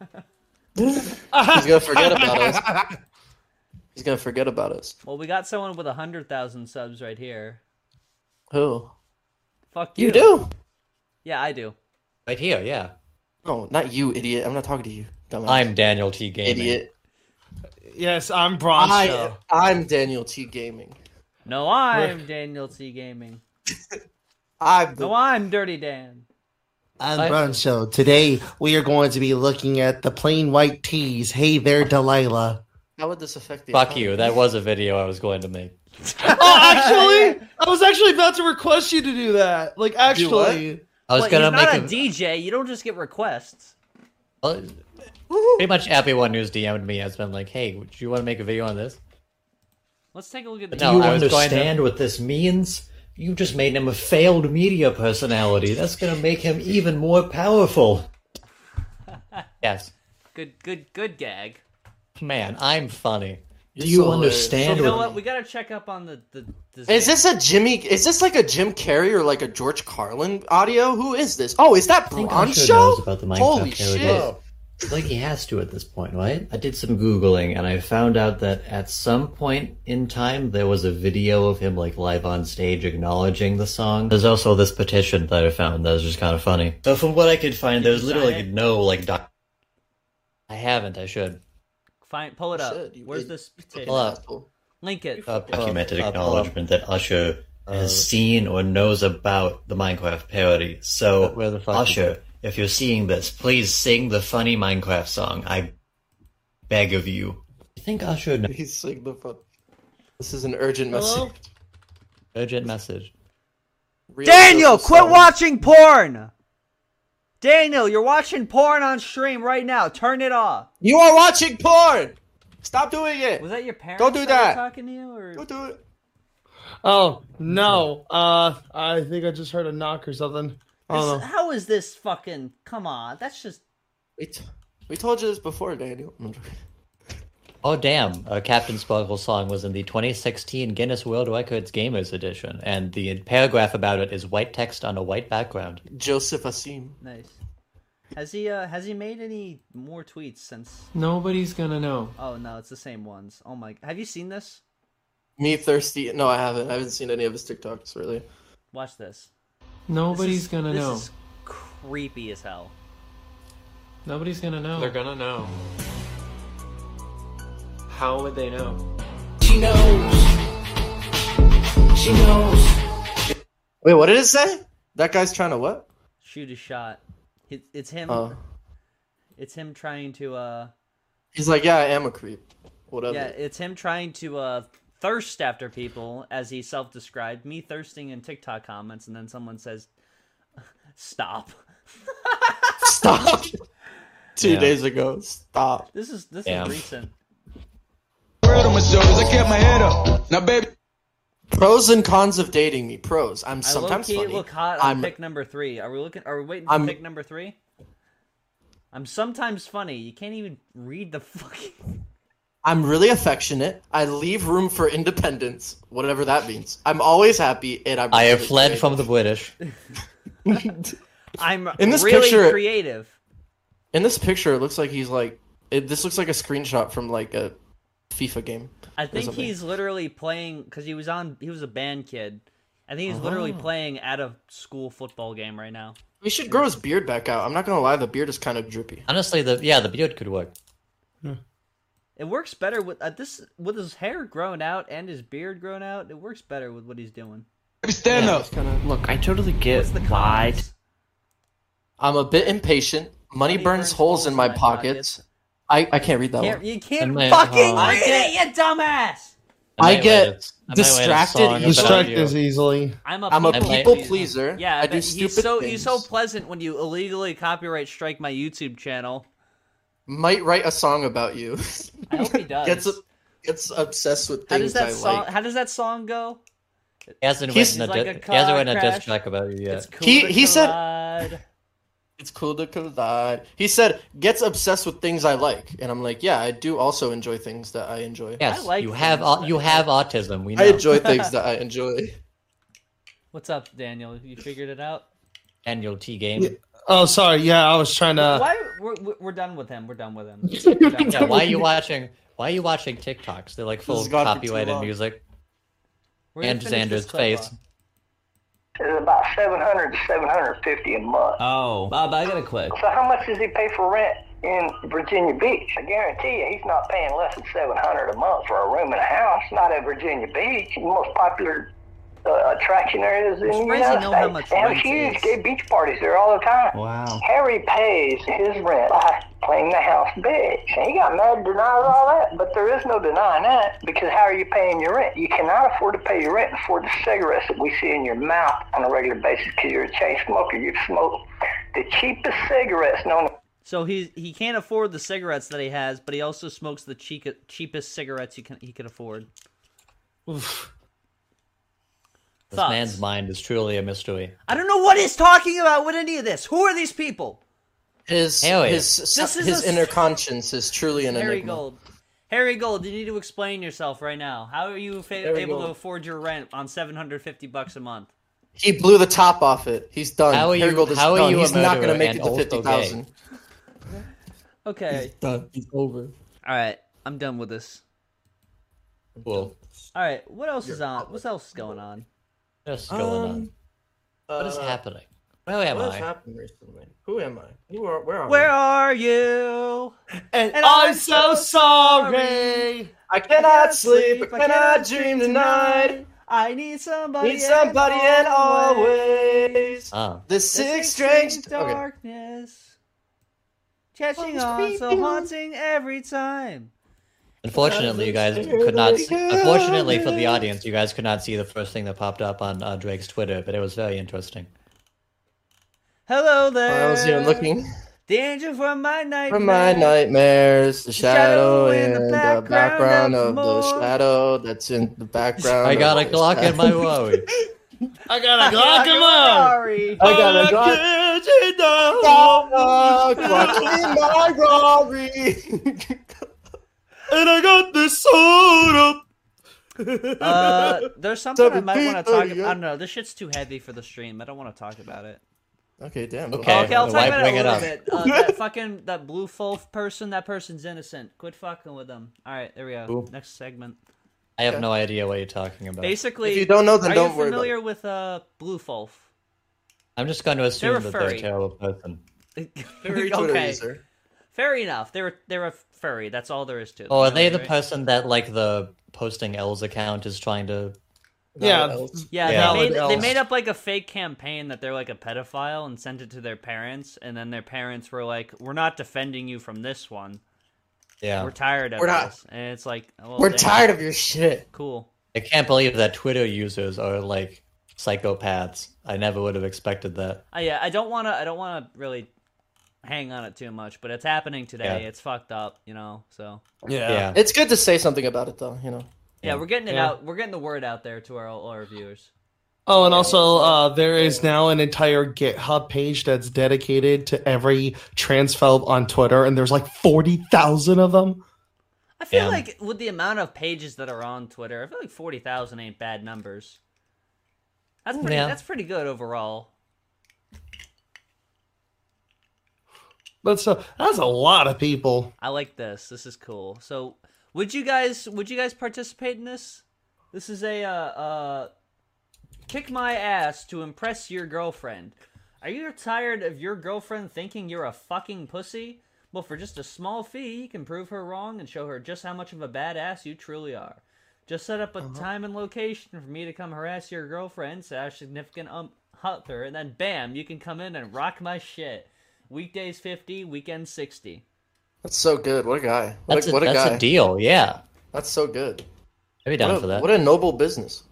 He's gonna forget about us. He's gonna forget about us. Well, we got someone with hundred thousand subs right here. Who? Fuck you. You do? Yeah, I do. Right here, yeah. No, Oh, not you, idiot. I'm not talking to you. Dumbass. I'm Daniel T. Gaming. idiot. Yes, I'm I, Bronzo. I'm Daniel T. Gaming. No, I'm Daniel T Gaming. I'm no, I'm Dirty Dan. I'm Bronzo. Today we are going to be looking at the plain white tees. Hey there, Delilah. How would this affect the? Fuck you. That was a video I was going to make. oh, actually, I was actually about to request you to do that. Like, actually, I was But gonna he's make not a DJ. You don't just get requests. Well, pretty much everyone who's DM'd me has been like, "Hey, do you want to make a video on this?" Let's take a look at But the. no, I was going to- Going to... what this means? You just made him a failed media personality. That's gonna make him even more powerful. yes, Good, good, good gag. man, I'm funny. You're Do you so understand? you know what- what? We gotta check up on the the. the Is this a Jimmy? Is this like a Jim Carrey or like a George Carlin audio? Who is this? Oh, is that think Bron Usher Show? knows about the Minecraft Holy parody. shit! like he has to at this point, right? I did some googling and I found out that at some point in time there was a video of him like live on stage acknowledging the song. There's also this petition that I found that was just kind of funny. So from what I could find, there's literally no like doc. I haven't. I should. Fine, pull it up. Shit, you Where's did- this Pull potato? up. Link it. A documented up, up. acknowledgement that Usher has seen or knows about the Minecraft parody. So, Usher, if you're seeing this, please sing the funny Minecraft song. I beg of you. I think Usher knows. He's like the fuck. This is an urgent Hello? message. Urgent message. Real Daniel, social quit science. watching porn. Daniel, you're watching porn on stream right now. Turn it off. You are watching porn. Stop doing it. Was that your parents? Don't do that. were Talking to you or Don't do it. oh no, uh, I think I just heard a knock or something. I don't This- know. how is this fucking? Come on, that's just. We, t- we told you this before, Daniel. I'm joking. Oh, damn. Uh, Captain Sparkle's song was in the 2016 Guinness World Records Gamers Edition, and the paragraph about it is white text on a white background. Joseph Asim. Nice. Has he uh has he made any more tweets since Nobody's gonna know. Oh no, it's the same ones. Oh my have you seen this? Me thirsty? No, I haven't. I haven't seen any of his TikToks really. Watch this. Nobody's This is- gonna this know. is creepy as hell. Nobody's gonna know. They're gonna know. How would they know? She knows. She knows. Wait, what did it say? That guy's trying to what? Shoot a shot. It, it's him Oh. it's him trying to uh He's like, yeah, I am a creep. Whatever. yeah, it's him trying to uh thirst after people as he self-described me thirsting in TikTok comments and then someone says stop. Stop. Two Yeah. days ago. Stop. This is this Damn. is recent. Word on my shoulders, I kept my head up. Now, baby. Pros and cons of dating me. Pros. I'm I sometimes low-key funny. look hot on I'm pick number three. Are we looking? Are we waiting for I'm- pick number three? I'm sometimes funny. You can't even read the fucking. I'm really affectionate. I leave room for independence, whatever that means. I'm always happy and I'm I have really fled creative. from the British. I'm In this really picture- creative. In this picture, it looks like he's like it, this looks like a screenshot from like a FIFA game. I or think something. he's literally playing because he was on. He was a band kid. I think he's literally Oh. playing at a school football game right now. We should grow his beard back out. I'm not gonna lie, the beard is kind of drippy. Honestly, the yeah, the beard could work. It works better with uh, this with his hair grown out and his beard grown out. It works better with what he's doing. Stand up. Look, I totally get why. I'm a bit impatient. Money, burns, holes in my pockets. I, I can't read that Can't- one. you can't Admit- fucking oh. read it, you dumbass. I, I might uh, write get a- I might write a song distracted. about Distracted you. easily. I'm a I'm a people people pleaser. pleaser. Yeah, I but do stupid he's so things. he's so pleasant when you illegally copyright strike my YouTube channel. Might write a song about you. I hope he does. gets gets obsessed with how things does that I song? like. How does that song go? He hasn't He's- written a, He's di- like a he hasn't car written a crash. diss track about it yet. cool he to he said collide. it's cool to collide. He said gets obsessed with things I like, and I'm like, yeah, I do also enjoy things that I enjoy. Yes, you have au- you have autism. We know. I enjoy things that I enjoy. What's up, Daniel? You figured it out. annual T game. Yeah. Oh, sorry. Yeah, I was trying to. Why we're, we're- we're done with him? We're done with him. We're done with Yeah, him. why are you watching? Why are you watching TikToks? They're like This full has of gone for too copyrighted long. music. We're gonna And finish this Xander's clip face. It's about 700 to 750 a month. Oh, Bob, I got a quick. So how much does he pay for rent in Virginia Beach? I guarantee you, he's not paying less than seven hundred a month for a room and a house. Not at Virginia Beach, the most popular uh, attraction areas in It's the crazy United know States. how much they have rent huge is. gay beach parties there all the time. Wow. Harry pays his rent by playing the house bitch. And he got mad, denied all that, but there is no denying that because how are you paying your rent? You cannot afford to pay your rent and afford the cigarettes that we see in your mouth on a regular basis because you're a chain smoker. You smoke the cheapest cigarettes known So he he can't afford the cigarettes that he has, but he also smokes the cheek, cheapest cigarettes he can he can afford. This Thoughts? man's mind is truly a mystery. I don't know what he's talking about with any of this. Who are these people? His Hell yeah. his This is his a- inner conscience is truly an Harry enigma. Gold. Harry Gold, you need to explain yourself right now. How are you fa- Harry able to Gold. afford your rent on 750 bucks a month? He blew the top off it. He's done. How are you- Harry Gold is how are done. you a He's not going murderer to make and it to also fifty thousand. Okay. Done. He's over. All right. I'm done with this. Cool. All right. What else is on? What else is going on? What's going on? What is Um, uh, happening? Where am What has I? happened recently? Who am I? Who are? Where are? Where we? are you? And, I'm, so sorry. I cannot sleep. I cannot dream tonight. I need somebody. Need somebody and always. Ah. Oh. The six strange. Okay. darkness. Catching on, so haunting every time. Unfortunately, you guys could not. See, unfortunately for the audience, you guys could not see the first thing that popped up on uh, Drake's Twitter, but it was very interesting. Hello there. I was even looking Danger from my nightmare. for my nightmares. The shadow in the background of the shadow that's in the background. I got a of the Glock in my shadow. Wowie. I got a Glock in my. Oh, Sorry. I got a Glock. Glock in my Rory. And I got this soda. Uh, there's something I might want to talk about. Seventeen, oh, I don't know. This shit's too heavy for the stream. I don't want to talk about it. Okay, damn. Okay, okay, I'll the talk white about it a wing it little up. bit. Uh, that fucking that blue wolf person. That person's innocent. Quit fucking with them. All right, there we go. Who? Next segment. I have no idea what you're talking about. Basically, If you don't know, then are don't you worry about familiar with uh blue wolf? I'm just going to They're a assume that they're a furry. terrible person. Furry Twitter user. Fair enough. They're they're a furry. That's all there is to it. Oh, are they Really, the right? person that like the posting L's account is trying to? Yeah. Yeah, Yeah. They, made, Valid they Ls. made up like a fake campaign that they're like a pedophile and sent it to their parents, and then their parents were like, "We're not defending you from this one. Yeah, We're tired of We're not- this." And it's like, well, We're damn. tired of your shit. Cool. I can't believe that Twitter users are like psychopaths. I never would have expected that. I, Uh, yeah, I don't want to. I don't want to really hang on it too much, but it's happening today. Yeah. It's fucked up, you know. So Yeah. It's good to say something about it, though, you know. yeah, we're getting it Yeah. out. We're getting the word out there to our our viewers. Oh, and also, uh, there is now an entire GitHub page that's dedicated to every transphobe on Twitter, and there's like 40,000 of them. I feel Yeah. like with the amount of pages that are on Twitter, I feel like forty thousand ain't bad numbers. That's pretty. Yeah. That's pretty good overall. That's a, that's a lot of people. I like this. This is cool. So, would you guys would you guys participate in this? This is a uh, uh kick my ass to impress your girlfriend. Are you tired of your girlfriend thinking you're a fucking pussy? Well, for just a small fee, you can prove her wrong and show her just how much of a badass you truly are. Just set up a time and location for me to come harass your girlfriend, slash significant um, other, and then bam, you can come in and rock my shit. Weekdays 50, weekends 60. That's so good. What a guy. What, That's a, a, what a that's guy. a deal. Yeah, That's so good. I'd be down what a, for that. What a noble business.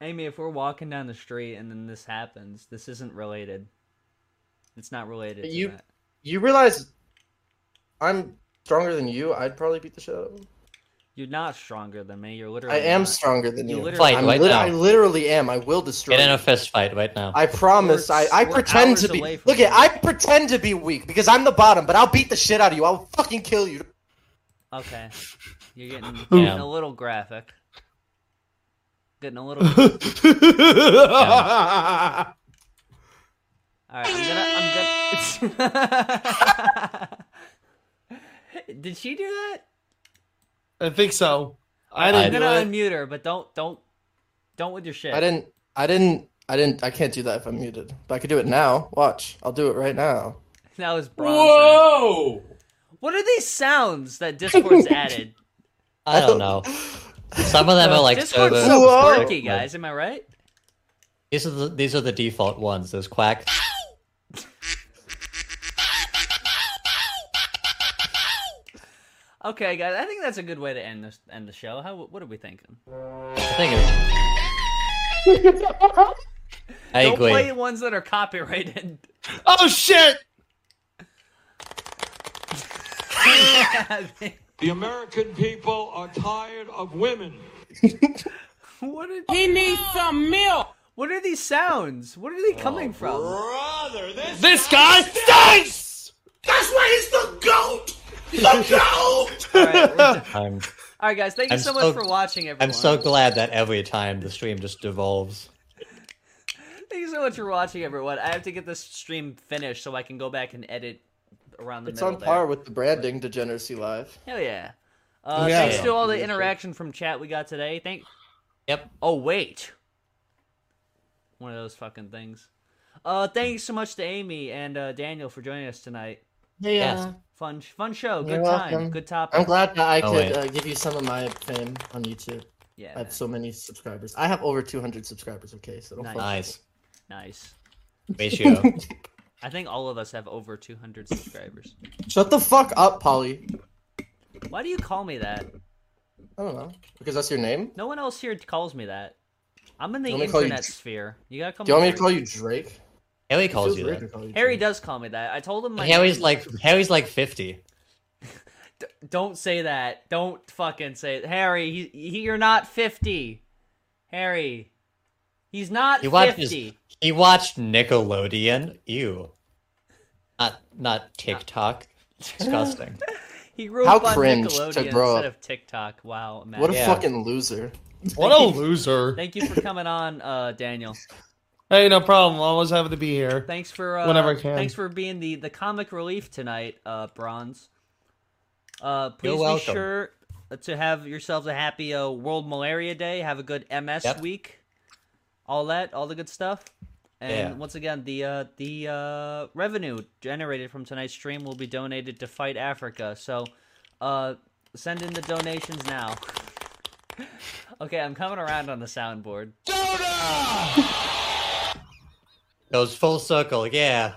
Amy, if we're walking down the street and then this happens, this isn't related. It's not related. But to you that. you realize I'm stronger than you. I'd probably beat the shit out of him. You're not stronger than me. You're literally. I am not. stronger than you. literally- Fight I'm right now. I literally am. I will destroy Get in you. a fist fight right now. I promise. I, I we're pretend to hours be. away Look at. I pretend to be weak because I'm the bottom, but I'll beat the shit out of you. I'll fucking kill you. Okay. You're getting, Ooh. getting a little graphic. Getting a little. Yeah. All right, I'm gonna. I'm gonna... Did she do that? I think so. I I'm didn't gonna do it. unmute her, but don't don't don't with your shit. I didn't. I didn't. I didn't. I can't do that if I'm muted. But I could do it now. Watch. I'll do it right now. That was bronze. Oh! Whoa! What are these sounds that Discord's added? I don't know. Some of them are like Discord's so so quirky, guys. Am I right? These are the these are the default ones. There's quack. Okay, guys. I think that's a good way to end this end the show. How what are we thinking? I think it- I don't agree. play ones that are copyrighted. Oh shit! The American people are tired of women. what are he needs some milk. What are these sounds? What are they coming from? Brother, this, guy stinks. That's why he's the goat. I'm, All right, guys. Thank you I'm so much for watching, everyone. I'm so glad that every time the stream just devolves. Thank you so much for watching, everyone. I have to get this stream finished so I can go back and edit around the It's middle. on par there. with the branding degeneracy live. Hell yeah! Uh, Yeah. Thanks to all the Yeah. interaction from chat we got today. Thank. Yep. Oh wait. One of those fucking things. Uh, thanks so much to Amy and uh, Daniel for joining us tonight. Yeah. Yes. Fun, fun show. You're Oh, Good time. welcome. Good topic. I'm glad that I Oh, could wait. uh, give you some of my fame on YouTube. Yeah, I have so many subscribers. I have over 200 subscribers. Okay, so don't fuck with Nice. Nice. Ratio. I think all of us have over 200 subscribers. me. Shut the fuck up, Polly. Why do you call me that? I don't know because that's your name. No one else here calls me that. I'm in the Do you want me to call you internet Dr- sphere. You gotta call Do you want me to Harry. call you Drake? Harry It calls feels you weird that. to call you Harry does call me that. I told him Oh my Harry's name- like Harry's like fifty. don't say that. Don't fucking say it. Harry, he, he, you're not 50. Harry. He's not He watches. 50. He watched Nickelodeon. Ew. Not not TikTok. Disgusting. He grew How up on cringe Nickelodeon to grow instead up. of TikTok. Wow, man. What a fucking loser. What a loser. Thank you for coming on, uh, Daniel. Hey, no problem. Always happy to be here. Thanks for uh, Whenever I can. Thanks for being the the comic relief tonight, uh, Bronze. Uh, You're please be welcome. sure to have yourselves a happy uh, World Malaria Day. Have a good MS Yep. week. All that, all the good stuff. And Yeah. once again, the uh, the uh, revenue generated from tonight's stream will be donated to Fight Africa. So, uh, send in the donations now. okay, I'm coming around on the soundboard. Goes full circle. Yeah.